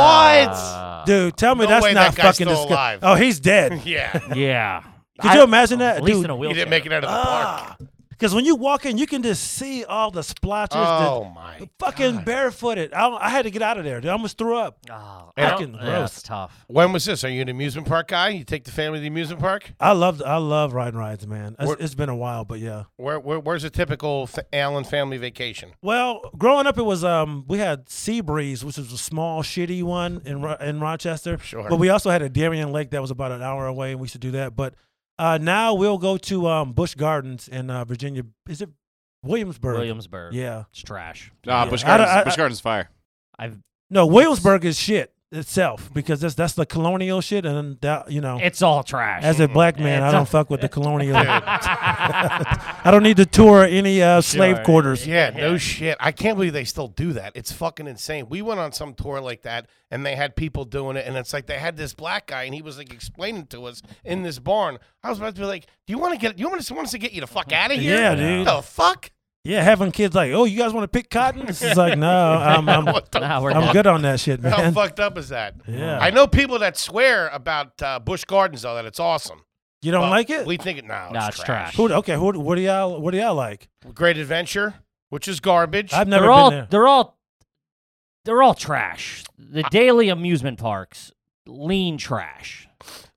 [SPEAKER 2] John.
[SPEAKER 5] Dude, tell me
[SPEAKER 1] Uh, No
[SPEAKER 5] that's
[SPEAKER 1] way that
[SPEAKER 5] not
[SPEAKER 1] guy's
[SPEAKER 5] fucking
[SPEAKER 1] still alive.
[SPEAKER 5] disgusting. Oh, he's dead.
[SPEAKER 1] Yeah.
[SPEAKER 2] Yeah. Oh,
[SPEAKER 5] Could you imagine that?
[SPEAKER 2] At least
[SPEAKER 5] Dude,
[SPEAKER 2] in a
[SPEAKER 1] You
[SPEAKER 2] wheelchair.
[SPEAKER 1] didn't make it out of the
[SPEAKER 5] Ah,
[SPEAKER 1] park.
[SPEAKER 5] Because when you walk in, you can just see all the splotches.
[SPEAKER 1] Oh,
[SPEAKER 5] the-
[SPEAKER 1] my.
[SPEAKER 5] fucking barefooted. I, I had to get out of there. Dude. I almost threw up.
[SPEAKER 2] Oh,
[SPEAKER 5] Yeah.
[SPEAKER 2] I don't-
[SPEAKER 5] Fucking
[SPEAKER 2] yeah,
[SPEAKER 5] gross.
[SPEAKER 2] That's tough.
[SPEAKER 1] When was this? Are you an amusement park guy? You take the family to the amusement park?
[SPEAKER 5] I love I love riding rides, man. It's,
[SPEAKER 1] What-
[SPEAKER 5] it's been a while, but yeah.
[SPEAKER 1] Where, where, where's a typical f- Allen family vacation?
[SPEAKER 5] Well, growing up, it was um we had Sea Breeze, which was a small shitty one in Ro- in Rochester.
[SPEAKER 1] Sure.
[SPEAKER 5] But we also had a Darien Lake that was about an hour away, and we used to do that. But uh, now we'll go to um, Bush Gardens in uh, Virginia. Is it Williamsburg?
[SPEAKER 2] Williamsburg.
[SPEAKER 5] Yeah.
[SPEAKER 2] It's trash.
[SPEAKER 4] Ah,
[SPEAKER 5] Yeah.
[SPEAKER 4] Busch
[SPEAKER 5] I don't-
[SPEAKER 4] Gardens,
[SPEAKER 5] I-
[SPEAKER 4] Busch
[SPEAKER 5] I-
[SPEAKER 4] Gardens fire.
[SPEAKER 2] I've.
[SPEAKER 5] No, Williamsburg is shit itself because that's that's the colonial shit, and that you know,
[SPEAKER 2] It's all trash.
[SPEAKER 5] as a black man, I
[SPEAKER 2] It's
[SPEAKER 5] don't
[SPEAKER 2] a-
[SPEAKER 5] fuck with the colonial. I don't need to tour any uh, slave
[SPEAKER 2] Sure.
[SPEAKER 5] quarters.
[SPEAKER 1] Yeah, no
[SPEAKER 2] Yeah.
[SPEAKER 1] shit. I can't believe they still do that. It's fucking insane. We went on some tour like that and they had people doing it and it's like they had this black guy and he was like explaining to us in this barn. I was about to be like, "Do you want to get you want us want us to get you the fuck out of here?"
[SPEAKER 5] Yeah, dude.
[SPEAKER 1] The fuck?
[SPEAKER 5] Yeah, having kids like, oh, you guys want to pick cotton? It's like, no, I'm I'm,
[SPEAKER 1] What the
[SPEAKER 2] Nah, we're
[SPEAKER 5] I'm
[SPEAKER 2] good.
[SPEAKER 5] good on that shit,
[SPEAKER 1] How
[SPEAKER 5] man.
[SPEAKER 1] fucked up is that?
[SPEAKER 5] Yeah.
[SPEAKER 1] I know people that swear about uh, Bush Gardens though that it's awesome.
[SPEAKER 5] You don't
[SPEAKER 1] But
[SPEAKER 5] like it?
[SPEAKER 1] We think it now.
[SPEAKER 2] Nah, it's trash.
[SPEAKER 5] Who, okay, who, what do y'all what do y'all like?
[SPEAKER 1] Great Adventure, which is garbage.
[SPEAKER 5] I've never
[SPEAKER 2] they're
[SPEAKER 5] been
[SPEAKER 2] all
[SPEAKER 5] there.
[SPEAKER 2] they're all they're all trash. The daily amusement parks lean trash.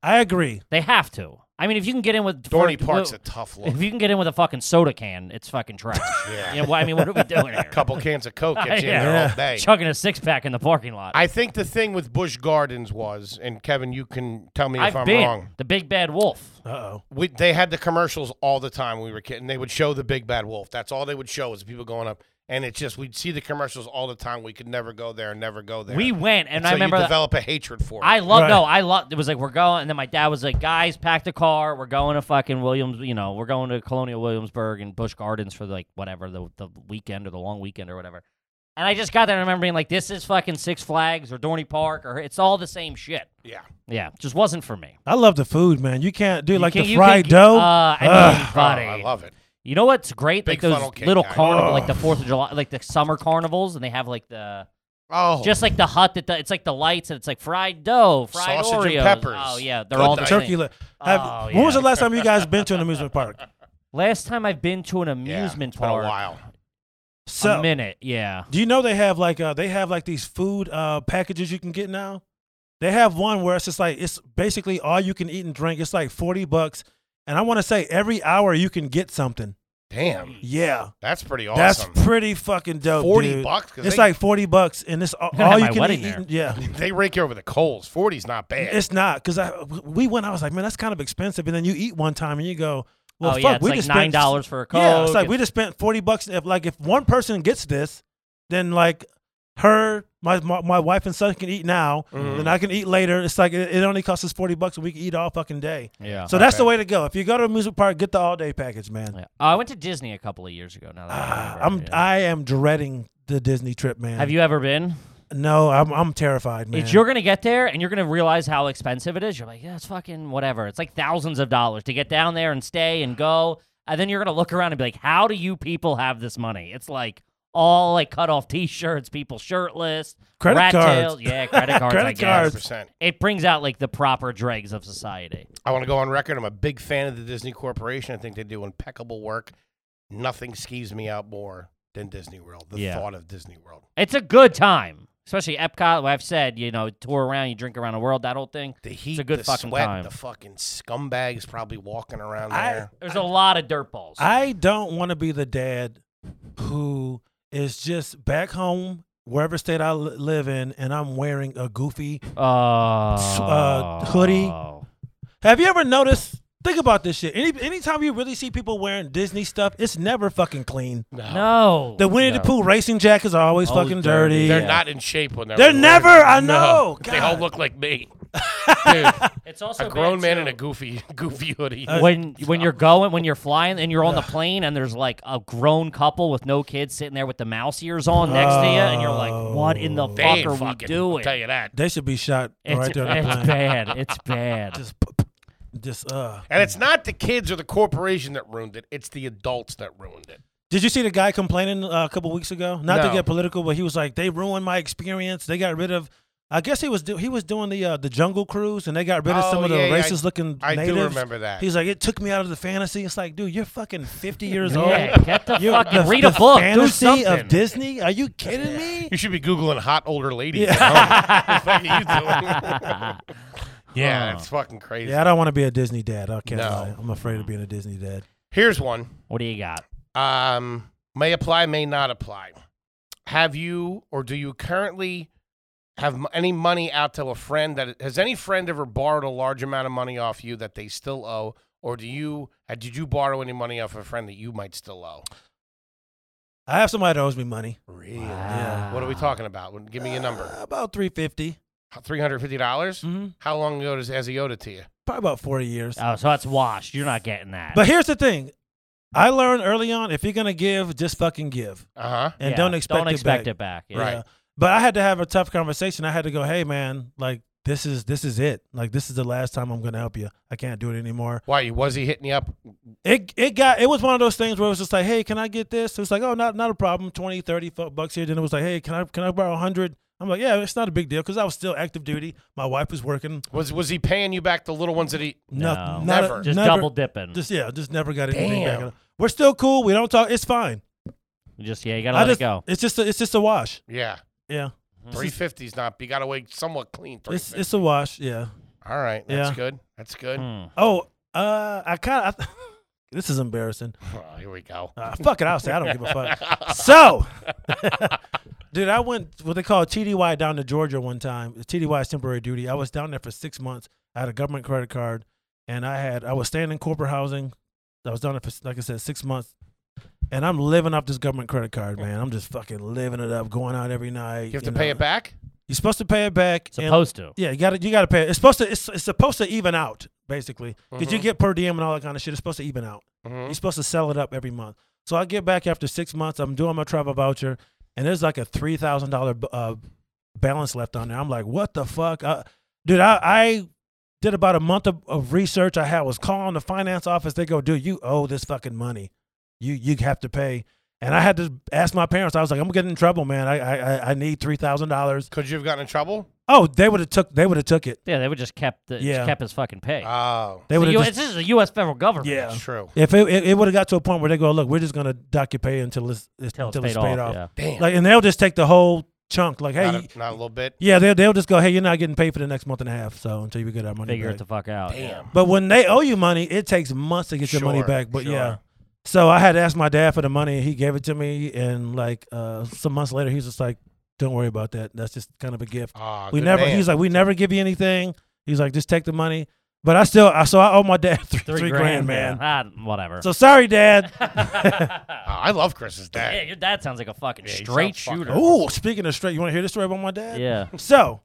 [SPEAKER 5] I agree.
[SPEAKER 2] They have to. I mean, if you can get in with
[SPEAKER 1] Dorney
[SPEAKER 2] for-
[SPEAKER 1] Park's a tough look.
[SPEAKER 2] if you can get in with a fucking soda can, it's fucking trash.
[SPEAKER 1] Yeah.
[SPEAKER 2] You know, I mean, what are we doing here?
[SPEAKER 1] A couple cans of Coke gets you in
[SPEAKER 2] Yeah.
[SPEAKER 1] there all day.
[SPEAKER 2] Chugging a six pack in the parking lot.
[SPEAKER 1] I think the thing with Bush Gardens was, and Kevin, you can tell me if
[SPEAKER 2] have
[SPEAKER 1] am
[SPEAKER 2] been
[SPEAKER 1] wrong.
[SPEAKER 2] the big bad wolf.
[SPEAKER 5] Uh oh.
[SPEAKER 1] We, they had the commercials all the time when we were kids, and they would show the Big Bad Wolf. That's all they would show is people going up, and it's just we'd see the commercials all the time. We could never go there, never go there.
[SPEAKER 2] We went, and
[SPEAKER 1] so
[SPEAKER 2] I remember
[SPEAKER 1] you
[SPEAKER 2] that-
[SPEAKER 1] develop a hatred for it.
[SPEAKER 2] I love
[SPEAKER 5] Right.
[SPEAKER 2] no, I love. It was like we're going, and then my dad was like, "Guys, pack the car. We're going to fucking Williams. You know, we're going to Colonial Williamsburg and Busch Gardens for like whatever the the weekend or the long weekend or whatever." And I just got there and I remember being like, "This is fucking Six Flags or Dorney Park or it's all the same shit."
[SPEAKER 1] yeah,
[SPEAKER 2] Yeah, just wasn't for me.
[SPEAKER 5] I love the food, man. You can't do
[SPEAKER 2] You
[SPEAKER 5] like
[SPEAKER 2] can-
[SPEAKER 5] the
[SPEAKER 2] you
[SPEAKER 5] fried
[SPEAKER 2] can-
[SPEAKER 5] dough.
[SPEAKER 2] Uh, I
[SPEAKER 5] Ugh.
[SPEAKER 2] mean, buddy,
[SPEAKER 1] Oh, I love it.
[SPEAKER 2] you know what's great?
[SPEAKER 1] Big
[SPEAKER 2] like
[SPEAKER 1] funnel
[SPEAKER 2] those
[SPEAKER 1] cake
[SPEAKER 2] little
[SPEAKER 1] guy.
[SPEAKER 2] carnival, like the Fourth of July, like the summer carnivals, and they have like the
[SPEAKER 1] Oh,
[SPEAKER 2] just like the hut that the, it's like the lights and it's like fried dough, fried
[SPEAKER 1] Sausage and
[SPEAKER 2] Oreos.
[SPEAKER 1] peppers.
[SPEAKER 2] Oh yeah, they're
[SPEAKER 1] Good
[SPEAKER 2] all the
[SPEAKER 1] night.
[SPEAKER 2] same.
[SPEAKER 5] turkey. le- Have,
[SPEAKER 2] Oh,
[SPEAKER 5] When was
[SPEAKER 2] yeah.
[SPEAKER 5] the last time you guys been to an amusement park?
[SPEAKER 2] Last time I've been to an
[SPEAKER 1] yeah,
[SPEAKER 2] amusement
[SPEAKER 1] it's been
[SPEAKER 2] park,
[SPEAKER 1] a while.
[SPEAKER 5] So
[SPEAKER 2] a minute, yeah.
[SPEAKER 5] Do you know they have like uh they have like these food uh packages you can get now? They have one where it's just like it's basically all you can eat and drink. It's like forty bucks, and I want to say every hour you can get something.
[SPEAKER 1] Damn,
[SPEAKER 5] Yeah,
[SPEAKER 1] that's pretty
[SPEAKER 5] that's
[SPEAKER 1] awesome.
[SPEAKER 5] pretty fucking dope.
[SPEAKER 1] Forty
[SPEAKER 5] dude.
[SPEAKER 1] bucks. 'Cause
[SPEAKER 5] It's
[SPEAKER 1] they,
[SPEAKER 5] like forty bucks, and it's all,
[SPEAKER 2] I'm gonna
[SPEAKER 5] all
[SPEAKER 2] have
[SPEAKER 5] you
[SPEAKER 2] my
[SPEAKER 5] can
[SPEAKER 2] wedding
[SPEAKER 5] eat.
[SPEAKER 2] there.
[SPEAKER 5] and- Yeah,
[SPEAKER 1] they rake you over the coals. Forty's not bad.
[SPEAKER 5] it's not because I w- we went. I was like, man, that's kind of expensive. And then you eat one time, and you go, well,
[SPEAKER 2] oh
[SPEAKER 5] fuck,
[SPEAKER 2] yeah, it's
[SPEAKER 5] we
[SPEAKER 2] like
[SPEAKER 5] just
[SPEAKER 2] nine
[SPEAKER 5] spent-
[SPEAKER 2] dollars for a coke.
[SPEAKER 5] Yeah, it's like we
[SPEAKER 2] and-
[SPEAKER 5] just spent forty bucks. If like if one person gets this, then like her, my my, my wife and son can eat now.
[SPEAKER 1] Mm-hmm.
[SPEAKER 5] Then I can eat later. It's like it, it only costs us forty bucks, and we can eat all fucking day.
[SPEAKER 2] yeah.
[SPEAKER 5] So that's the way to go. If you go to a music park, get the all day package, man.
[SPEAKER 2] Yeah. Oh, I went to Disney a couple of years ago. Now that
[SPEAKER 5] Ah,
[SPEAKER 2] I
[SPEAKER 5] I'm
[SPEAKER 2] remember, yeah.
[SPEAKER 5] I am dreading the Disney trip, man.
[SPEAKER 2] Have you ever been?
[SPEAKER 5] No, I'm I'm terrified, man.
[SPEAKER 2] It's you're gonna get there and you're gonna realize how expensive it is. You're like, yeah, it's fucking whatever. It's like thousands of dollars to get down there and stay and go. And then you're gonna look around and be like, how do you people have this money? It's like all like cut off T-shirts, people shirtless,
[SPEAKER 5] Credit
[SPEAKER 2] rat
[SPEAKER 5] cards.
[SPEAKER 2] tails. Yeah, credit cards. I
[SPEAKER 5] Credit
[SPEAKER 2] guess.
[SPEAKER 5] cards.
[SPEAKER 1] percent.
[SPEAKER 2] It brings out like the proper dregs of society.
[SPEAKER 1] I want to go on record. I'm a big fan of the Disney Corporation. I think they do impeccable work. Nothing skeeves me out more than Disney World. The
[SPEAKER 2] Yeah.
[SPEAKER 1] thought of Disney World.
[SPEAKER 2] It's a good time, especially Epcot. Like I've said, you know, tour around, you drink around the world, that whole thing.
[SPEAKER 1] The heat,
[SPEAKER 2] good
[SPEAKER 1] the
[SPEAKER 2] fucking
[SPEAKER 1] sweat,
[SPEAKER 2] time.
[SPEAKER 1] the fucking scumbags probably walking around
[SPEAKER 5] I-
[SPEAKER 1] there.
[SPEAKER 2] There's a lot of dirt balls.
[SPEAKER 5] I don't want to be the dad who is just back home, wherever state I li- live in, and I'm wearing a goofy
[SPEAKER 2] Oh.
[SPEAKER 5] uh, hoodie. Have you ever noticed? Think about this shit. Any anytime you really see people wearing Disney stuff, it's never fucking clean.
[SPEAKER 2] No.
[SPEAKER 5] The Winnie the Pooh racing jackets are always
[SPEAKER 2] Always
[SPEAKER 5] fucking dirty.
[SPEAKER 2] dirty.
[SPEAKER 1] They're
[SPEAKER 2] Yeah.
[SPEAKER 1] not in shape when they're.
[SPEAKER 5] They're
[SPEAKER 1] wearing
[SPEAKER 5] never,
[SPEAKER 1] it.
[SPEAKER 5] I know,
[SPEAKER 1] They all
[SPEAKER 5] God.
[SPEAKER 1] look like me. Dude,
[SPEAKER 2] It's also
[SPEAKER 1] a grown
[SPEAKER 2] bad,
[SPEAKER 1] man
[SPEAKER 2] too.
[SPEAKER 1] in a goofy, goofy hoodie.
[SPEAKER 2] Uh, when when you're going when you're flying and you're on the plane and there's like a grown couple with no kids sitting there with the mouse ears on next to you and you're like, what in the
[SPEAKER 1] they
[SPEAKER 2] fuck
[SPEAKER 1] ain't
[SPEAKER 2] are we
[SPEAKER 1] fucking.
[SPEAKER 2] doing?
[SPEAKER 1] I'll tell you that.
[SPEAKER 5] They should be shot
[SPEAKER 2] It's,
[SPEAKER 5] right there on the
[SPEAKER 2] it's
[SPEAKER 5] plane.
[SPEAKER 2] bad. It's bad.
[SPEAKER 5] Just, just uh.
[SPEAKER 1] And it's not the kids or the corporation that ruined it. It's the adults that ruined it.
[SPEAKER 5] Did you see the guy complaining uh, a couple weeks ago? Not
[SPEAKER 1] No.
[SPEAKER 5] to get political, but he was like, "They ruined my experience. They got rid of." I guess he was do- he was doing the uh, the Jungle Cruise, and they got rid of
[SPEAKER 1] Oh,
[SPEAKER 5] some of the
[SPEAKER 1] yeah, yeah, I-
[SPEAKER 5] racist looking
[SPEAKER 1] I
[SPEAKER 5] natives.
[SPEAKER 1] do remember that.
[SPEAKER 5] He's like, it took me out of the fantasy. It's like, dude, you're fucking 50 years old.
[SPEAKER 2] Yeah, get the
[SPEAKER 5] You're
[SPEAKER 2] fucking
[SPEAKER 5] the-
[SPEAKER 2] read
[SPEAKER 5] the
[SPEAKER 2] a book. Do
[SPEAKER 5] Fantasy
[SPEAKER 1] something.
[SPEAKER 5] of Disney? Are you kidding me?
[SPEAKER 1] You should be googling hot older ladies.
[SPEAKER 5] Yeah.
[SPEAKER 1] Yeah, yeah that's fucking crazy.
[SPEAKER 5] Yeah, I don't want to be a Disney dad. I can't
[SPEAKER 1] No.
[SPEAKER 5] lie. I'm afraid of being a Disney dad.
[SPEAKER 1] Here's one.
[SPEAKER 2] What do you got?
[SPEAKER 1] Um, may apply, may not apply. Have you or do you currently have m- any money out to a friend that has any friend ever borrowed a large amount of money off you that they still owe, or do you uh, did you borrow any money off a friend that you might still owe?
[SPEAKER 5] I have somebody that owes me money.
[SPEAKER 1] Really?
[SPEAKER 2] Yeah.
[SPEAKER 1] What are we talking about? Give me a number.
[SPEAKER 5] Uh, about 350.
[SPEAKER 1] Three hundred fifty dollars.
[SPEAKER 5] Mm-hmm.
[SPEAKER 1] How long ago does has he owed it to you?
[SPEAKER 5] Probably about 40 years.
[SPEAKER 2] Oh, so that's washed. You're not getting that.
[SPEAKER 5] But here's the thing. I learned early on if you're gonna give, just fucking give,
[SPEAKER 1] Uh huh.
[SPEAKER 5] and
[SPEAKER 2] Yeah,
[SPEAKER 5] don't expect
[SPEAKER 2] don't
[SPEAKER 5] it
[SPEAKER 2] expect
[SPEAKER 5] back.
[SPEAKER 2] it back. yeah.
[SPEAKER 1] Right.
[SPEAKER 5] Yeah. But I had to have a tough conversation. I had to go, hey man, like this is this is it. Like this is the last time I'm gonna help you. I can't do it anymore.
[SPEAKER 1] Why was he hitting you up?
[SPEAKER 5] It it got it was one of those things where it was just like, hey, can I get this? It was like, oh, not not a problem. 20, 30 fu- bucks here. Then it was like, hey, can I can I borrow hundred? I'm like, yeah, it's not a big deal because I was still active duty. My wife was working.
[SPEAKER 1] Was was he paying you back the little ones that he?
[SPEAKER 5] No,
[SPEAKER 2] No.
[SPEAKER 5] not a-
[SPEAKER 1] Never.
[SPEAKER 2] Just
[SPEAKER 5] never-
[SPEAKER 2] double dipping. Just,
[SPEAKER 5] Just yeah, just never got anything
[SPEAKER 1] Damn.
[SPEAKER 5] back. We're still cool. We don't talk. It's fine.
[SPEAKER 2] yeah, you gotta let
[SPEAKER 5] just,
[SPEAKER 2] it go.
[SPEAKER 5] It's just a, it's just a wash.
[SPEAKER 1] Yeah,
[SPEAKER 5] Yeah.
[SPEAKER 1] three fifty's not. You got to wait somewhat clean. Three
[SPEAKER 5] It's
[SPEAKER 1] fifty.
[SPEAKER 5] it's a wash. Yeah.
[SPEAKER 1] All right, that's
[SPEAKER 5] Yeah.
[SPEAKER 1] good. That's good.
[SPEAKER 2] Hmm.
[SPEAKER 5] Oh, uh, I kind of. This is embarrassing.
[SPEAKER 1] Oh, here we go.
[SPEAKER 5] Uh, fuck it, I'll say I don't give a fuck. So, dude, I went what they call TDY down to Georgia one time. TDY is temporary duty. I was down there for six months. I had a government credit card, and I had I was staying in corporate housing. I was down there for like I said six months, and I'm living off this government credit card, man. I'm just fucking living it up, going out every night.
[SPEAKER 1] You have to pay it back.
[SPEAKER 5] You're supposed to pay it back. and-
[SPEAKER 2] Supposed to.
[SPEAKER 5] yeah, you got to you got to pay. It's supposed to it's, it's supposed to even out basically. because you
[SPEAKER 1] Mhm.
[SPEAKER 5] get per diem and all that kind of shit? It's supposed to even out.
[SPEAKER 1] Mhm.
[SPEAKER 5] You're supposed to sell it up every month. So I get back after six months. I'm doing my travel voucher, and there's like a three thousand dollar uh, balance left on there. I'm like, what the fuck, I, dude? I, I did about a month of, of research. I had was calling the finance office. They go, dude, you owe this fucking money. You you have to pay. And I had to ask my parents. I was like, I'm getting in trouble, man. I I I- I need three thousand dollars.
[SPEAKER 1] Could you have gotten in trouble?
[SPEAKER 5] Oh, they would have took they would have took it.
[SPEAKER 2] Yeah, they would just kept the, just
[SPEAKER 5] Yeah.
[SPEAKER 2] kept his fucking pay.
[SPEAKER 1] Oh,
[SPEAKER 5] They
[SPEAKER 2] The
[SPEAKER 5] would have
[SPEAKER 2] U-
[SPEAKER 5] just
[SPEAKER 2] this is the U.S. federal government.
[SPEAKER 5] Yeah.
[SPEAKER 1] that's true.
[SPEAKER 5] If it, it, it would have got to a point where they go, look, we're just gonna dock your pay until it's, it's
[SPEAKER 2] Till
[SPEAKER 5] until
[SPEAKER 2] it's paid, off.
[SPEAKER 1] Damn.
[SPEAKER 5] Like, and they'll just take the whole chunk. Like, hey,
[SPEAKER 1] not,
[SPEAKER 5] you-
[SPEAKER 1] a, not a little bit.
[SPEAKER 5] yeah, they'll they'll just go, hey, you're not getting paid for the next month and a half, so until you get our
[SPEAKER 2] Yeah.
[SPEAKER 5] money
[SPEAKER 2] Figure
[SPEAKER 5] back.
[SPEAKER 2] it the fuck out.
[SPEAKER 1] Damn.
[SPEAKER 5] but when they owe you money, it takes months to get your money
[SPEAKER 1] Sure,
[SPEAKER 5] back. But yeah,
[SPEAKER 1] sure.
[SPEAKER 5] so I had to ask my dad for the money, and he gave it to me, and like uh, some months later, he's just like, don't worry about that. That's just kind of a gift.
[SPEAKER 1] Ah,
[SPEAKER 5] we
[SPEAKER 1] good
[SPEAKER 5] never.
[SPEAKER 1] man.
[SPEAKER 5] He's like, we never give you anything. He's like, just take the money. But I still, I so I owe my dad three,
[SPEAKER 2] Three,
[SPEAKER 5] grand, man.
[SPEAKER 2] yeah. Ah, whatever.
[SPEAKER 5] So sorry, Dad.
[SPEAKER 1] Ah, I love Chris's
[SPEAKER 2] yeah,
[SPEAKER 1] dad.
[SPEAKER 2] your dad sounds like a fucking
[SPEAKER 1] Yeah, he
[SPEAKER 2] straight
[SPEAKER 1] sounds fucking-
[SPEAKER 2] shooter.
[SPEAKER 5] oh, speaking of straight, you want to hear this story about my dad?
[SPEAKER 2] Yeah.
[SPEAKER 5] So,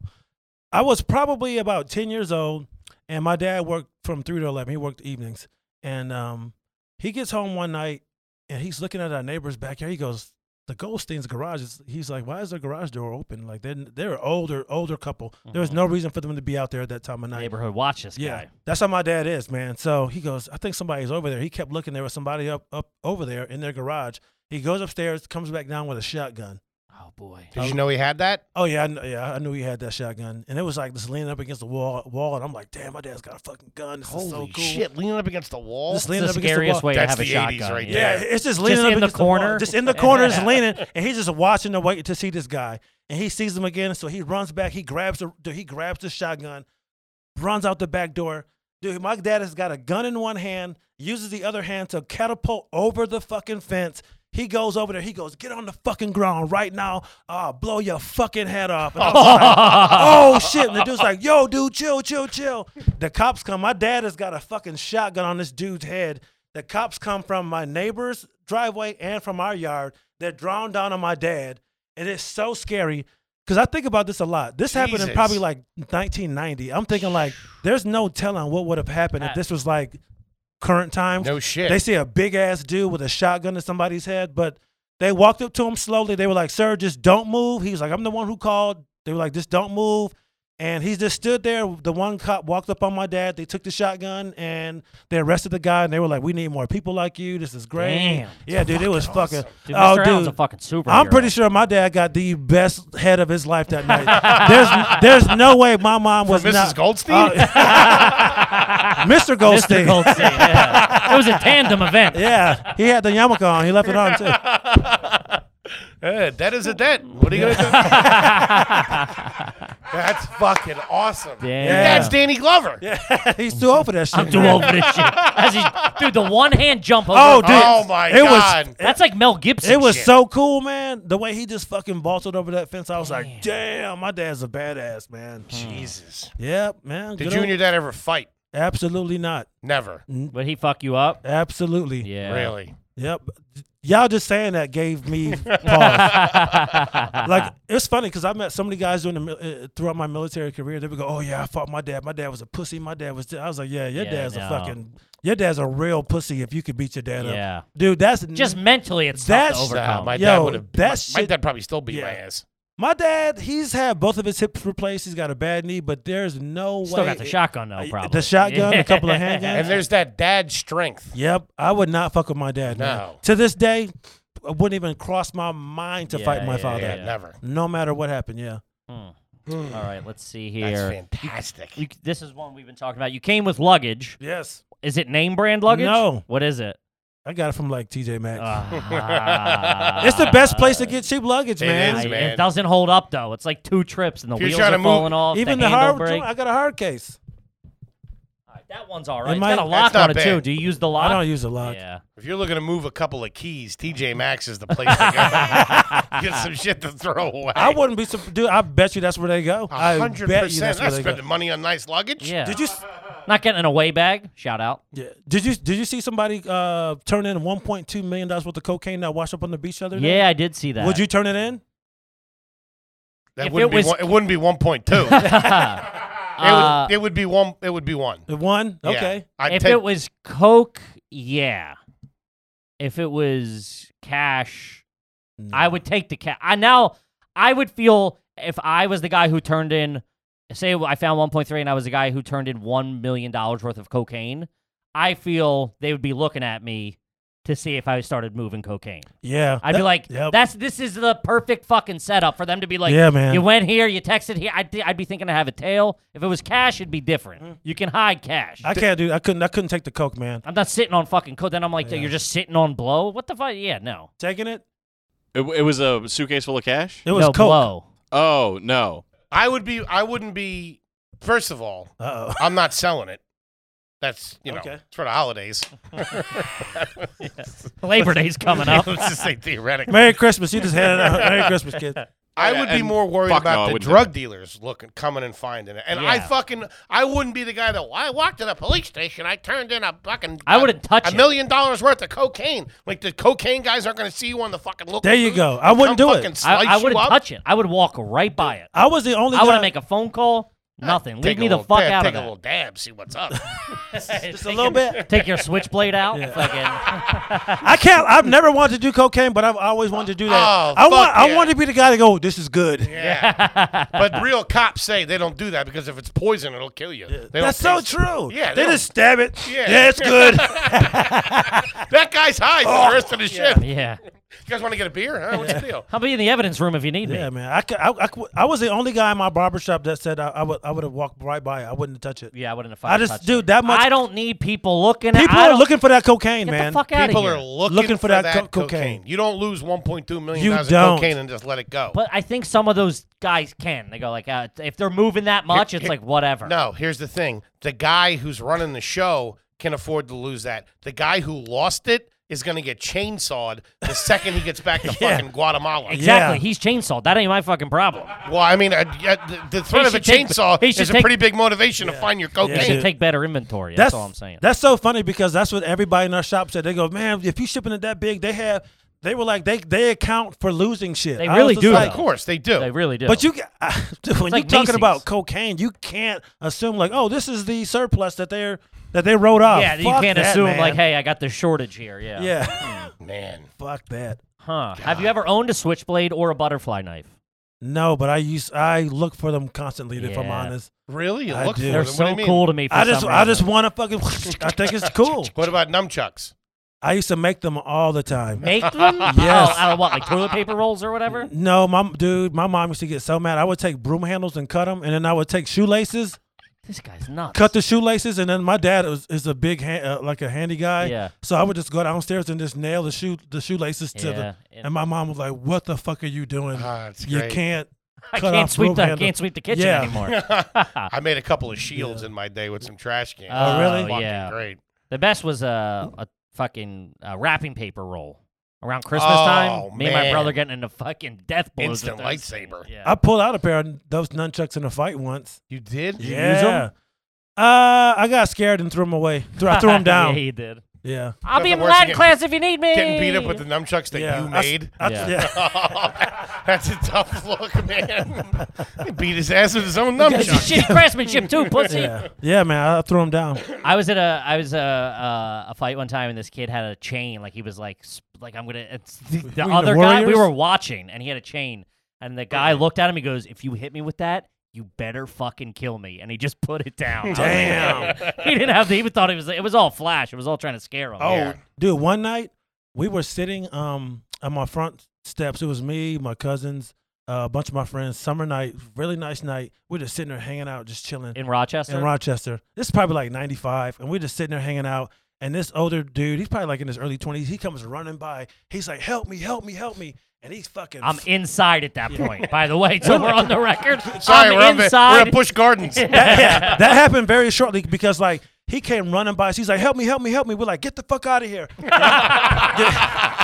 [SPEAKER 5] I was probably about ten years old, and my dad worked from three to eleven. He worked evenings, and um, he gets home one night, and he's looking at our neighbor's backyard. He goes, "The Goldstein's garage." Is, he's like, "Why is their garage door open? Like they're they're an older older couple. There was no reason for them to be out there at that time of night."
[SPEAKER 2] Neighborhood watch this
[SPEAKER 5] Yeah,
[SPEAKER 2] guy.
[SPEAKER 5] that's how my dad is, man. So he goes, I think somebody's over there. He kept looking. There was somebody up up over there in their garage. He goes upstairs, comes back down with a shotgun.
[SPEAKER 2] Oh boy.
[SPEAKER 1] Did you know he had that?
[SPEAKER 5] Oh yeah, I kn- yeah, I knew he had that shotgun, and it was like just leaning up against the wall, wall, and I'm like, damn, my dad's got a fucking gun. This is
[SPEAKER 1] Holy
[SPEAKER 5] so cool.
[SPEAKER 1] shit! Leaning up against the wall.
[SPEAKER 5] Just
[SPEAKER 2] It's
[SPEAKER 5] leaning
[SPEAKER 2] the
[SPEAKER 5] up against the
[SPEAKER 2] scariest
[SPEAKER 5] wall.
[SPEAKER 2] way to
[SPEAKER 1] That's
[SPEAKER 2] have a
[SPEAKER 1] the 80s
[SPEAKER 2] shotgun.
[SPEAKER 1] right
[SPEAKER 5] Yeah,
[SPEAKER 1] there.
[SPEAKER 5] it's just leaning
[SPEAKER 2] Just
[SPEAKER 5] up
[SPEAKER 2] in the
[SPEAKER 5] against wall.
[SPEAKER 2] corner?
[SPEAKER 5] just in the corner, just
[SPEAKER 2] Yeah.
[SPEAKER 5] leaning, and he's just watching the way to see this guy, and he sees him again, so he runs back, he grabs the, dude, he grabs the shotgun, runs out the back door. Dude, my dad has got a gun in one hand, uses the other hand to catapult over the fucking fence. He goes over there. He goes, get on the fucking ground right now. I'll blow your fucking head off. And I was like, oh shit. And the dude's like, yo, dude, chill, chill, chill. The cops come. My dad has got a fucking shotgun on this dude's head. The cops come from my neighbor's driveway and from our yard. They're drawn down on my dad. And it's so scary. Cause I think about this a lot. This happened in
[SPEAKER 1] Jesus.
[SPEAKER 5] probably like 1990. I'm thinking like, there's no telling what would have happened if this was like current times.
[SPEAKER 1] No shit.
[SPEAKER 5] They see a big ass dude with a shotgun to somebody's head, but they walked up to him slowly. They were like, "Sir, just don't move." He was like, "I'm the one who called." They were like, "Just don't move." And he just stood there. The one cop walked up on my dad. They took the shotgun and they arrested the guy. And they were like, "We need more people like you. This is great."
[SPEAKER 2] Damn.
[SPEAKER 5] Yeah, dude, it was fucking.
[SPEAKER 2] Dude,
[SPEAKER 5] oh,
[SPEAKER 2] Mr. Allen's
[SPEAKER 5] dude,
[SPEAKER 2] a fucking superhero.
[SPEAKER 5] I'm pretty sure my dad got the best head of his life that night. there's there's no way my mom was
[SPEAKER 1] Mrs.
[SPEAKER 5] not Oh,
[SPEAKER 1] Goldstein?
[SPEAKER 5] Mr.
[SPEAKER 2] Mr.
[SPEAKER 5] Goldstein.
[SPEAKER 2] Goldstein. yeah. It was a tandem event.
[SPEAKER 5] yeah, he had the yarmulke on. He left it on too.
[SPEAKER 1] Eh, debt is a debt. What are you going to do? That's fucking awesome.
[SPEAKER 2] Damn.
[SPEAKER 1] Your dad's Danny Glover.
[SPEAKER 5] He's too old for that shit.
[SPEAKER 2] I'm too
[SPEAKER 5] man.
[SPEAKER 2] old for this shit. That's just- dude, the one hand jump over.
[SPEAKER 5] Oh, dude.
[SPEAKER 1] Oh, my
[SPEAKER 5] it was-
[SPEAKER 1] God.
[SPEAKER 2] That's like Mel Gibson.
[SPEAKER 5] It was
[SPEAKER 2] shit.
[SPEAKER 5] so cool, man. The way he just fucking vaulted over that fence, I was like, damn, my dad's a badass, man.
[SPEAKER 2] Hmm.
[SPEAKER 1] Jesus.
[SPEAKER 5] Yep, man.
[SPEAKER 1] Did
[SPEAKER 5] Good
[SPEAKER 1] you
[SPEAKER 5] old-
[SPEAKER 1] and your dad ever fight?
[SPEAKER 5] Absolutely not.
[SPEAKER 1] Never.
[SPEAKER 2] Would he fuck you up?
[SPEAKER 5] Absolutely.
[SPEAKER 2] Yeah.
[SPEAKER 1] Really?
[SPEAKER 5] Yep. Y'all just saying that gave me pause. like it's funny because I met so many guys during the mil- uh, throughout my military career. They would go, "Oh yeah, I fought my dad. My dad was a pussy. My dad was." This. I was like, "Yeah, your
[SPEAKER 2] Yeah,
[SPEAKER 5] dad's
[SPEAKER 2] no.
[SPEAKER 5] a fucking. Your dad's a real pussy. If you could beat your dad up,
[SPEAKER 2] Yeah.
[SPEAKER 5] dude, that's
[SPEAKER 2] Just mentally, it's
[SPEAKER 5] That's- uh,
[SPEAKER 2] tough to
[SPEAKER 1] Nah,
[SPEAKER 2] overcome.
[SPEAKER 1] my dad
[SPEAKER 5] Yo,
[SPEAKER 1] would have.
[SPEAKER 5] that
[SPEAKER 1] My, my
[SPEAKER 5] shit-
[SPEAKER 1] dad probably still beat my
[SPEAKER 5] Yeah.
[SPEAKER 1] ass.
[SPEAKER 5] My dad, he's had both of his hips replaced. He's got a bad knee, but there's no
[SPEAKER 2] Still
[SPEAKER 5] way.
[SPEAKER 2] got the shotgun though, probably.
[SPEAKER 5] The shotgun, a couple of
[SPEAKER 1] And
[SPEAKER 5] handguns.
[SPEAKER 1] there's that dad strength.
[SPEAKER 5] Yep, I would not fuck with my dad. man.
[SPEAKER 1] No.
[SPEAKER 5] To this day, it wouldn't even cross my mind to fight
[SPEAKER 2] Yeah,
[SPEAKER 5] my
[SPEAKER 2] yeah,
[SPEAKER 5] father.
[SPEAKER 1] Yeah,
[SPEAKER 2] yeah.
[SPEAKER 1] Oh, never.
[SPEAKER 5] No matter what happened, yeah.
[SPEAKER 2] All right, let's see
[SPEAKER 1] That's
[SPEAKER 2] here.
[SPEAKER 1] fantastic.
[SPEAKER 2] You, this is one we've been talking about. You came with luggage.
[SPEAKER 5] Yes.
[SPEAKER 2] Is it name brand luggage?
[SPEAKER 5] No.
[SPEAKER 2] What is it?
[SPEAKER 5] I got it from like TJ Maxx.
[SPEAKER 2] Ah.
[SPEAKER 5] it's the best place to get cheap luggage,
[SPEAKER 1] It
[SPEAKER 5] man.
[SPEAKER 1] is,
[SPEAKER 2] I-
[SPEAKER 1] man.
[SPEAKER 2] It doesn't hold up though. It's like two trips and the
[SPEAKER 1] If you're
[SPEAKER 2] wheels
[SPEAKER 1] trying to
[SPEAKER 2] are
[SPEAKER 1] move-
[SPEAKER 2] falling off.
[SPEAKER 5] Even the,
[SPEAKER 2] the, handle
[SPEAKER 5] hard,
[SPEAKER 2] break.
[SPEAKER 5] I got a hard case.
[SPEAKER 2] All right, that one's all
[SPEAKER 5] It
[SPEAKER 2] right. It's
[SPEAKER 5] might-
[SPEAKER 2] got a lock
[SPEAKER 1] That's not
[SPEAKER 2] on it too.
[SPEAKER 1] bad.
[SPEAKER 2] Do you use the
[SPEAKER 5] I
[SPEAKER 2] lock?
[SPEAKER 5] don't use a lock.
[SPEAKER 2] Yeah.
[SPEAKER 1] If you're looking to move a couple of keys, TJ Maxx is the place to go. Get some shit to throw away.
[SPEAKER 5] I wouldn't be surprised. Dude, I bet you that's where they go. I
[SPEAKER 1] hundred
[SPEAKER 5] bet you
[SPEAKER 1] percent.
[SPEAKER 5] that's where
[SPEAKER 1] Not
[SPEAKER 5] they go.
[SPEAKER 1] spending money on nice luggage.
[SPEAKER 2] Yeah.
[SPEAKER 5] Did you s-
[SPEAKER 2] not getting an away bag? Shout out.
[SPEAKER 5] Yeah. Did you did you see somebody uh, turn in 1.2 million dollars worth of cocaine that washed up on the beach the other day?
[SPEAKER 2] Yeah, I did see that.
[SPEAKER 5] Would you turn it in?
[SPEAKER 1] That
[SPEAKER 2] If
[SPEAKER 1] wouldn't
[SPEAKER 2] it
[SPEAKER 1] be
[SPEAKER 2] was-
[SPEAKER 1] one, it wouldn't be one point two. it,
[SPEAKER 2] Uh,
[SPEAKER 1] would, it would be one. It would be one.
[SPEAKER 5] The one?
[SPEAKER 1] Yeah.
[SPEAKER 5] Okay.
[SPEAKER 1] I'd
[SPEAKER 2] if
[SPEAKER 1] take-
[SPEAKER 2] it was coke, yeah. If it was cash, I would take the cash. I now I would feel if I was the guy who turned in, say I found 1.3 and I was the guy who turned in one million dollars worth of cocaine. I feel they would be looking at me to see if I started moving cocaine.
[SPEAKER 5] Yeah.
[SPEAKER 2] I'd be
[SPEAKER 5] That-
[SPEAKER 2] like,
[SPEAKER 5] yep.
[SPEAKER 2] "That's this is the perfect fucking setup for them to be like,
[SPEAKER 5] Yeah, man.
[SPEAKER 2] You went here, you texted here. I'd, I'd be thinking I have a tail. If it was cash, it'd be different. You can hide cash.
[SPEAKER 5] Mm-hmm. I can't do I couldn't I couldn't take the coke, man.
[SPEAKER 2] I'm not sitting on fucking coke. Then I'm like, you're just sitting on blow. What the fuck? Yeah, no.
[SPEAKER 5] Taking it?
[SPEAKER 4] It, it was a suitcase full of cash.
[SPEAKER 5] It
[SPEAKER 2] no
[SPEAKER 5] was coke.
[SPEAKER 2] blow.
[SPEAKER 4] Oh no.
[SPEAKER 1] I would be. I wouldn't be. First of all,
[SPEAKER 5] Uh-oh.
[SPEAKER 1] I'm not selling it. That's you know,
[SPEAKER 5] Okay.
[SPEAKER 1] it's for the holidays.
[SPEAKER 2] Labor Day's coming up.
[SPEAKER 1] Let's just say theoretically.
[SPEAKER 5] Merry Christmas. You just handed out Merry Christmas, kid.
[SPEAKER 1] I
[SPEAKER 4] Yeah,
[SPEAKER 1] would be
[SPEAKER 4] and
[SPEAKER 1] more worried
[SPEAKER 4] fuck no, I
[SPEAKER 1] about the
[SPEAKER 4] wouldn't do
[SPEAKER 1] drug dealers looking, coming and finding it. And I
[SPEAKER 2] Yeah.
[SPEAKER 1] fucking, I wouldn't be the guy that. "Well, I walked to the police station. I turned in a fucking.
[SPEAKER 2] I wouldn't touch
[SPEAKER 1] a
[SPEAKER 2] it.
[SPEAKER 1] million dollars worth of cocaine. Like the cocaine guys aren't going to see you on the fucking look.
[SPEAKER 5] There you go. I wouldn't do it.
[SPEAKER 2] I, I wouldn't touch it. I would walk right by it.
[SPEAKER 5] I was the only
[SPEAKER 2] I
[SPEAKER 5] guy
[SPEAKER 2] wouldn't make a phone call. Nothing. Leave me the fuck out
[SPEAKER 1] Take
[SPEAKER 2] of
[SPEAKER 1] a
[SPEAKER 2] that.
[SPEAKER 1] little dab. See what's up.
[SPEAKER 2] Just
[SPEAKER 5] a little bit.
[SPEAKER 2] Take your switchblade out. Fucking.
[SPEAKER 5] I can't I've never wanted to do cocaine, but I've always wanted to do that.
[SPEAKER 1] Oh,
[SPEAKER 5] I want
[SPEAKER 1] fuck yeah.
[SPEAKER 5] I wanted to be the guy to go, this is good.
[SPEAKER 1] Yeah. but real cops say they don't do that because if it's poison, it'll kill you. They
[SPEAKER 5] That's
[SPEAKER 1] don't
[SPEAKER 5] so
[SPEAKER 1] taste-
[SPEAKER 5] true.
[SPEAKER 1] Yeah,
[SPEAKER 5] They
[SPEAKER 1] they
[SPEAKER 5] just stab it.
[SPEAKER 1] Yeah.
[SPEAKER 5] Yeah, it's good.
[SPEAKER 1] That guy's high for the rest of the shift. You
[SPEAKER 2] yeah.
[SPEAKER 1] guys want to get a beer? Huh? What's the deal?
[SPEAKER 2] I'll be in the evidence room if you need
[SPEAKER 5] Yeah,
[SPEAKER 2] me.
[SPEAKER 5] man. I, cou- I, I, cou- I was the only guy in my barbershop that said I, I would I would have walked right by it. I wouldn't touch it.
[SPEAKER 2] Yeah, I wouldn't have
[SPEAKER 5] I
[SPEAKER 2] fucking
[SPEAKER 5] just,
[SPEAKER 2] touched
[SPEAKER 5] dude,
[SPEAKER 2] it.
[SPEAKER 5] that much-
[SPEAKER 2] I don't need people looking. at-
[SPEAKER 5] People
[SPEAKER 2] I
[SPEAKER 5] are
[SPEAKER 2] don't-
[SPEAKER 5] looking for that cocaine,
[SPEAKER 2] Get
[SPEAKER 5] man.
[SPEAKER 2] the fuck out
[SPEAKER 1] People
[SPEAKER 2] here.
[SPEAKER 1] are looking,
[SPEAKER 5] Looking for that co-
[SPEAKER 1] cocaine.
[SPEAKER 5] cocaine.
[SPEAKER 1] You don't lose 1.2 million
[SPEAKER 5] You
[SPEAKER 1] dollars
[SPEAKER 5] don't.
[SPEAKER 1] of cocaine and just let it go.
[SPEAKER 2] But I think some of those guys can. They go like, uh, if they're moving that much, it's like whatever.
[SPEAKER 1] no, here's the thing: the guy who's running the show can afford to lose that. The guy who lost it is going to get chainsawed the second he gets back to fucking Guatemala.
[SPEAKER 2] Exactly.
[SPEAKER 5] Yeah.
[SPEAKER 2] He's chainsawed. That ain't my fucking problem.
[SPEAKER 1] Well, I mean, uh, yeah, the, the threat
[SPEAKER 2] He
[SPEAKER 1] of a
[SPEAKER 2] should take-
[SPEAKER 1] chainsaw
[SPEAKER 2] he should
[SPEAKER 1] is a
[SPEAKER 2] take-
[SPEAKER 1] pretty big motivation to find your
[SPEAKER 2] They
[SPEAKER 1] cocaine.
[SPEAKER 2] should take better inventory. That's, all I'm saying.
[SPEAKER 5] That's so funny because that's what everybody in our shop said. They go, man, if you shipping it that big, they have. They were like, they they account for losing shit.
[SPEAKER 2] They
[SPEAKER 5] I was
[SPEAKER 2] really
[SPEAKER 5] just
[SPEAKER 2] do,
[SPEAKER 5] like,
[SPEAKER 1] Of
[SPEAKER 2] though.
[SPEAKER 1] course, they do.
[SPEAKER 2] they really do.
[SPEAKER 5] But you, ca- dude, when
[SPEAKER 2] like
[SPEAKER 5] you're talking
[SPEAKER 2] Macy's.
[SPEAKER 5] about cocaine, you can't assume like, oh, this is the surplus that they're that they wrote off.
[SPEAKER 2] yeah, you
[SPEAKER 5] Fuck
[SPEAKER 2] can't
[SPEAKER 5] that,
[SPEAKER 2] assume
[SPEAKER 5] man.
[SPEAKER 2] like, hmm. hey, I got the shortage here. Yeah.
[SPEAKER 5] yeah,
[SPEAKER 1] Man,
[SPEAKER 5] fuck that.
[SPEAKER 2] Huh. Have you ever owned a switchblade or a butterfly knife?
[SPEAKER 5] No, but I use I look for them constantly. If I'm
[SPEAKER 2] Yeah.
[SPEAKER 5] honest,
[SPEAKER 1] Really? You
[SPEAKER 5] I
[SPEAKER 1] look
[SPEAKER 5] do.
[SPEAKER 1] for
[SPEAKER 5] They're
[SPEAKER 2] They're
[SPEAKER 1] them.
[SPEAKER 2] so
[SPEAKER 1] what do you mean?
[SPEAKER 2] cool to me. For
[SPEAKER 5] I just
[SPEAKER 2] some
[SPEAKER 5] I just
[SPEAKER 2] reason.
[SPEAKER 5] want to fucking. I think it's cool.
[SPEAKER 1] What about nunchucks?
[SPEAKER 5] I used to make them all the time.
[SPEAKER 2] make them.
[SPEAKER 5] Yes. Mm.
[SPEAKER 2] Oh, out of what, like toilet paper rolls or whatever?
[SPEAKER 5] No, my dude, my mom used to get so mad. I would take broom handles and cut them, and then I would take shoelaces,
[SPEAKER 2] This guy's nuts.
[SPEAKER 5] cut the shoelaces, and then my dad was, is a big hand, uh, like a handy guy.
[SPEAKER 2] Yeah.
[SPEAKER 5] So I would just go downstairs and just nail the shoe the shoelaces to
[SPEAKER 2] Yeah,
[SPEAKER 5] the.
[SPEAKER 2] and-
[SPEAKER 5] And my mom was like, "What the fuck are you doing?
[SPEAKER 1] Ah, it's
[SPEAKER 5] you
[SPEAKER 1] great.
[SPEAKER 5] can't."
[SPEAKER 2] I
[SPEAKER 5] cut
[SPEAKER 2] can't
[SPEAKER 5] off
[SPEAKER 2] sweep
[SPEAKER 5] broom
[SPEAKER 2] the I
[SPEAKER 5] handle.
[SPEAKER 2] can't sweep the kitchen
[SPEAKER 5] Yeah.
[SPEAKER 2] anymore.
[SPEAKER 1] I made a couple of shields in my day with some trash cans.
[SPEAKER 2] Oh,
[SPEAKER 5] really?
[SPEAKER 1] Fucking
[SPEAKER 2] yeah.
[SPEAKER 1] Great.
[SPEAKER 2] The best was uh, a fucking uh, wrapping paper roll around Christmas
[SPEAKER 1] Oh,
[SPEAKER 2] time. Me and my
[SPEAKER 1] man.
[SPEAKER 2] brother getting into fucking death blows. with
[SPEAKER 1] Instant
[SPEAKER 2] those
[SPEAKER 1] lightsaber.
[SPEAKER 2] things. Yeah.
[SPEAKER 5] I pulled out a pair of those nunchucks in a fight once.
[SPEAKER 1] You did?
[SPEAKER 5] You
[SPEAKER 2] use 'em?
[SPEAKER 5] Uh, I got scared and threw them away. Threw, I threw them down.
[SPEAKER 2] yeah,
[SPEAKER 5] yeah.
[SPEAKER 2] he did.
[SPEAKER 5] yeah.
[SPEAKER 2] I'll
[SPEAKER 1] Nothing
[SPEAKER 2] be in
[SPEAKER 1] worse than
[SPEAKER 2] Latin
[SPEAKER 1] getting-
[SPEAKER 2] class if you need me.
[SPEAKER 1] Getting beat up with the nunchucks that you
[SPEAKER 5] I s-
[SPEAKER 1] made? Oh,
[SPEAKER 5] I-
[SPEAKER 2] Yeah.
[SPEAKER 5] yeah.
[SPEAKER 1] That's a tough look, man. he beat his ass with his own
[SPEAKER 2] That's
[SPEAKER 1] nunchuck.
[SPEAKER 2] shitty craftsmanship too, pussy.
[SPEAKER 5] Yeah. Yeah, man, I threw him down.
[SPEAKER 2] I was at a I was a uh, a fight one time and this kid had a chain like he was like sp- like I'm gonna it's the, the
[SPEAKER 5] Were you the
[SPEAKER 2] other guy we
[SPEAKER 5] Warriors?
[SPEAKER 2] were watching and he had a chain and the guy looked at him he goes if you hit me with that you better fucking kill me and he just put it down I was like,
[SPEAKER 5] Damn.
[SPEAKER 2] "Damn." he didn't have to, he even thought it was it was all flash it was all trying to scare him
[SPEAKER 1] Oh,
[SPEAKER 2] Yeah.
[SPEAKER 1] yeah.
[SPEAKER 5] Dude, one night we were sitting um on my front steps. It was me, my cousins, uh, a bunch of my friends. Summer night, really nice night. We're just sitting there hanging out, just chilling
[SPEAKER 2] in Rochester
[SPEAKER 5] in Rochester. This is probably like 95, and we're just sitting there hanging out. And this older dude, he's probably like in his early 20s. He comes running by. He's like, "Help me! Help me! Help me!" And he's fucking.
[SPEAKER 2] I'm inside at that point by the way so we're on the record
[SPEAKER 1] Sorry,
[SPEAKER 2] I'm
[SPEAKER 1] we're, on the- we're
[SPEAKER 2] inside
[SPEAKER 1] at Bush Gardens.
[SPEAKER 5] that, yeah, that happened very shortly because like he came running by. So he's like, "Help me! Help me! Help me!" We're like, "Get the fuck out of here!"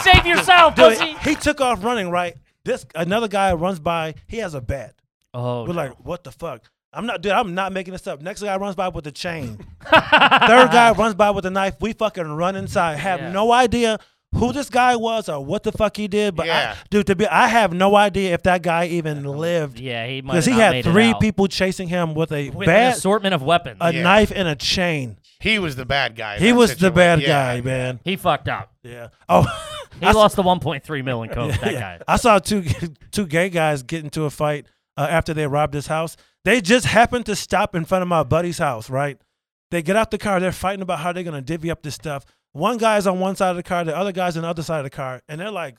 [SPEAKER 2] save yourself
[SPEAKER 5] Dude,
[SPEAKER 2] pussy
[SPEAKER 5] he took off running. Right, this another guy runs by. He has a bat.
[SPEAKER 2] oh
[SPEAKER 5] We're
[SPEAKER 2] no.
[SPEAKER 5] like, what the fuck? I'm not, dude. I'm not making this up. Next guy runs by with a chain. Third guy runs by with a knife. We fucking run inside. Have
[SPEAKER 2] Yeah.
[SPEAKER 5] no idea who this guy was or what the fuck he did. But
[SPEAKER 1] Yeah.
[SPEAKER 5] I, dude, to be, I have no idea if that guy even lived
[SPEAKER 2] yeah he might
[SPEAKER 5] because
[SPEAKER 2] have
[SPEAKER 5] he
[SPEAKER 2] not
[SPEAKER 5] had
[SPEAKER 2] made it
[SPEAKER 5] three
[SPEAKER 2] out.
[SPEAKER 5] people chasing him with a
[SPEAKER 2] with an
[SPEAKER 5] bat,
[SPEAKER 2] assortment of weapons.
[SPEAKER 5] a
[SPEAKER 1] Yeah.
[SPEAKER 5] knife, and a chain.
[SPEAKER 1] he was the bad guy. in
[SPEAKER 5] He
[SPEAKER 1] that
[SPEAKER 5] was the
[SPEAKER 1] situation.
[SPEAKER 5] bad
[SPEAKER 1] Yeah.
[SPEAKER 5] guy, man.
[SPEAKER 2] he fucked up.
[SPEAKER 5] Yeah. Oh,
[SPEAKER 2] He
[SPEAKER 5] I s-
[SPEAKER 2] lost the 1.3 million coke. Oh, That
[SPEAKER 5] Yeah.
[SPEAKER 2] guy.
[SPEAKER 5] I saw two two gay guys get into a fight uh, after they robbed his house. They just happened to stop in front of my buddy's house, right? They get out the car. They're fighting about how they're gonna divvy up this stuff. One guy's on one side of the car, the other guy's on the other side of the car, and they're like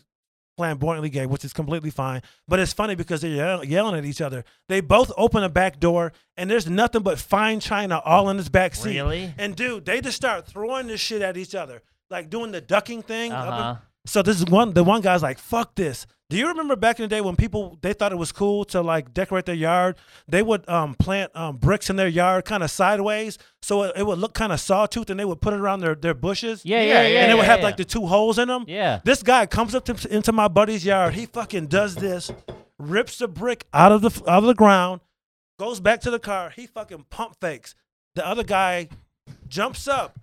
[SPEAKER 5] flamboyantly gay, which is completely fine. But it's funny because they're yell- yelling at each other. They both open a back door, and there's nothing but fine china all in this back seat.
[SPEAKER 2] Really?
[SPEAKER 5] And dude, they just start throwing this shit at each other, like doing the ducking thing. up in-
[SPEAKER 2] Uh-huh.
[SPEAKER 5] so this is one. The one guy's like, "Fuck this." Do you remember back in the day when people they thought it was cool to like decorate their yard? They would um, plant um, bricks in their yard, kind of sideways, so it, it would look kind of sawtooth, and they would put it around their, their bushes.
[SPEAKER 2] Yeah, yeah,
[SPEAKER 1] Yeah,
[SPEAKER 2] yeah.
[SPEAKER 1] yeah,
[SPEAKER 5] and it
[SPEAKER 2] yeah,
[SPEAKER 5] would have
[SPEAKER 2] yeah.
[SPEAKER 5] like the two holes in them.
[SPEAKER 2] Yeah.
[SPEAKER 5] This guy comes up to, into my buddy's yard. He fucking does this, rips the brick out of the out of the ground, goes back to the car. He fucking pump fakes. The other guy jumps up.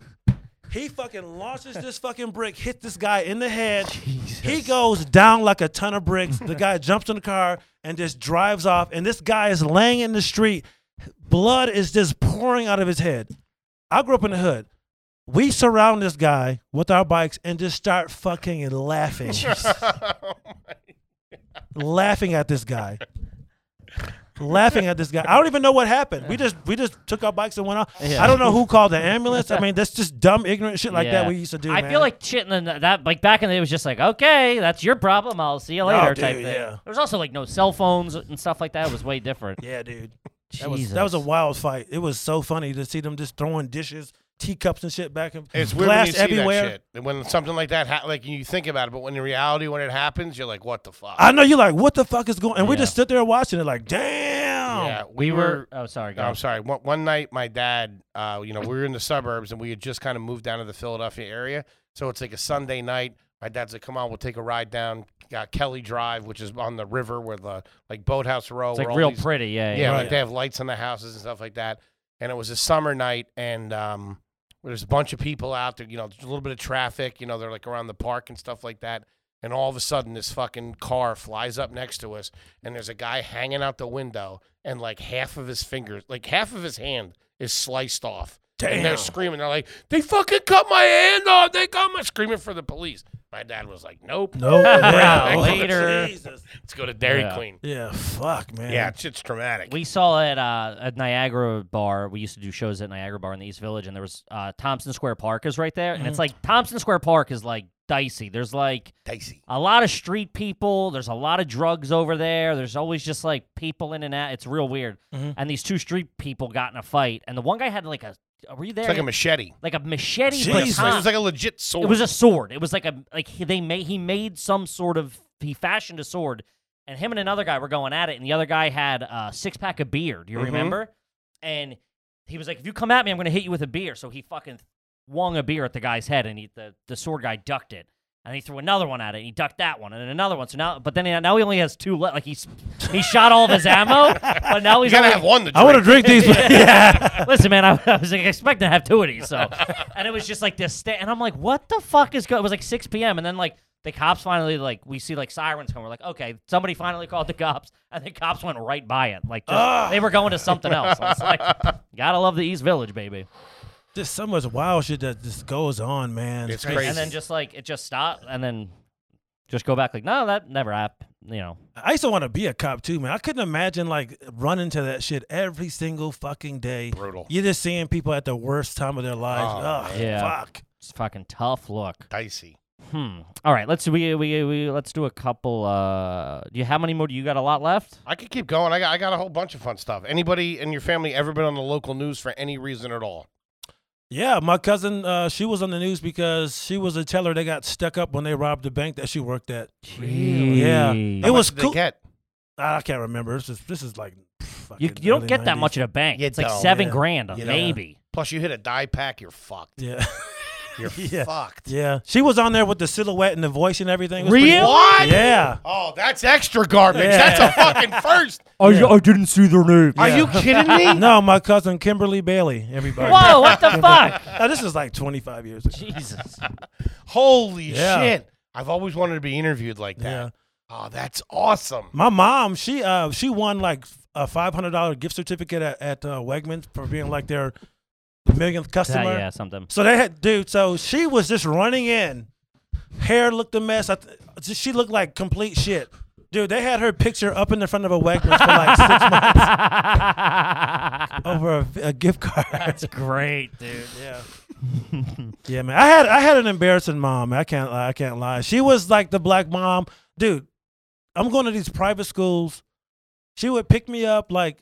[SPEAKER 5] He fucking launches this fucking brick, hits this guy in the head. He goes down like a ton of bricks. The guy jumps in the car and just drives off. And this guy is laying in the street. Blood is just pouring out of his head. I grew up in the hood. We surround this guy with our bikes and just start fucking laughing,
[SPEAKER 1] Oh
[SPEAKER 5] laughing at this guy, laughing at this guy. I don't even know what happened. We just we just took our bikes and went off.
[SPEAKER 2] Yeah.
[SPEAKER 5] I don't know who called the ambulance. I mean, that's just dumb, ignorant shit like
[SPEAKER 2] Yeah.
[SPEAKER 5] that we used to do.
[SPEAKER 2] I
[SPEAKER 5] man.
[SPEAKER 2] feel like shit in the, that like back in the day it was just like okay that's your problem I'll see you later type
[SPEAKER 5] Oh, dude,
[SPEAKER 2] thing.
[SPEAKER 5] yeah.
[SPEAKER 2] There was also like no cell phones and stuff like that. It was way different.
[SPEAKER 5] yeah, dude.
[SPEAKER 2] Jesus.
[SPEAKER 5] That was that was a wild fight. It was so funny to see them just throwing dishes, teacups, and shit back and
[SPEAKER 1] It's weird when
[SPEAKER 5] glass
[SPEAKER 1] you see
[SPEAKER 5] everywhere.
[SPEAKER 1] that shit. And when something like that, ha- like you think about it, but when in reality, when it happens, you're like, what the fuck?
[SPEAKER 5] I know you're like, what the fuck is going? And we
[SPEAKER 2] Yeah.
[SPEAKER 5] just stood there watching it, like, damn.
[SPEAKER 1] yeah,
[SPEAKER 2] we were oh sorry
[SPEAKER 1] No, I'm
[SPEAKER 2] guys.
[SPEAKER 1] sorry. One, one night, my dad, uh, you know, we were in the suburbs and we had just kind of moved down to the Philadelphia area. So it's like a Sunday night. My dad's like, "Come on, we'll take a ride down uh, Kelly Drive, which is on the river where the like Boathouse Row."
[SPEAKER 2] It's
[SPEAKER 1] where
[SPEAKER 2] like
[SPEAKER 1] all
[SPEAKER 2] real
[SPEAKER 1] these-
[SPEAKER 2] pretty. Yeah.
[SPEAKER 1] Yeah,
[SPEAKER 5] Right.
[SPEAKER 1] like they have lights on the houses and stuff like that. And it was a summer night, and um, there's a bunch of people out there. You know, there's a little bit of traffic. You know, they're like around the park and stuff like that. And all of a sudden, this fucking car flies up next to us, and there's a guy hanging out the window, and like half of his fingers, like half of his hand, is sliced off. And they're
[SPEAKER 5] Damn.
[SPEAKER 1] screaming. They're like, "They fucking cut my hand off! They got my screaming for the police." My dad was like, nope.
[SPEAKER 5] No.
[SPEAKER 1] Wow.
[SPEAKER 2] Later.
[SPEAKER 5] Jesus.
[SPEAKER 1] Let's go to Dairy
[SPEAKER 2] Yeah.
[SPEAKER 1] Queen.
[SPEAKER 5] Yeah, fuck, man.
[SPEAKER 1] Yeah, it's, it's traumatic.
[SPEAKER 2] We saw at uh, at Niagara Bar. We used to do shows at Niagara Bar in the East Village, and there was uh, Thompson Square Park is right there, and
[SPEAKER 5] Mm-hmm.
[SPEAKER 2] it's like Thompson Square Park is like dicey. There's like
[SPEAKER 1] Dicey.
[SPEAKER 2] a lot of street people. There's a lot of drugs over there. There's always just like people in and out. It's real weird.
[SPEAKER 1] Mm-hmm.
[SPEAKER 5] Mhm.
[SPEAKER 2] And these two street people got in a fight, and the one guy had like a. Were you there?
[SPEAKER 1] It's like a machete.
[SPEAKER 2] Like a machete. but
[SPEAKER 5] Jesus.
[SPEAKER 1] It
[SPEAKER 2] not-
[SPEAKER 1] was like a legit sword.
[SPEAKER 2] it was a sword. It was like a like he, they made he made some sort of he fashioned a sword, and him and another guy were going at it, and the other guy had a six pack of beer. Do you
[SPEAKER 1] Mhm.
[SPEAKER 2] remember? And he was like, "If you come at me, I'm going to hit you with a beer." So he fucking wung a beer at the guy's head, and he, the the sword guy ducked it. And he threw another one at it, and he ducked that one, and then another one. So now, but then he, now he only has two left. Like he's he shot all of his ammo, but now
[SPEAKER 1] you
[SPEAKER 2] he's
[SPEAKER 1] gotta
[SPEAKER 2] only,
[SPEAKER 1] have one to drink.
[SPEAKER 5] I want to drink these. but- yeah.
[SPEAKER 2] Listen, man, I, I was like, expecting to have two of these. So, and it was just like this, sta- and I'm like, what the fuck is going? It was like 6 p.m. and then like the cops finally like we see like sirens come. We're like, okay, somebody finally called the cops, and the cops went right by it. Like just-
[SPEAKER 5] Ugh.
[SPEAKER 2] they were going to something else. I was like, gotta love the East Village, baby.
[SPEAKER 5] Just so much wild shit that just goes on, man.
[SPEAKER 1] It's crazy.
[SPEAKER 2] And then just like it just stopped, and then just go back like, no, that never happened. You know,
[SPEAKER 5] I used to want to be a cop too, man. I couldn't imagine like running to that shit every single fucking day.
[SPEAKER 1] Brutal.
[SPEAKER 5] You're just seeing people at the worst time of their lives.
[SPEAKER 1] Oh,
[SPEAKER 5] Ugh,
[SPEAKER 2] Yeah.
[SPEAKER 5] fuck.
[SPEAKER 2] it's fucking tough look.
[SPEAKER 1] Dicey.
[SPEAKER 2] Hmm. All right, let's we we, we let's do a couple. Uh, do you how many more do you got? A lot left.
[SPEAKER 1] I could keep going. I got, I got a whole bunch of fun stuff. Anybody in your family ever been on the local news for any reason at all?
[SPEAKER 5] Yeah, my cousin, uh, she was on the news because she was a teller that got stuck up when they robbed the bank that she worked at. Yeah.
[SPEAKER 2] Jeez.
[SPEAKER 5] It was
[SPEAKER 1] Did
[SPEAKER 5] cool.
[SPEAKER 1] They get?
[SPEAKER 5] I can't remember. This is this is like
[SPEAKER 2] You, you don't get that much at a bank.
[SPEAKER 1] You
[SPEAKER 2] it's like
[SPEAKER 1] don't,
[SPEAKER 2] seven
[SPEAKER 5] yeah.
[SPEAKER 2] grand,
[SPEAKER 5] You don't.
[SPEAKER 2] maybe.
[SPEAKER 1] Plus, you hit a die pack, you're fucked.
[SPEAKER 5] Yeah,
[SPEAKER 1] You're
[SPEAKER 5] Yeah.
[SPEAKER 1] fucked.
[SPEAKER 5] yeah. She was on there with the silhouette and the voice and everything. It was pretty
[SPEAKER 2] Really?
[SPEAKER 5] cool.
[SPEAKER 1] What?
[SPEAKER 5] Yeah.
[SPEAKER 1] Oh, that's extra garbage.
[SPEAKER 5] Yeah.
[SPEAKER 1] That's a fucking first.
[SPEAKER 2] I,
[SPEAKER 5] Yeah.
[SPEAKER 2] I didn't see their name.
[SPEAKER 1] Are you kidding me?
[SPEAKER 5] No, my cousin Kimberly Bailey. Everybody.
[SPEAKER 2] Whoa, what the fuck?
[SPEAKER 5] Now, this is like 25 years ago.
[SPEAKER 2] Jesus.
[SPEAKER 1] Holy
[SPEAKER 5] Yeah.
[SPEAKER 1] shit. I've always wanted to be interviewed like
[SPEAKER 5] Yeah.
[SPEAKER 1] that. Oh, that's awesome.
[SPEAKER 5] My mom, she uh she won like a five hundred dollar gift certificate at, at uh, Wegmans for being like their millionth
[SPEAKER 2] Yeah,
[SPEAKER 5] customer.
[SPEAKER 2] yeah, something.
[SPEAKER 5] So they had dude. So she was just running in. Hair looked a mess. I th- she looked like complete shit. Dude, they had her picture up in the front of a Wegmans for like six months
[SPEAKER 2] That's
[SPEAKER 5] over a, a gift card.
[SPEAKER 2] great, dude.
[SPEAKER 5] Yeah. yeah, man. I had I had an embarrassing mom. I can't lie. I can't lie. She was like the black mom, dude. I'm going to these private schools. She would pick me up like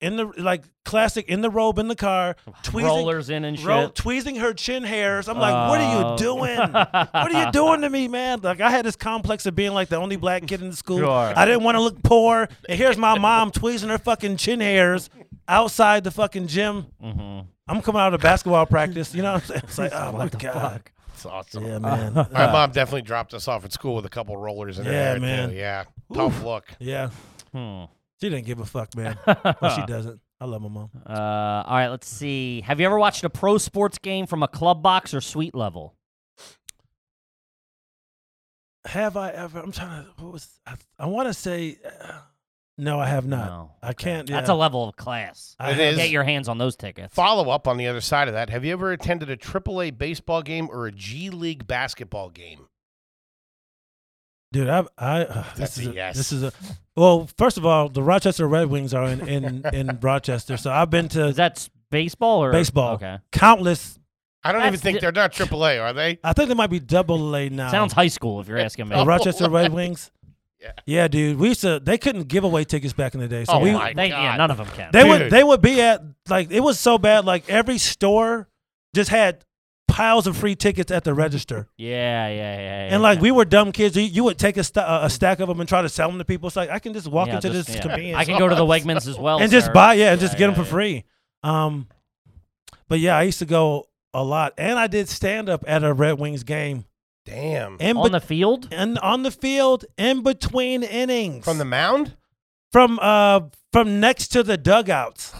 [SPEAKER 5] in the like classic in the robe in the car, tweezing,
[SPEAKER 2] Rollers in and shit.
[SPEAKER 5] ro- tweezing her chin hairs. I'm like, what are
[SPEAKER 2] Oh.
[SPEAKER 5] you doing? what are you doing to me, man? Like I had this complex of being like the only black kid in the school.
[SPEAKER 2] Sure.
[SPEAKER 5] I didn't want to look poor, and here's my mom tweezing her fucking chin hairs outside the fucking gym.
[SPEAKER 2] Mhm.
[SPEAKER 5] I'm coming out of basketball practice. You know what I'm saying? It's like, oh my God.
[SPEAKER 2] Fuck.
[SPEAKER 1] That's awesome.
[SPEAKER 5] Yeah, man. Uh,
[SPEAKER 1] My mom definitely dropped us off at school with a couple rollers in her
[SPEAKER 5] Yeah,
[SPEAKER 1] hair, too.
[SPEAKER 5] man.
[SPEAKER 1] Yeah. Tough look.
[SPEAKER 5] yeah.
[SPEAKER 2] Hmm.
[SPEAKER 5] She didn't give a fuck, man. Well, she doesn't. I love my mom.
[SPEAKER 2] Uh, all right, let's see. Have you ever watched a pro sports game from a club box or suite level?
[SPEAKER 5] Have I ever? I'm trying to. What was? I, I want to say. Uh, no, I have not.
[SPEAKER 2] No.
[SPEAKER 5] I can't. Yeah.
[SPEAKER 2] That's a level of class.
[SPEAKER 5] I
[SPEAKER 1] It
[SPEAKER 5] have-
[SPEAKER 1] is.
[SPEAKER 2] Get your hands on those tickets.
[SPEAKER 1] Follow up on the other side of that. Have you ever attended a AAA baseball game or a G League basketball game?
[SPEAKER 5] Dude, I. I uh,
[SPEAKER 1] That's
[SPEAKER 5] this is
[SPEAKER 1] a
[SPEAKER 5] a,
[SPEAKER 1] yes.
[SPEAKER 5] This is a. Well, first of all, the Rochester Red Wings are in in, in Rochester, so I've been to
[SPEAKER 2] Is that s- baseball or
[SPEAKER 5] Baseball.
[SPEAKER 2] Okay.
[SPEAKER 5] countless.
[SPEAKER 1] I don't even
[SPEAKER 2] That's
[SPEAKER 1] think
[SPEAKER 2] di-
[SPEAKER 1] they're not AAA, are they?
[SPEAKER 5] I think they might be double A now.
[SPEAKER 2] Sounds high school if you're asking me.
[SPEAKER 5] The Rochester Red Wings.
[SPEAKER 1] Yeah.
[SPEAKER 5] Yeah, dude. We used to. They couldn't give away tickets back in the day. So
[SPEAKER 1] Oh,
[SPEAKER 5] we,
[SPEAKER 1] my
[SPEAKER 2] They- yeah,
[SPEAKER 1] God.
[SPEAKER 2] none of them can.
[SPEAKER 5] They
[SPEAKER 1] Dude.
[SPEAKER 5] would they would be at like it was so bad like every store just had piles of free tickets at the register,
[SPEAKER 2] yeah, yeah, yeah, yeah.
[SPEAKER 5] and like we were dumb kids. You, you would take a, st- a stack of them and try to sell them to people. It's like I can just walk
[SPEAKER 2] Yeah,
[SPEAKER 5] into
[SPEAKER 2] just-
[SPEAKER 5] this
[SPEAKER 2] yeah.
[SPEAKER 5] convenience
[SPEAKER 2] I can go to the Wegmans as well
[SPEAKER 5] and just
[SPEAKER 2] sir.
[SPEAKER 5] buy yeah and just
[SPEAKER 2] Yeah,
[SPEAKER 5] get them
[SPEAKER 2] yeah,
[SPEAKER 5] for free. Um, but yeah, I used to go a lot, and I did stand up at a Red Wings game
[SPEAKER 1] Damn.
[SPEAKER 5] and
[SPEAKER 2] on the field.
[SPEAKER 5] and on the field in between innings
[SPEAKER 1] From the mound?
[SPEAKER 5] from uh from next to the dugouts.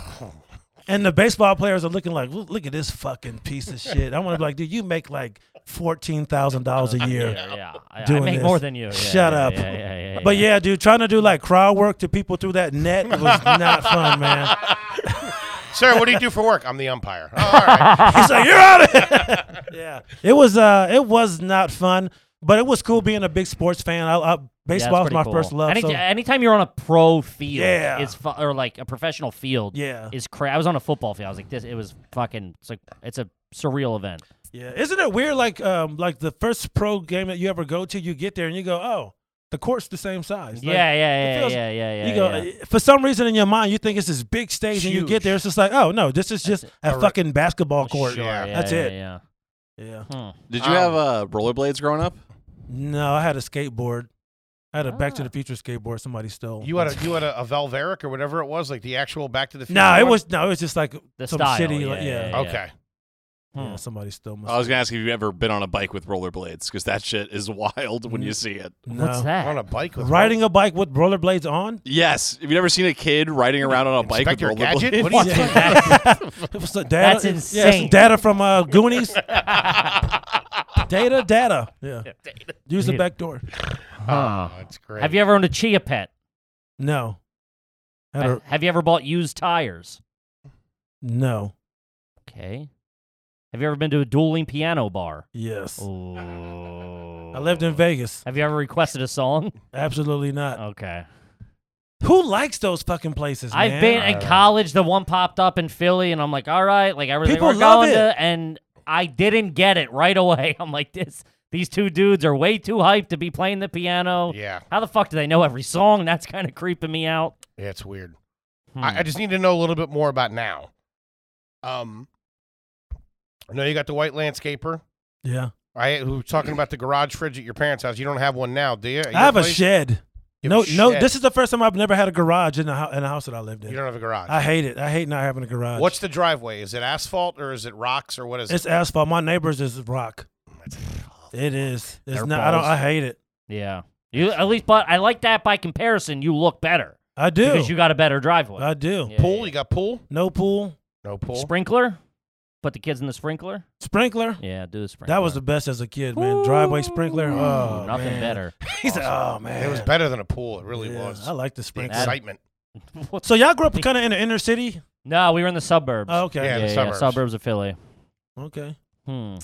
[SPEAKER 5] And the baseball players are looking like, look, look at this fucking piece of shit. I want to be like, dude, you make like fourteen thousand dollars a year.
[SPEAKER 2] Yeah, yeah. I- I,
[SPEAKER 5] Doing
[SPEAKER 2] make
[SPEAKER 5] this.
[SPEAKER 2] more than you. Yeah,
[SPEAKER 5] Shut
[SPEAKER 2] yeah,
[SPEAKER 5] up.
[SPEAKER 2] Yeah, yeah, yeah, yeah,
[SPEAKER 5] But yeah, dude, trying to do like crowd work to people through that net was not fun, man.
[SPEAKER 1] Sir, what do you do for work? I'm the umpire. Oh, all right.
[SPEAKER 5] He's like, you're out of here. yeah, it was. Uh, it was not fun. But it was cool being a big sports fan. I, I,
[SPEAKER 2] Yeah,
[SPEAKER 5] baseball
[SPEAKER 2] it's
[SPEAKER 5] was my
[SPEAKER 2] pretty
[SPEAKER 5] first
[SPEAKER 2] cool.
[SPEAKER 5] love.
[SPEAKER 2] Any-
[SPEAKER 5] so,
[SPEAKER 2] Anytime you're on a pro field,
[SPEAKER 5] Yeah.
[SPEAKER 2] it's fu- or like a professional field,
[SPEAKER 5] Yeah.
[SPEAKER 2] is crazy. I was on a football field. I was like, this. It was fucking. It's like it's a surreal event.
[SPEAKER 5] yeah. Isn't it weird? Like, um, like the first pro game that you ever go to, you get there and you go, oh, the court's the same size. Like,
[SPEAKER 2] yeah, yeah,
[SPEAKER 5] it
[SPEAKER 2] yeah,
[SPEAKER 5] feels-
[SPEAKER 2] yeah, yeah, yeah.
[SPEAKER 5] You go eh,
[SPEAKER 2] yeah.
[SPEAKER 5] for some reason in your mind you think it's this big stage and you get there it's just like oh no this is just a fucking
[SPEAKER 2] Oh,
[SPEAKER 5] basketball court
[SPEAKER 2] Sure,
[SPEAKER 1] Yeah.
[SPEAKER 2] yeah,
[SPEAKER 5] That's
[SPEAKER 2] yeah,
[SPEAKER 5] it.
[SPEAKER 2] Yeah.
[SPEAKER 5] yeah
[SPEAKER 2] Hmm.
[SPEAKER 4] Did you have uh, rollerblades growing up?
[SPEAKER 5] no I had a skateboard I had a Back to
[SPEAKER 2] Ah.
[SPEAKER 5] the Future skateboard somebody stole
[SPEAKER 1] You had a you had a, a Velveric or whatever it was, like the actual Back to the Future.
[SPEAKER 5] no it
[SPEAKER 1] one?
[SPEAKER 5] was no it was just like
[SPEAKER 2] The
[SPEAKER 5] some
[SPEAKER 2] style,
[SPEAKER 5] shitty
[SPEAKER 2] yeah,
[SPEAKER 5] like,
[SPEAKER 2] yeah, yeah.
[SPEAKER 1] okay.
[SPEAKER 5] Yeah,
[SPEAKER 2] Hmm.
[SPEAKER 5] somebody stole my
[SPEAKER 4] I was gonna ask if you've ever been on a bike with rollerblades because that shit is wild when you see it.
[SPEAKER 5] no.
[SPEAKER 2] What's
[SPEAKER 1] On
[SPEAKER 2] that?
[SPEAKER 1] a bike with
[SPEAKER 5] riding a bike with rollerblades on
[SPEAKER 4] Yes, have you ever seen a kid riding around on a bike with
[SPEAKER 1] Inspector Gadget.
[SPEAKER 4] rollerblades?
[SPEAKER 1] What are you
[SPEAKER 5] Yeah.
[SPEAKER 1] doing?
[SPEAKER 5] It was the data,
[SPEAKER 2] That's
[SPEAKER 5] it- yeah, it's
[SPEAKER 2] insane.
[SPEAKER 5] data from uh, Goonies.
[SPEAKER 1] Oh,
[SPEAKER 5] data, data. Yeah. Use the
[SPEAKER 2] Data.
[SPEAKER 5] back door.
[SPEAKER 2] Huh.
[SPEAKER 1] Oh, that's great.
[SPEAKER 2] Have you ever owned a chia pet?
[SPEAKER 5] No. I
[SPEAKER 2] Ha-
[SPEAKER 5] don't-
[SPEAKER 2] Uh, Have you ever bought used tires?
[SPEAKER 5] no.
[SPEAKER 2] Okay. Have you ever been to a dueling piano bar?
[SPEAKER 5] Yes.
[SPEAKER 2] Oh. Oh.
[SPEAKER 5] I lived in Vegas.
[SPEAKER 2] Have you ever requested a song?
[SPEAKER 5] Absolutely not.
[SPEAKER 2] Okay.
[SPEAKER 5] Who likes those fucking places?
[SPEAKER 2] I've
[SPEAKER 5] man? Uh,
[SPEAKER 2] been
[SPEAKER 1] I
[SPEAKER 2] in
[SPEAKER 1] don't-
[SPEAKER 2] college. The one popped up in Philly, and I'm like, all right, like everything
[SPEAKER 5] People
[SPEAKER 2] we're
[SPEAKER 5] love
[SPEAKER 2] going
[SPEAKER 5] it.
[SPEAKER 2] to, and I didn't get it right away. I'm like, this, these two dudes are way too hyped to be playing the piano.
[SPEAKER 1] Yeah,
[SPEAKER 2] How the fuck do they know every song? That's kind of creeping me out.
[SPEAKER 1] yeah, it's weird.
[SPEAKER 2] Hmm.
[SPEAKER 1] I, I just need to know a little bit more about now. Um, I know you got the white landscaper.
[SPEAKER 5] Yeah.
[SPEAKER 1] I who was talking about the garage fridge at your parents' house. You don't have one now, do you? At
[SPEAKER 5] I have
[SPEAKER 1] your
[SPEAKER 5] a
[SPEAKER 1] place?
[SPEAKER 5] shed.
[SPEAKER 1] You
[SPEAKER 5] No,
[SPEAKER 1] have a
[SPEAKER 5] no.
[SPEAKER 1] shed.
[SPEAKER 5] This is the first time I've never had a garage in the, hou- in the house that I lived
[SPEAKER 1] you
[SPEAKER 5] in.
[SPEAKER 1] don't have a garage.
[SPEAKER 5] I hate it. I hate not having a garage.
[SPEAKER 1] What's the driveway? Is it asphalt or is it rocks or what is
[SPEAKER 5] It's
[SPEAKER 1] it?
[SPEAKER 5] asphalt. My neighbors is rock. It is. It's
[SPEAKER 2] Their
[SPEAKER 5] not. I don't.
[SPEAKER 2] balls.
[SPEAKER 5] I hate it.
[SPEAKER 2] Hmm, yeah. You at least, but I like that by comparison. You look better
[SPEAKER 5] I do.
[SPEAKER 2] because you got a better driveway.
[SPEAKER 5] I do.
[SPEAKER 2] Yeah,
[SPEAKER 1] Pool?
[SPEAKER 2] yeah.
[SPEAKER 1] You got pool?
[SPEAKER 5] No pool.
[SPEAKER 1] No pool.
[SPEAKER 2] Sprinkler? Put the kids in the sprinkler?
[SPEAKER 5] Sprinkler.
[SPEAKER 2] Yeah, do the sprinkler.
[SPEAKER 5] That was the best as a kid, man. Driveway sprinkler.
[SPEAKER 2] Ooh,
[SPEAKER 5] Oh,
[SPEAKER 2] nothing
[SPEAKER 5] man.
[SPEAKER 2] better.
[SPEAKER 5] He said, "Oh man,
[SPEAKER 1] It was better than a pool. It really
[SPEAKER 5] Yeah,
[SPEAKER 1] was.
[SPEAKER 5] I like the
[SPEAKER 1] the
[SPEAKER 5] sprinkler.
[SPEAKER 1] excitement.
[SPEAKER 2] What's-
[SPEAKER 5] So y'all grew up kind of in the inner city.
[SPEAKER 2] no, we were in the suburbs.
[SPEAKER 5] Oh, okay.
[SPEAKER 1] Yeah. the suburbs.
[SPEAKER 2] of Philly.
[SPEAKER 5] Okay.
[SPEAKER 2] Hmm.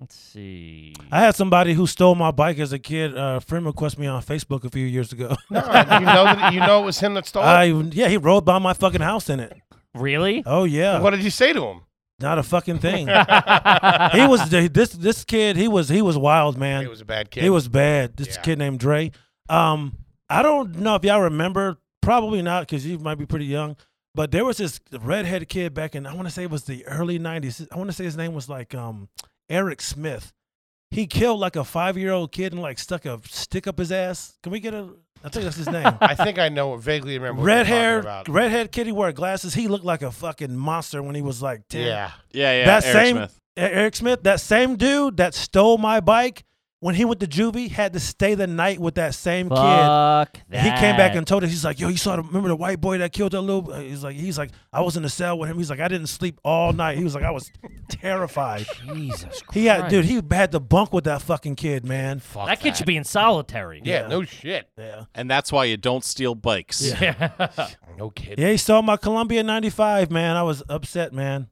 [SPEAKER 2] Let's see.
[SPEAKER 5] I had somebody who stole my bike as a kid. Uh, a friend requested me on Facebook a few years ago.
[SPEAKER 1] No, you know that you know it was him that stole
[SPEAKER 5] I yeah, he rode by my fucking house in it.
[SPEAKER 2] really?
[SPEAKER 5] Oh
[SPEAKER 1] it.
[SPEAKER 5] yeah,
[SPEAKER 1] What did you say to him?
[SPEAKER 5] not a fucking thing. he was this this kid. He was he was wild, man.
[SPEAKER 1] He was a bad kid.
[SPEAKER 5] He was bad. This
[SPEAKER 1] Yeah.
[SPEAKER 5] kid named Dre. Um, I don't know if y'all remember. Probably not, because you might be pretty young. But there was this redheaded kid back in I want to say it was the early '90s. I want to say his name was like um Eric Smith. He killed like a five-year-old kid and like stuck a stick up his ass. Can we get a? I think that's his name.
[SPEAKER 1] I think I know vaguely remember. what you're
[SPEAKER 5] Red
[SPEAKER 1] talking
[SPEAKER 5] hair,
[SPEAKER 1] about.
[SPEAKER 5] red haired kid. He wore glasses. He looked like a fucking monster when he was like ten.
[SPEAKER 1] Yeah.
[SPEAKER 4] Yeah, yeah.
[SPEAKER 5] That
[SPEAKER 4] Eric
[SPEAKER 5] same-
[SPEAKER 4] Smith.
[SPEAKER 5] E- Eric Smith, that same dude that stole my bike when he went to juvie, had to stay the night with that same
[SPEAKER 2] Fuck
[SPEAKER 5] kid.
[SPEAKER 2] that.
[SPEAKER 5] He came back and told us, he's like, yo, you saw the, remember the white boy that killed that little, uh," he's like, he's like, I was in the cell with him. He's like, I didn't sleep all night. He was like, I was terrified.
[SPEAKER 2] Jesus Christ.
[SPEAKER 5] He had, dude, he had to bunk with that fucking kid, man.
[SPEAKER 2] That, kid should be in solitary.
[SPEAKER 1] yeah,
[SPEAKER 5] Yeah.
[SPEAKER 1] No shit.
[SPEAKER 5] Yeah.
[SPEAKER 4] And that's why you don't steal bikes.
[SPEAKER 2] Yeah. what
[SPEAKER 1] No kid.
[SPEAKER 5] Yeah, he stole my Columbia 95, man. I was upset, man.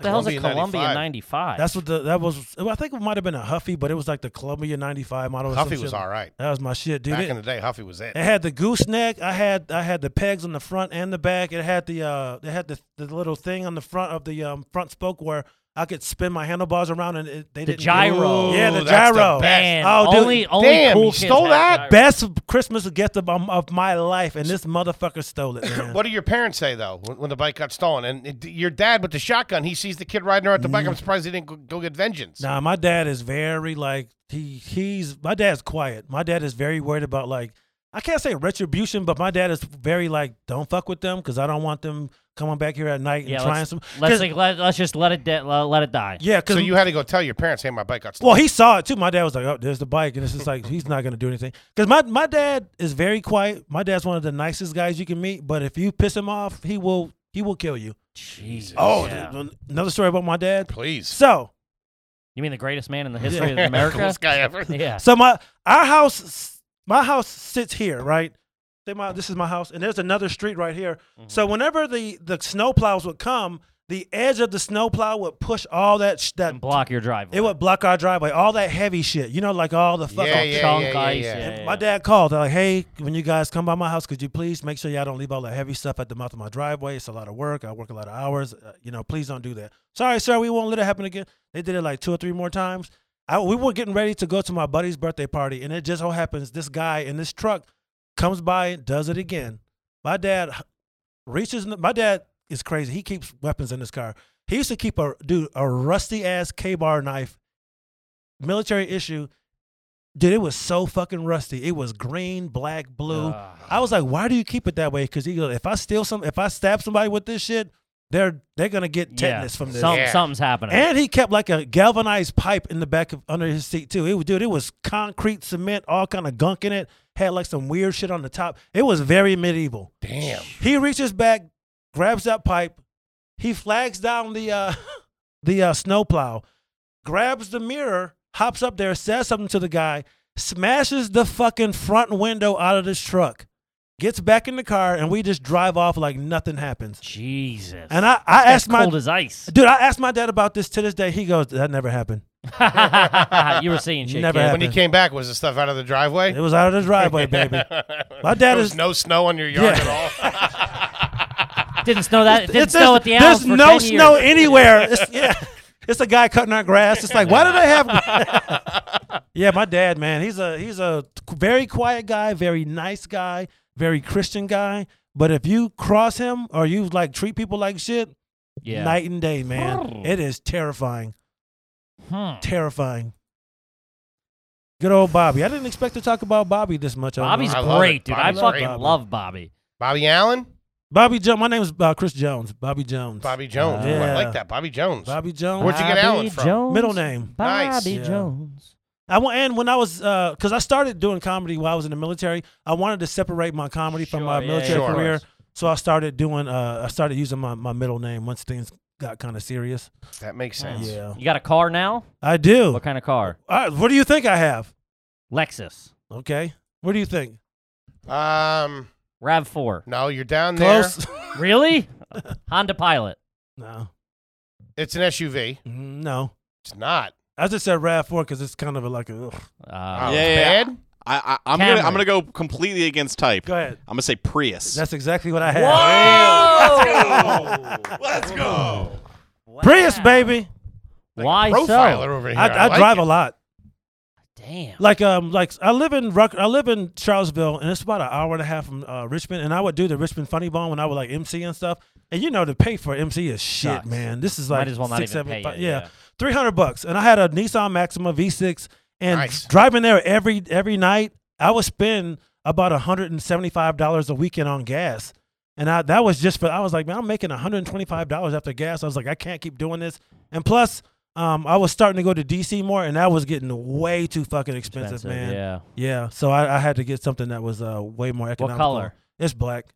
[SPEAKER 2] the hell's a
[SPEAKER 1] Columbia
[SPEAKER 2] Columbia
[SPEAKER 1] 95?
[SPEAKER 2] 95?
[SPEAKER 5] That's what the, that was, I think it might have been a Huffy, but it was like the Columbia 95 model. or some
[SPEAKER 1] Huffy was
[SPEAKER 5] shit.
[SPEAKER 1] all right.
[SPEAKER 5] That was my shit, dude.
[SPEAKER 1] Back
[SPEAKER 5] It-
[SPEAKER 1] in the day, Huffy was it.
[SPEAKER 5] It had the gooseneck. I had I had the pegs on the front and the back. It had the uh it had the, the little thing on the front of the um front spoke where I could spin my handlebars around and it, they
[SPEAKER 2] The
[SPEAKER 5] didn't
[SPEAKER 2] gyro.
[SPEAKER 5] Yeah, the
[SPEAKER 1] Ooh, that's the
[SPEAKER 5] gyro.
[SPEAKER 1] best.
[SPEAKER 2] Man,
[SPEAKER 5] Oh, dude.
[SPEAKER 2] only, only
[SPEAKER 1] Damn,
[SPEAKER 2] cool
[SPEAKER 1] you
[SPEAKER 2] kids
[SPEAKER 1] stole
[SPEAKER 2] have
[SPEAKER 1] that?
[SPEAKER 2] gyro.
[SPEAKER 5] Best Christmas gift of, um, of my life, and this motherfucker stole it. man.
[SPEAKER 1] What do your parents say though when, when the bike got stolen? And it, your dad with the shotgun, he sees the kid riding around the bike. I'm surprised he didn't go, go get vengeance.
[SPEAKER 5] Mm. Nah, my dad is very like he he's my dad's quiet. My dad is very worried about like I can't say retribution, but my dad is very like don't fuck with them because I don't want them coming back here at night and
[SPEAKER 2] Yeah,
[SPEAKER 5] trying some.
[SPEAKER 2] Let's,
[SPEAKER 5] 'cause-
[SPEAKER 2] like, let, let's just let it, de- uh, let, let it die.
[SPEAKER 5] yeah, because
[SPEAKER 1] So you had to go tell your parents, "Hey, my bike got
[SPEAKER 5] Well,
[SPEAKER 1] stolen."
[SPEAKER 5] he saw it too. My dad was like, "Oh, there's the bike," and it's just like he's not gonna do anything. Because my my dad is very quiet. My dad's one of the nicest guys you can meet. But if you piss him off, he will he will kill you.
[SPEAKER 2] Jesus.
[SPEAKER 1] Oh,
[SPEAKER 5] dude,
[SPEAKER 2] Yeah.
[SPEAKER 5] another story about my dad.
[SPEAKER 1] Please.
[SPEAKER 5] So
[SPEAKER 2] You mean the greatest man in the history of America?
[SPEAKER 1] Coolest guy ever.
[SPEAKER 2] yeah.
[SPEAKER 5] so my our house my house sits here, right? Say my this is my house, and there's another street right here. So whenever the the snow plows would come, the edge of the snowplow would push all that sh- that
[SPEAKER 2] and block your driveway.
[SPEAKER 5] it would block our driveway, all that heavy shit. You know, like all the fucking
[SPEAKER 1] Yeah, yeah,
[SPEAKER 2] chunk
[SPEAKER 1] yeah, yeah,
[SPEAKER 2] ice.
[SPEAKER 1] yeah.
[SPEAKER 5] and my dad called. They're like, hey, when you guys come by my house, could you please make sure y'all don't leave all that heavy stuff at the mouth of my driveway? It's a lot of work. I work a lot of hours. Uh, you know, please don't do that. Sorry, sir, we won't let it happen again. They did it like two or three more times. I, we were getting ready to go to my buddy's birthday party, and it just so happens this guy in this truck comes by and does it again. My dad h- reaches. in the- My dad is crazy. He keeps weapons in his car. He used to keep a dude a rusty ass K bar knife, military issue. Dude, it was so fucking rusty. It was green, black, blue.
[SPEAKER 2] Ugh.
[SPEAKER 5] I was like, why do you keep it that way? Because he goes, if I steal some, if I stab somebody with this shit, they're they're gonna get tetanus from this.
[SPEAKER 2] Some-
[SPEAKER 1] Yeah.
[SPEAKER 2] Something's happening.
[SPEAKER 5] And he kept like a galvanized pipe in the back of under his seat too. It was dude, it was concrete, cement, all kind of gunk in it. Had like some weird shit on the top. It was very medieval.
[SPEAKER 1] Damn.
[SPEAKER 5] He reaches back, grabs that pipe. He flags down the uh, the uh, snowplow, grabs the mirror, hops up there, says something to the guy, smashes the fucking front window out of this truck, gets back in the car, and we just drive off like nothing happens.
[SPEAKER 2] Jesus.
[SPEAKER 5] And I, I
[SPEAKER 2] That's
[SPEAKER 5] asked my
[SPEAKER 2] cold as ice.
[SPEAKER 5] dude, I asked my dad about this to this day. He goes, "That never happened."
[SPEAKER 2] Uh, you were seeing shit.
[SPEAKER 5] Never
[SPEAKER 2] kid.
[SPEAKER 5] happened.
[SPEAKER 1] When he came back, was the stuff out of the driveway?
[SPEAKER 5] It was out of the driveway, baby. My dad
[SPEAKER 1] There was
[SPEAKER 5] is-
[SPEAKER 1] no snow on your yard
[SPEAKER 5] Yeah.
[SPEAKER 1] at all.
[SPEAKER 2] Didn't snow that. It didn't
[SPEAKER 5] It's-
[SPEAKER 2] snow at the
[SPEAKER 5] There's
[SPEAKER 2] Alps for
[SPEAKER 5] no
[SPEAKER 2] 10
[SPEAKER 5] snow
[SPEAKER 2] years.
[SPEAKER 5] anywhere. It's, yeah, it's a guy cutting our grass. It's like, why do they have? yeah, my dad, man, he's a he's a very quiet guy, very nice guy, very Christian guy. But if you cross him or you like treat people like shit,
[SPEAKER 2] Yeah.
[SPEAKER 5] night and day, man, it is terrifying,
[SPEAKER 2] Hmm.
[SPEAKER 5] terrifying. Good old Bobby. I didn't expect to talk about Bobby this much. I don't know.
[SPEAKER 2] Bobby's
[SPEAKER 1] I love
[SPEAKER 2] great,
[SPEAKER 1] it.
[SPEAKER 2] dude.
[SPEAKER 1] Bobby's
[SPEAKER 2] I fucking
[SPEAKER 5] great.
[SPEAKER 2] love Bobby.
[SPEAKER 1] Bobby Allen?
[SPEAKER 5] Bobby Jones. My name is uh, Chris Jones. Bobby Jones.
[SPEAKER 1] Bobby Jones. Ooh, I
[SPEAKER 5] Yeah.
[SPEAKER 1] like that. Bobby Jones.
[SPEAKER 5] Bobby Jones.
[SPEAKER 1] Where'd you get Allen
[SPEAKER 2] Bobby
[SPEAKER 1] from?
[SPEAKER 2] Jones.
[SPEAKER 5] Middle name.
[SPEAKER 2] Bobby
[SPEAKER 1] Nice.
[SPEAKER 5] Yeah.
[SPEAKER 2] Jones.
[SPEAKER 5] I want, and when I was, because I started doing comedy while I was in the military, I wanted to separate my comedy from my
[SPEAKER 2] Sure, yeah,
[SPEAKER 5] military
[SPEAKER 1] yeah, of
[SPEAKER 5] career.
[SPEAKER 2] course.
[SPEAKER 5] So I started doing, uh, I started using my, my middle name once things got kind of serious.
[SPEAKER 1] That makes sense.
[SPEAKER 5] Yeah,
[SPEAKER 2] You got a car now?
[SPEAKER 5] I do.
[SPEAKER 2] What kind of car?
[SPEAKER 5] All right, what do you think I have?
[SPEAKER 2] Lexus.
[SPEAKER 5] Okay, what do you think?
[SPEAKER 1] Um,
[SPEAKER 2] Rav Four.
[SPEAKER 1] no, you're down there.
[SPEAKER 5] Close?
[SPEAKER 2] Really? Honda Pilot.
[SPEAKER 5] no,
[SPEAKER 1] It's an SUV.
[SPEAKER 5] Mm, no.
[SPEAKER 1] It's not.
[SPEAKER 5] I just said Rav Four because it's kind of a, like a. ugh.
[SPEAKER 1] Oh,
[SPEAKER 2] Uh,
[SPEAKER 1] it's
[SPEAKER 4] Yeah, yeah.
[SPEAKER 1] bad.
[SPEAKER 4] I, I, I'm gonna
[SPEAKER 2] Camry.
[SPEAKER 4] I'm gonna go completely against type.
[SPEAKER 5] Go ahead.
[SPEAKER 4] I'm gonna say Prius.
[SPEAKER 5] That's exactly what I have.
[SPEAKER 2] Whoa!
[SPEAKER 4] Let's go.
[SPEAKER 5] Prius, baby.
[SPEAKER 2] Why
[SPEAKER 1] Profiler
[SPEAKER 2] so?
[SPEAKER 1] over here.
[SPEAKER 5] I, I,
[SPEAKER 1] like
[SPEAKER 5] drive
[SPEAKER 1] it.
[SPEAKER 5] a lot.
[SPEAKER 2] Damn.
[SPEAKER 5] like um like I live in Ruck I live in Charlesville and it's about an hour and a half from uh, Richmond and I would do the Richmond Funny Bone when I would like MC and stuff and you know the pay for MC is shit
[SPEAKER 2] Sucks.
[SPEAKER 5] man this is
[SPEAKER 2] Might
[SPEAKER 5] like
[SPEAKER 2] as well not
[SPEAKER 5] six,
[SPEAKER 2] even
[SPEAKER 5] seven,
[SPEAKER 2] pay
[SPEAKER 5] fi-
[SPEAKER 2] it,
[SPEAKER 5] yeah,
[SPEAKER 2] yeah.
[SPEAKER 5] three hundred bucks and I had a Nissan Maxima V6 and
[SPEAKER 1] Nice.
[SPEAKER 5] driving there every every night I would spend about hundred and seventy five dollars a weekend on gas and I that was just for I was like man I'm making hundred and twenty five dollars after gas I was like I can't keep doing this and plus. Um, I was starting to go to DC more, and that was getting way too fucking expensive,
[SPEAKER 2] Expensive,
[SPEAKER 5] man.
[SPEAKER 2] Yeah.
[SPEAKER 5] Yeah, so I, I had to get something that was uh, way more
[SPEAKER 2] What
[SPEAKER 5] economical.
[SPEAKER 2] color?
[SPEAKER 5] It's black.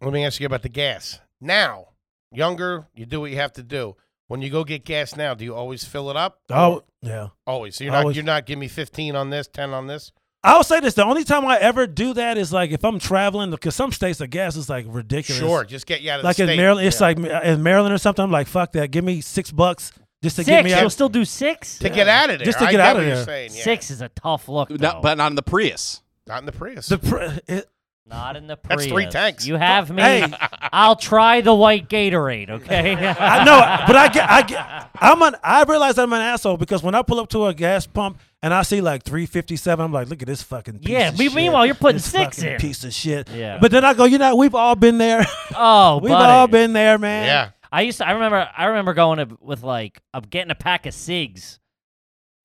[SPEAKER 1] Let me ask you about the gas. Now, younger, you do what you have to do. When you go get gas now, do you always fill it up?
[SPEAKER 5] Oh, yeah.
[SPEAKER 1] always. So you're not
[SPEAKER 5] always.
[SPEAKER 1] you're not give me 15 on this, 10 on this.
[SPEAKER 5] I'll say this: the only time I ever do that is like if I'm traveling, because some states the gas is like ridiculous.
[SPEAKER 1] Sure, just get you out of
[SPEAKER 5] Like
[SPEAKER 1] the state.
[SPEAKER 5] in Maryland, it's
[SPEAKER 1] Yeah.
[SPEAKER 5] like in Maryland or something. I'm like, fuck that. Give me six bucks just to
[SPEAKER 2] six.
[SPEAKER 5] get me
[SPEAKER 2] You'll
[SPEAKER 5] out.
[SPEAKER 2] still do six?
[SPEAKER 1] to get out of there.
[SPEAKER 5] Just to
[SPEAKER 1] I
[SPEAKER 5] get out
[SPEAKER 1] what
[SPEAKER 5] of
[SPEAKER 1] you're
[SPEAKER 5] there.
[SPEAKER 1] saying, yeah.
[SPEAKER 2] Six is a tough look. though.
[SPEAKER 4] Not, but not in the Prius.
[SPEAKER 1] Not in the Prius.
[SPEAKER 5] The pr- it-
[SPEAKER 2] Not in the Prius.
[SPEAKER 1] That's three tanks.
[SPEAKER 2] You have me.
[SPEAKER 5] Oh, Hey.
[SPEAKER 2] I'll try the white Gatorade, okay?
[SPEAKER 5] I know, but I get, I get, I'm an, I realize I'm an asshole because when I pull up to a gas pump and I see like 357, I'm like, look at this fucking. Piece
[SPEAKER 2] Yeah,
[SPEAKER 5] of
[SPEAKER 2] me-
[SPEAKER 5] shit.
[SPEAKER 2] meanwhile, you're putting
[SPEAKER 5] This
[SPEAKER 2] six
[SPEAKER 5] fucking
[SPEAKER 2] in.
[SPEAKER 5] Piece of shit.
[SPEAKER 2] Yeah.
[SPEAKER 5] But then I go, you know, we've all been there.
[SPEAKER 2] oh,
[SPEAKER 5] we've
[SPEAKER 2] buddy.
[SPEAKER 5] all been there, man.
[SPEAKER 1] yeah.
[SPEAKER 2] I used to. I remember. I remember going to, with like I'm getting a pack of cigs,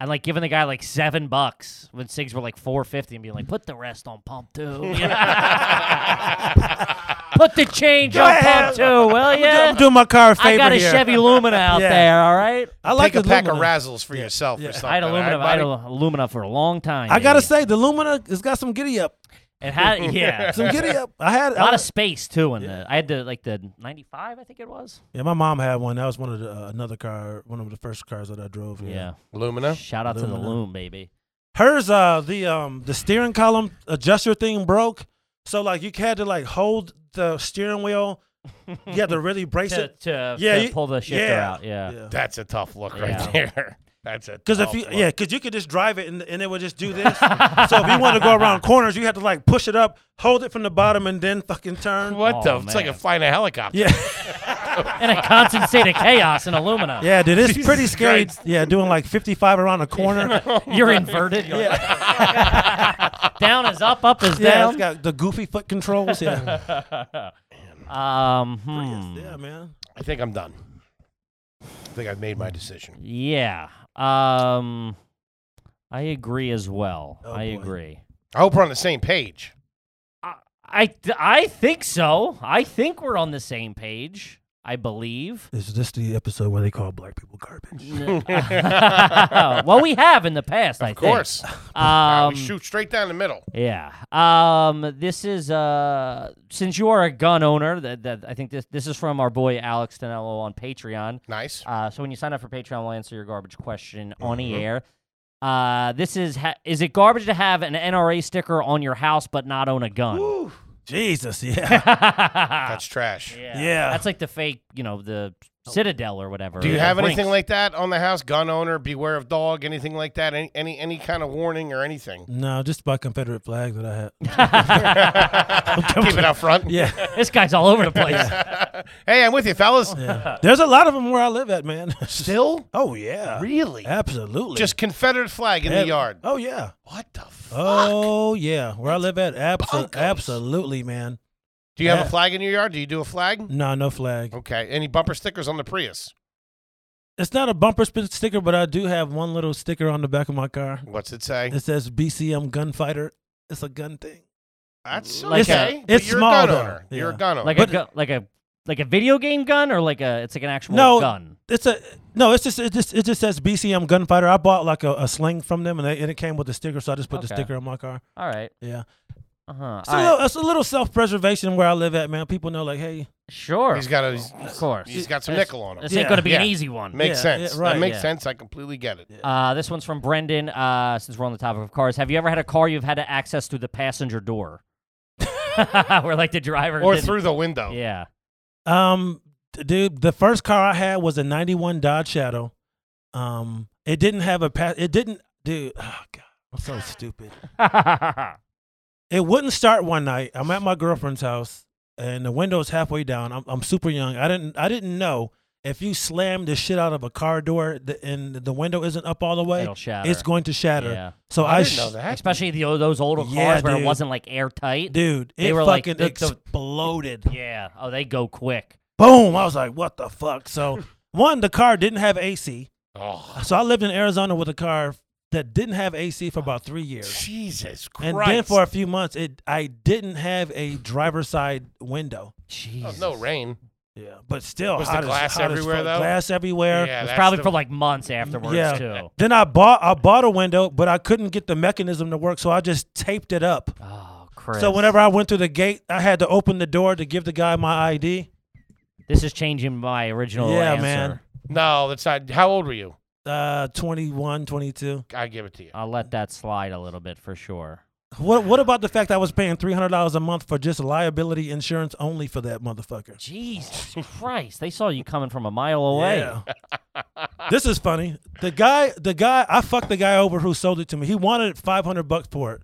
[SPEAKER 2] and like giving the guy like seven bucks when cigs were like four fifty, and being like, "Put the rest on pump two. Put the change
[SPEAKER 5] Go
[SPEAKER 2] on
[SPEAKER 5] ahead.
[SPEAKER 2] pump two, will
[SPEAKER 5] I'm, doing, I'm
[SPEAKER 2] you?
[SPEAKER 5] doing my car a favor
[SPEAKER 2] I got a
[SPEAKER 5] here.
[SPEAKER 2] Chevy Lumina out
[SPEAKER 5] Yeah.
[SPEAKER 2] there. All right.
[SPEAKER 5] I like
[SPEAKER 1] Take a pack of
[SPEAKER 5] aluminum.
[SPEAKER 1] razzles for yourself
[SPEAKER 5] Yeah.
[SPEAKER 1] or something.
[SPEAKER 2] I had
[SPEAKER 1] all
[SPEAKER 2] Lumina.
[SPEAKER 1] right,
[SPEAKER 2] I had
[SPEAKER 1] buddy?
[SPEAKER 2] Lumina for a long time.
[SPEAKER 5] I gotta
[SPEAKER 2] baby.
[SPEAKER 5] say, the Lumina has got some giddy up,
[SPEAKER 2] it had yeah.
[SPEAKER 5] some giddy up. I had
[SPEAKER 2] A lot
[SPEAKER 5] I-
[SPEAKER 2] of space too in the. I had the like the '95, I think it was.
[SPEAKER 5] yeah, my mom had one. That was one of the uh, another car, one of the first cars that I drove.
[SPEAKER 2] Yeah.
[SPEAKER 1] Lumina.
[SPEAKER 2] Shout out to the
[SPEAKER 5] Lumina.
[SPEAKER 2] loom, baby.
[SPEAKER 5] Hers, uh, the um, the steering column adjuster thing broke, so like you had to like hold the steering wheel You have to really brace
[SPEAKER 2] to,
[SPEAKER 5] it.
[SPEAKER 2] to,
[SPEAKER 5] Yeah,
[SPEAKER 2] to
[SPEAKER 5] you-
[SPEAKER 2] pull the shifter
[SPEAKER 5] yeah,
[SPEAKER 2] out. Yeah.
[SPEAKER 1] That's a tough look
[SPEAKER 2] Yeah.
[SPEAKER 1] right there. That's a
[SPEAKER 5] Because
[SPEAKER 1] tough
[SPEAKER 5] if you,
[SPEAKER 1] look.
[SPEAKER 5] yeah, because you could just drive it and, and it would just do this. so if you want to go around corners, you have to like push it up, hold it from the bottom, and then fucking turn.
[SPEAKER 1] What the?
[SPEAKER 2] Oh,
[SPEAKER 1] It's like a
[SPEAKER 2] man.
[SPEAKER 1] flying a helicopter.
[SPEAKER 5] Yeah,
[SPEAKER 2] And a constant state of chaos in aluminum.
[SPEAKER 5] yeah, dude, it's
[SPEAKER 1] Jesus
[SPEAKER 5] pretty scary.
[SPEAKER 1] Christ.
[SPEAKER 5] Yeah, doing like 55 around a corner.
[SPEAKER 2] You're inverted. You're like- down is up, up is
[SPEAKER 5] yeah,
[SPEAKER 2] down.
[SPEAKER 5] it's got the goofy foot controls. Yeah,
[SPEAKER 2] um, hmm.
[SPEAKER 5] yeah, man.
[SPEAKER 1] I think I'm done. I think I've made my decision.
[SPEAKER 2] Yeah. Um, I agree as well.
[SPEAKER 5] Oh,
[SPEAKER 2] I
[SPEAKER 5] boy.
[SPEAKER 2] agree.
[SPEAKER 1] I hope we're on the same page.
[SPEAKER 2] I, th- I think so. I think we're on the same page. I believe.
[SPEAKER 5] Is this the episode where they call black people garbage?
[SPEAKER 2] well, we have in the past. I
[SPEAKER 1] Of course.
[SPEAKER 2] Think.
[SPEAKER 1] Uh,
[SPEAKER 2] Um,
[SPEAKER 1] we shoot straight down the middle.
[SPEAKER 2] Yeah. Um. This is uh. Since you are a gun owner, that, that I think this this is from our boy Alex Danello on Patreon.
[SPEAKER 1] Nice.
[SPEAKER 2] Uh, so when you sign up for Patreon, we'll answer your garbage question on the air. Uh, this is ha- is it garbage to have an NRA sticker on your house but not own a gun?
[SPEAKER 5] Jesus, yeah.
[SPEAKER 1] That's trash.
[SPEAKER 2] Ah. yeah.
[SPEAKER 5] Yeah.
[SPEAKER 2] that's like the fake, you know, the Citadel or whatever.
[SPEAKER 1] Do you
[SPEAKER 2] or
[SPEAKER 1] have
[SPEAKER 2] Brinks.
[SPEAKER 1] anything like that on the house? Gun owner, beware of dog, anything like that? Any any, any kind of warning or anything?
[SPEAKER 5] No, just by Confederate flag that I had.
[SPEAKER 1] Keep it out front.
[SPEAKER 5] Yeah,
[SPEAKER 2] This guy's all over the place.
[SPEAKER 1] hey, I'm with you, fellas.
[SPEAKER 5] yeah. There's a lot of them where I live at, man.
[SPEAKER 1] Still?
[SPEAKER 5] oh yeah,
[SPEAKER 1] Really?
[SPEAKER 5] absolutely.
[SPEAKER 1] Just Confederate flag in
[SPEAKER 5] Ab-
[SPEAKER 1] the yard.
[SPEAKER 5] Oh yeah.
[SPEAKER 1] What the fuck?
[SPEAKER 5] Oh yeah, where I live at, abso-
[SPEAKER 1] bonkers.
[SPEAKER 5] absolutely, man.
[SPEAKER 1] do you have
[SPEAKER 5] yeah.
[SPEAKER 1] a flag in your yard? Do you do a flag?
[SPEAKER 5] No, no flag.
[SPEAKER 1] Okay. Any bumper stickers on the Prius?
[SPEAKER 5] It's not a bumper sp- sticker, but I do have one little sticker on the back of my car.
[SPEAKER 1] What's it say?
[SPEAKER 5] It says BCM gunfighter. It's a gun thing.
[SPEAKER 1] That's
[SPEAKER 2] Like a-
[SPEAKER 1] okay. but
[SPEAKER 5] it's
[SPEAKER 1] you're
[SPEAKER 5] small,
[SPEAKER 1] a gun
[SPEAKER 5] though.
[SPEAKER 1] owner. You're a
[SPEAKER 5] Yeah.
[SPEAKER 1] gun owner.
[SPEAKER 2] like a
[SPEAKER 5] But-
[SPEAKER 2] gu- like a like a video game gun or like a it's like an actual
[SPEAKER 5] No.
[SPEAKER 2] gun.
[SPEAKER 5] It's a no. It's just it just it just says BCM gunfighter. I bought like a, a sling from them, and, they, and it came with the sticker, so I just put
[SPEAKER 2] Okay.
[SPEAKER 5] the sticker on my car.
[SPEAKER 2] All right.
[SPEAKER 5] Yeah,
[SPEAKER 2] Uh huh.
[SPEAKER 5] it's, a little, it's a little self preservation where I live at, man. People know like, hey,
[SPEAKER 2] Sure.
[SPEAKER 1] he's got a he's,
[SPEAKER 2] of course.
[SPEAKER 1] he's got some
[SPEAKER 2] It's-
[SPEAKER 1] nickel on him.
[SPEAKER 2] This ain't gonna be an
[SPEAKER 1] Yeah.
[SPEAKER 2] easy one.
[SPEAKER 1] Makes
[SPEAKER 5] Yeah, yeah,
[SPEAKER 1] sense.
[SPEAKER 5] right.
[SPEAKER 1] that makes
[SPEAKER 2] Yeah.
[SPEAKER 1] sense. I completely get it.
[SPEAKER 2] Uh, this one's from Brendan. Uh, since we're on the topic of cars, have you ever had a car you've had to access through the passenger door, where like the driver
[SPEAKER 1] Or
[SPEAKER 2] didn't-
[SPEAKER 1] through the window.
[SPEAKER 2] Yeah.
[SPEAKER 5] Um, d- dude, the first car I had was a '91 Dodge Shadow. Um, it didn't have a pass. It didn't, dude. Oh god, I'm so stupid. It wouldn't start one night. I'm at my girlfriend's house, and the window's halfway down. I'm, I'm super young. I didn't, I didn't know if you slam the shit out of a car door the, and the window isn't up all the way,
[SPEAKER 2] It'll shatter.
[SPEAKER 5] it's going to shatter.
[SPEAKER 2] Yeah.
[SPEAKER 5] So I,
[SPEAKER 1] Oh, I didn't
[SPEAKER 5] sh-
[SPEAKER 1] know that.
[SPEAKER 2] Especially the those older cars
[SPEAKER 5] Yeah,
[SPEAKER 2] where it
[SPEAKER 5] dude.
[SPEAKER 2] wasn't like airtight.
[SPEAKER 5] dude,
[SPEAKER 2] They
[SPEAKER 5] it
[SPEAKER 2] were like
[SPEAKER 5] fucking
[SPEAKER 2] the- the-
[SPEAKER 5] exploded.
[SPEAKER 2] Yeah. Oh, they go quick.
[SPEAKER 5] Boom! I was like, what the fuck? So one, the car didn't have AC.
[SPEAKER 1] Oh,
[SPEAKER 5] So I lived in Arizona with a car that didn't have AC
[SPEAKER 2] Oh,
[SPEAKER 5] for about three years.
[SPEAKER 1] Jesus Christ.
[SPEAKER 5] And then for a few months, it I didn't have a driver's side window.
[SPEAKER 1] Oh,
[SPEAKER 2] Jeez.
[SPEAKER 1] no rain.
[SPEAKER 5] Yeah, but still,
[SPEAKER 1] Was the
[SPEAKER 5] hot as-
[SPEAKER 1] glass
[SPEAKER 5] hot as
[SPEAKER 1] everywhere,
[SPEAKER 5] fuck.
[SPEAKER 1] though?
[SPEAKER 5] Glass everywhere.
[SPEAKER 2] It was
[SPEAKER 1] that's
[SPEAKER 2] probably
[SPEAKER 1] the-
[SPEAKER 2] for like months afterwards
[SPEAKER 5] Yeah.
[SPEAKER 2] too.
[SPEAKER 5] Then I bought I bought a window, but I couldn't get the mechanism to work, so I just taped it up.
[SPEAKER 2] Oh, Chris.
[SPEAKER 5] So whenever I went through the gate, I had to open the door to give the guy my ID.
[SPEAKER 2] this is changing my original
[SPEAKER 5] Yeah,
[SPEAKER 2] answer.
[SPEAKER 5] man.
[SPEAKER 1] No, that's not. How old were you?
[SPEAKER 5] Uh, 21, 22.
[SPEAKER 1] I give it to you.
[SPEAKER 2] I'll let that slide a little bit for sure.
[SPEAKER 5] What what about the fact I was paying three hundred dollars a month for just liability insurance only for that motherfucker?
[SPEAKER 2] Jesus Christ! They saw you coming from a mile away.
[SPEAKER 5] Yeah. this is funny. The guy, the guy, I fucked the guy over who sold it to me. He wanted 500 bucks for it,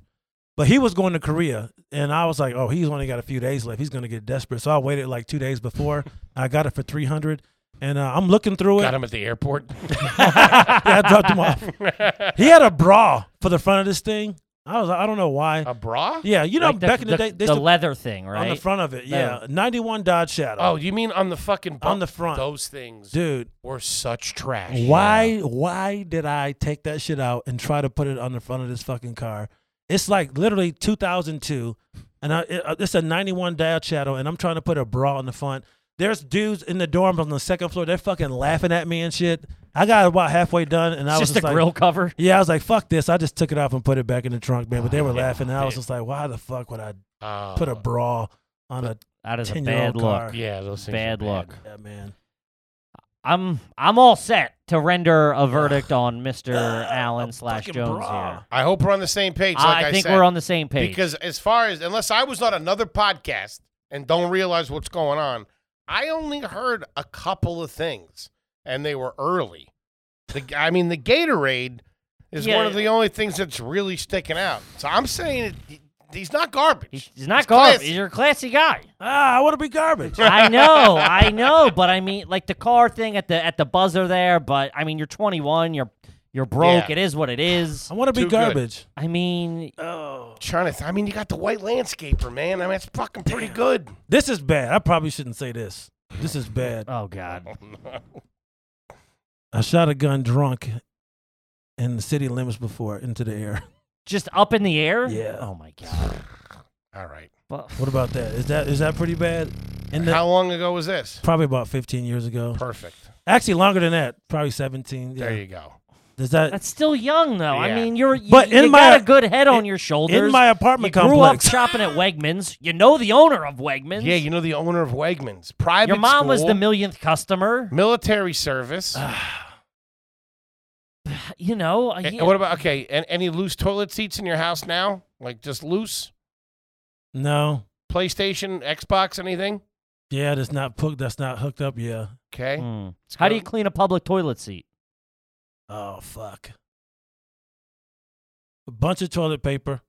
[SPEAKER 5] but he was going to Korea, and I was like, oh, he's only got a few days left. He's going to get desperate. So I waited like two days before. I got it for 300, and uh, I'm looking through it.
[SPEAKER 1] Got him at the airport.
[SPEAKER 5] Yeah, I dropped him off. he had a bra for the front of this thing. I was like, I don't know why.
[SPEAKER 1] a bra?
[SPEAKER 5] Yeah, you know,
[SPEAKER 2] Like
[SPEAKER 5] back in the, day,
[SPEAKER 2] the,
[SPEAKER 5] they used to-
[SPEAKER 2] leather thing, right?
[SPEAKER 5] on the front of it. Yeah, 91 Dodge Shadow.
[SPEAKER 1] Oh, you mean on the fucking bump?
[SPEAKER 5] the front.
[SPEAKER 1] Those things
[SPEAKER 5] dude.
[SPEAKER 1] were such trash.
[SPEAKER 5] Why why did I take that shit out and try to put it on the front of this fucking car? It's like literally 2002, and I, it, uh, it's a 91 Dodge Shadow, and I'm trying to put a bra on the front. There's dudes in the dorms on the second floor. They're fucking laughing at me and shit. I got about halfway done, and I
[SPEAKER 2] It's
[SPEAKER 5] was
[SPEAKER 2] just a
[SPEAKER 5] like,
[SPEAKER 2] grill cover.
[SPEAKER 5] "Yeah," I was like, "Fuck this!" I just took it off and put it back in the trunk, man. But
[SPEAKER 2] Ah,
[SPEAKER 5] they were laughing, and I was just like, "Why the fuck would I
[SPEAKER 1] Uh,
[SPEAKER 5] put a
[SPEAKER 2] Uh-huh.
[SPEAKER 5] bra on a
[SPEAKER 2] That is a
[SPEAKER 5] 10-year-old
[SPEAKER 2] bad look.
[SPEAKER 5] car.
[SPEAKER 1] Yeah, those things.
[SPEAKER 2] Bad
[SPEAKER 1] were
[SPEAKER 2] look.
[SPEAKER 5] yeah, man?"
[SPEAKER 2] I'm I'm all set to render a verdict on Mr. Allen slash
[SPEAKER 5] fucking
[SPEAKER 2] Jones
[SPEAKER 5] bra.
[SPEAKER 2] here.
[SPEAKER 1] I hope we're on the same page. Like
[SPEAKER 2] I,
[SPEAKER 1] I,
[SPEAKER 2] think
[SPEAKER 1] said.
[SPEAKER 2] we're on the same page.
[SPEAKER 1] Because as far as unless I was on another podcast and don't realize what's going on, I only heard a couple of things, and they were early. The, I mean, the Gatorade is
[SPEAKER 2] Yeah.
[SPEAKER 1] one of the only things that's really sticking out. So I'm saying it, he's not garbage.
[SPEAKER 2] He's, he's not garbage.
[SPEAKER 1] classy.
[SPEAKER 2] He's a classy guy.
[SPEAKER 5] Ah, I want to be garbage.
[SPEAKER 2] I know, I know, but I mean, like the car thing at the at the buzzer there. But I mean, you're 21. You're you're broke.
[SPEAKER 1] Yeah.
[SPEAKER 2] It is what it is.
[SPEAKER 5] I want to
[SPEAKER 1] Too
[SPEAKER 5] be
[SPEAKER 1] good.
[SPEAKER 5] garbage.
[SPEAKER 2] I mean,
[SPEAKER 5] Oh,
[SPEAKER 1] trying to. Th- I mean, you got the white landscaper, man. I mean, it's fucking pretty good.
[SPEAKER 5] this is bad. I probably shouldn't say this. This is bad.
[SPEAKER 2] oh god.
[SPEAKER 5] I shot a gun drunk in the city limits before into the air.
[SPEAKER 2] just up in the air.
[SPEAKER 5] Yeah.
[SPEAKER 2] Oh my god.
[SPEAKER 1] All right.
[SPEAKER 2] But
[SPEAKER 5] What about that? Is that is that pretty bad? And the,
[SPEAKER 1] How long ago was this?
[SPEAKER 5] probably about 15 years ago.
[SPEAKER 1] Perfect.
[SPEAKER 5] Actually, longer than that. Probably 17. Yeah.
[SPEAKER 1] There you go.
[SPEAKER 5] Does that
[SPEAKER 2] that's still young though. I
[SPEAKER 1] Yeah.
[SPEAKER 2] mean, you're you,
[SPEAKER 5] But
[SPEAKER 2] you
[SPEAKER 5] in my-
[SPEAKER 2] got a good head on
[SPEAKER 5] in-
[SPEAKER 2] your shoulders.
[SPEAKER 5] in my
[SPEAKER 2] you
[SPEAKER 5] apartment
[SPEAKER 2] grew
[SPEAKER 5] complex?
[SPEAKER 2] up shopping at Wegmans. You know the owner of Wegmans.
[SPEAKER 1] Yeah, you know the owner of Wegmans. Private.
[SPEAKER 2] your mom was the
[SPEAKER 1] school,
[SPEAKER 2] millionth customer.
[SPEAKER 1] military service.
[SPEAKER 2] You know. uh,
[SPEAKER 1] And-
[SPEAKER 2] yeah.
[SPEAKER 1] and what about okay? And any loose toilet seats in your house now? Like just loose
[SPEAKER 5] no.
[SPEAKER 1] PlayStation, Xbox, anything?
[SPEAKER 5] Yeah, that's not hooked. That's not hooked up. Yeah.
[SPEAKER 1] Okay.
[SPEAKER 5] Mm.
[SPEAKER 2] Hmm.
[SPEAKER 1] let's
[SPEAKER 2] How
[SPEAKER 1] go.
[SPEAKER 2] do you clean a public toilet seat?
[SPEAKER 5] Oh fuck. A bunch of toilet paper.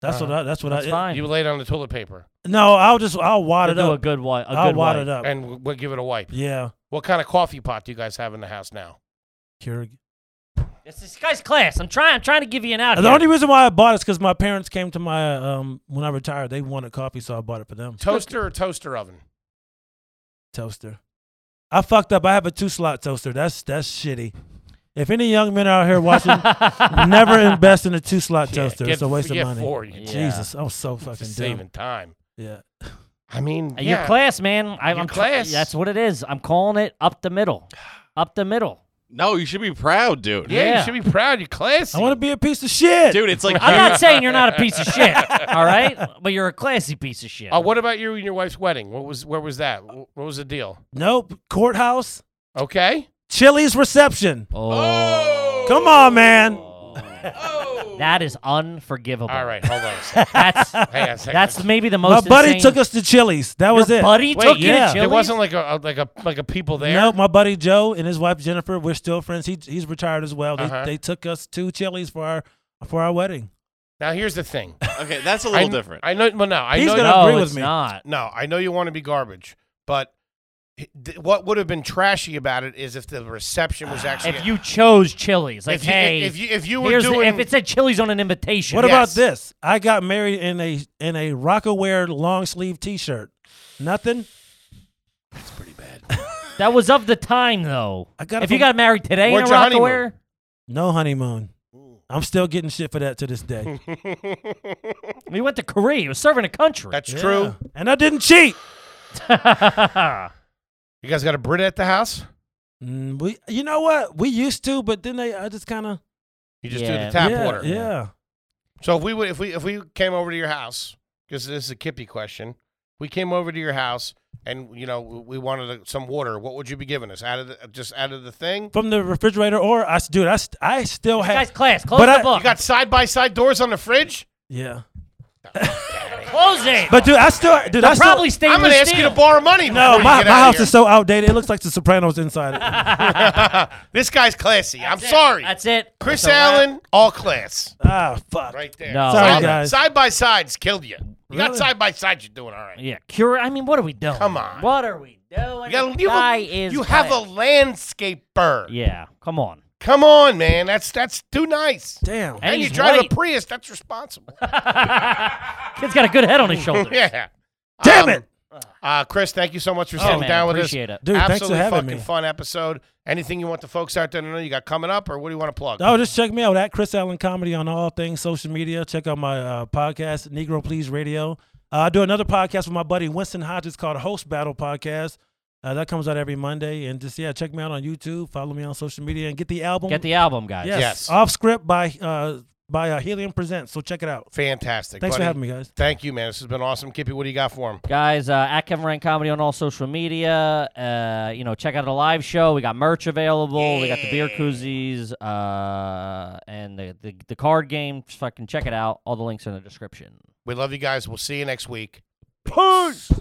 [SPEAKER 5] That's
[SPEAKER 1] Uh-huh.
[SPEAKER 5] what I. That's what
[SPEAKER 2] That's
[SPEAKER 5] I. uh,
[SPEAKER 2] fine.
[SPEAKER 1] You laid on the toilet paper
[SPEAKER 5] No, I'll just I'll wad
[SPEAKER 2] You'll
[SPEAKER 5] it
[SPEAKER 2] do a
[SPEAKER 5] up.
[SPEAKER 2] good wipe. A
[SPEAKER 5] I'll
[SPEAKER 2] good
[SPEAKER 5] wad
[SPEAKER 2] wipe.
[SPEAKER 5] it up.
[SPEAKER 1] and we'll, we'll give it a wipe.
[SPEAKER 5] Yeah,
[SPEAKER 1] What kind of coffee pot do you guys have in the house now?
[SPEAKER 5] Keurig.
[SPEAKER 2] It's this guy's class. I'm trying. I'm trying to give you an out.
[SPEAKER 5] The
[SPEAKER 2] here.
[SPEAKER 5] only reason why I bought it is because my parents came to my um when I retired. They wanted coffee, so I bought it for them.
[SPEAKER 1] Toaster or toaster oven?
[SPEAKER 5] Toaster. I fucked up. I have a two slot toaster. That's that's shitty. If any young men out here watching, never invest in a two slot toaster.
[SPEAKER 1] Get-
[SPEAKER 5] it's a waste of
[SPEAKER 1] get
[SPEAKER 5] money.
[SPEAKER 1] Four. You
[SPEAKER 2] Yeah.
[SPEAKER 5] Jesus, I was so fucking
[SPEAKER 1] Just
[SPEAKER 5] dumb.
[SPEAKER 1] saving time.
[SPEAKER 5] Yeah.
[SPEAKER 1] I mean,
[SPEAKER 2] Uh,
[SPEAKER 1] yeah.
[SPEAKER 2] Your class, man. I,
[SPEAKER 1] Your
[SPEAKER 2] I'm tr-
[SPEAKER 1] class.
[SPEAKER 2] that's what it is. I'm calling it up the middle. Up the middle.
[SPEAKER 4] No, you should be proud, dude.
[SPEAKER 1] yeah,
[SPEAKER 2] Yeah.
[SPEAKER 1] you should be proud. You're classy.
[SPEAKER 5] I want to be a piece of shit.
[SPEAKER 4] Dude, it's like
[SPEAKER 2] I'm not saying you're not a piece of shit, all right? But you're a classy piece of shit.
[SPEAKER 1] Uh, what about you and your wife's wedding? What was where was that? Wh- What was the deal?
[SPEAKER 5] Nope. Courthouse.
[SPEAKER 1] Okay.
[SPEAKER 5] Chili's reception.
[SPEAKER 2] oh,
[SPEAKER 5] Come on, man.
[SPEAKER 2] that is unforgivable.
[SPEAKER 1] Oh. All right. Hold on. A second.
[SPEAKER 2] that's
[SPEAKER 1] Hang on a second.
[SPEAKER 2] that's maybe the
[SPEAKER 5] My
[SPEAKER 2] most.
[SPEAKER 5] buddy
[SPEAKER 2] insane-
[SPEAKER 5] took us to Chili's. That
[SPEAKER 2] Your
[SPEAKER 5] was it.
[SPEAKER 2] Buddy
[SPEAKER 1] Wait,
[SPEAKER 2] took you to
[SPEAKER 5] yeah. There
[SPEAKER 1] there
[SPEAKER 2] Chili's?
[SPEAKER 1] wasn't like a a- like a like a people there.
[SPEAKER 5] No, my buddy Joe and his wife Jennifer, we're still friends. He, he's retired as well. They,
[SPEAKER 1] Uh-huh.
[SPEAKER 5] they took us to Chili's for our for our wedding.
[SPEAKER 1] Now here's the thing.
[SPEAKER 4] okay, that's a
[SPEAKER 1] I
[SPEAKER 4] little
[SPEAKER 1] kn-
[SPEAKER 4] different.
[SPEAKER 1] I know. Well, no, I
[SPEAKER 5] He's
[SPEAKER 1] know.
[SPEAKER 5] gonna-
[SPEAKER 2] no,
[SPEAKER 5] agree with
[SPEAKER 2] it's
[SPEAKER 5] me.
[SPEAKER 2] not.
[SPEAKER 1] no, I know you want to be garbage, but h- th- what would have been trashy about it is if the reception was actually
[SPEAKER 2] Ah, If you chose Chili's, like
[SPEAKER 1] if you,
[SPEAKER 2] hey,
[SPEAKER 1] if you if you were
[SPEAKER 2] here's the-
[SPEAKER 1] doing
[SPEAKER 2] if it said Chili's on an invitation,
[SPEAKER 5] What
[SPEAKER 1] Yeah.
[SPEAKER 5] about
[SPEAKER 1] Yes.
[SPEAKER 5] this? I got married in a in a Rockaware long sleeve T shirt. Nothing.
[SPEAKER 2] that was of the time though.
[SPEAKER 5] I got it
[SPEAKER 2] if you
[SPEAKER 5] from-
[SPEAKER 2] got married today in a
[SPEAKER 1] Where'd your honeymoon?
[SPEAKER 2] Rockaware,
[SPEAKER 5] No honeymoon. I'm still getting shit for that to this day.
[SPEAKER 2] we went to Korea. He was serving a country.
[SPEAKER 1] that's
[SPEAKER 5] Yeah.
[SPEAKER 1] true.
[SPEAKER 5] And I didn't cheat.
[SPEAKER 1] You guys got a Brit at the house?
[SPEAKER 5] Mm, we, you know what? We used to, but then they, I just kind of
[SPEAKER 1] You just do
[SPEAKER 2] Yeah.
[SPEAKER 1] the tap
[SPEAKER 5] yeah,
[SPEAKER 1] water.
[SPEAKER 5] Yeah.
[SPEAKER 1] So if we would, if we if we came over to your house, because this is a Kippy question, we came over to your house and you know we wanted a, some water. What would you be giving us out of the, just out of the thing?
[SPEAKER 5] From the refrigerator, or I, s- dude, I, st- I still
[SPEAKER 2] This
[SPEAKER 5] have.
[SPEAKER 2] guy's class. Close
[SPEAKER 5] But
[SPEAKER 2] the
[SPEAKER 5] I-
[SPEAKER 2] book.
[SPEAKER 1] You got side by side doors on the fridge.
[SPEAKER 5] Yeah.
[SPEAKER 2] Close it.
[SPEAKER 5] But dude, I still, dude, I
[SPEAKER 2] They'll
[SPEAKER 5] still,
[SPEAKER 2] probably stay
[SPEAKER 1] I'm
[SPEAKER 2] with
[SPEAKER 1] gonna ask you to
[SPEAKER 2] Steel.
[SPEAKER 1] borrow money. before
[SPEAKER 5] No,
[SPEAKER 1] you
[SPEAKER 5] my,
[SPEAKER 1] get out
[SPEAKER 5] my
[SPEAKER 1] of
[SPEAKER 5] house
[SPEAKER 1] here.
[SPEAKER 5] is so outdated. It looks like The Sopranos inside it.
[SPEAKER 1] This guy's classy. I'm
[SPEAKER 2] That's it.
[SPEAKER 1] sorry.
[SPEAKER 2] That's it.
[SPEAKER 1] Chris
[SPEAKER 2] That's a wrap.
[SPEAKER 1] Allen, all class,
[SPEAKER 5] ah, fuck.
[SPEAKER 1] right there.
[SPEAKER 2] No.
[SPEAKER 5] Sorry,
[SPEAKER 1] Side-
[SPEAKER 5] guys.
[SPEAKER 1] Side by sides killed you. You got
[SPEAKER 5] Really?
[SPEAKER 1] side by sides. You're doing all right.
[SPEAKER 2] Yeah, cure. I mean, what are we doing?
[SPEAKER 1] Come on.
[SPEAKER 2] What are we doing?
[SPEAKER 1] You, got,
[SPEAKER 2] This
[SPEAKER 1] you,
[SPEAKER 2] guy
[SPEAKER 1] have, a-
[SPEAKER 2] is.
[SPEAKER 1] you have a
[SPEAKER 2] class.
[SPEAKER 1] landscaper.
[SPEAKER 2] Yeah. Come on.
[SPEAKER 1] Come on, man. That's that's too nice.
[SPEAKER 5] Damn.
[SPEAKER 2] And
[SPEAKER 1] and you
[SPEAKER 2] he's
[SPEAKER 1] drive
[SPEAKER 2] white.
[SPEAKER 1] a Prius, that's responsible.
[SPEAKER 2] Kid's got a good head on his shoulders.
[SPEAKER 1] yeah.
[SPEAKER 5] Damn
[SPEAKER 1] Um,
[SPEAKER 5] it.
[SPEAKER 1] Uh, Chris, thank you so much for
[SPEAKER 2] Oh,
[SPEAKER 1] sitting
[SPEAKER 2] man,
[SPEAKER 1] down with
[SPEAKER 2] appreciate
[SPEAKER 1] us.
[SPEAKER 2] it.
[SPEAKER 5] Dude,
[SPEAKER 1] Absolutely
[SPEAKER 5] thanks for having
[SPEAKER 1] fucking
[SPEAKER 5] me.
[SPEAKER 1] fun episode. Anything you want the folks out there to know you got coming up, or what do you want to plug?
[SPEAKER 5] Oh, just check me out at Chris Allen Comedy on all things social media. Check out my uh, podcast, Negro Please Radio. Uh, I do another podcast with my buddy Winston Hodges called Host Battle Podcast. Uh, that comes out every Monday. And just, yeah, check me out on YouTube. Follow me on social media and get the album.
[SPEAKER 2] Get the album, guys.
[SPEAKER 5] yes,
[SPEAKER 1] Yes.
[SPEAKER 5] Off script by, uh, by uh, Helium Presents. So check it out.
[SPEAKER 1] Fantastic.
[SPEAKER 5] Thanks
[SPEAKER 1] buddy.
[SPEAKER 5] for having me, guys.
[SPEAKER 1] Thank you, man. This has been awesome. Kippy, what do you got for him?
[SPEAKER 2] Guys, uh, at Kevin Rand Comedy on all social media. Uh, you know, check out the live show. We got merch available. We got the beer koozies uh, and the, the the card game. Just fucking check it out. All the links are in the description.
[SPEAKER 1] We love you guys. We'll see you next week.
[SPEAKER 5] Peace.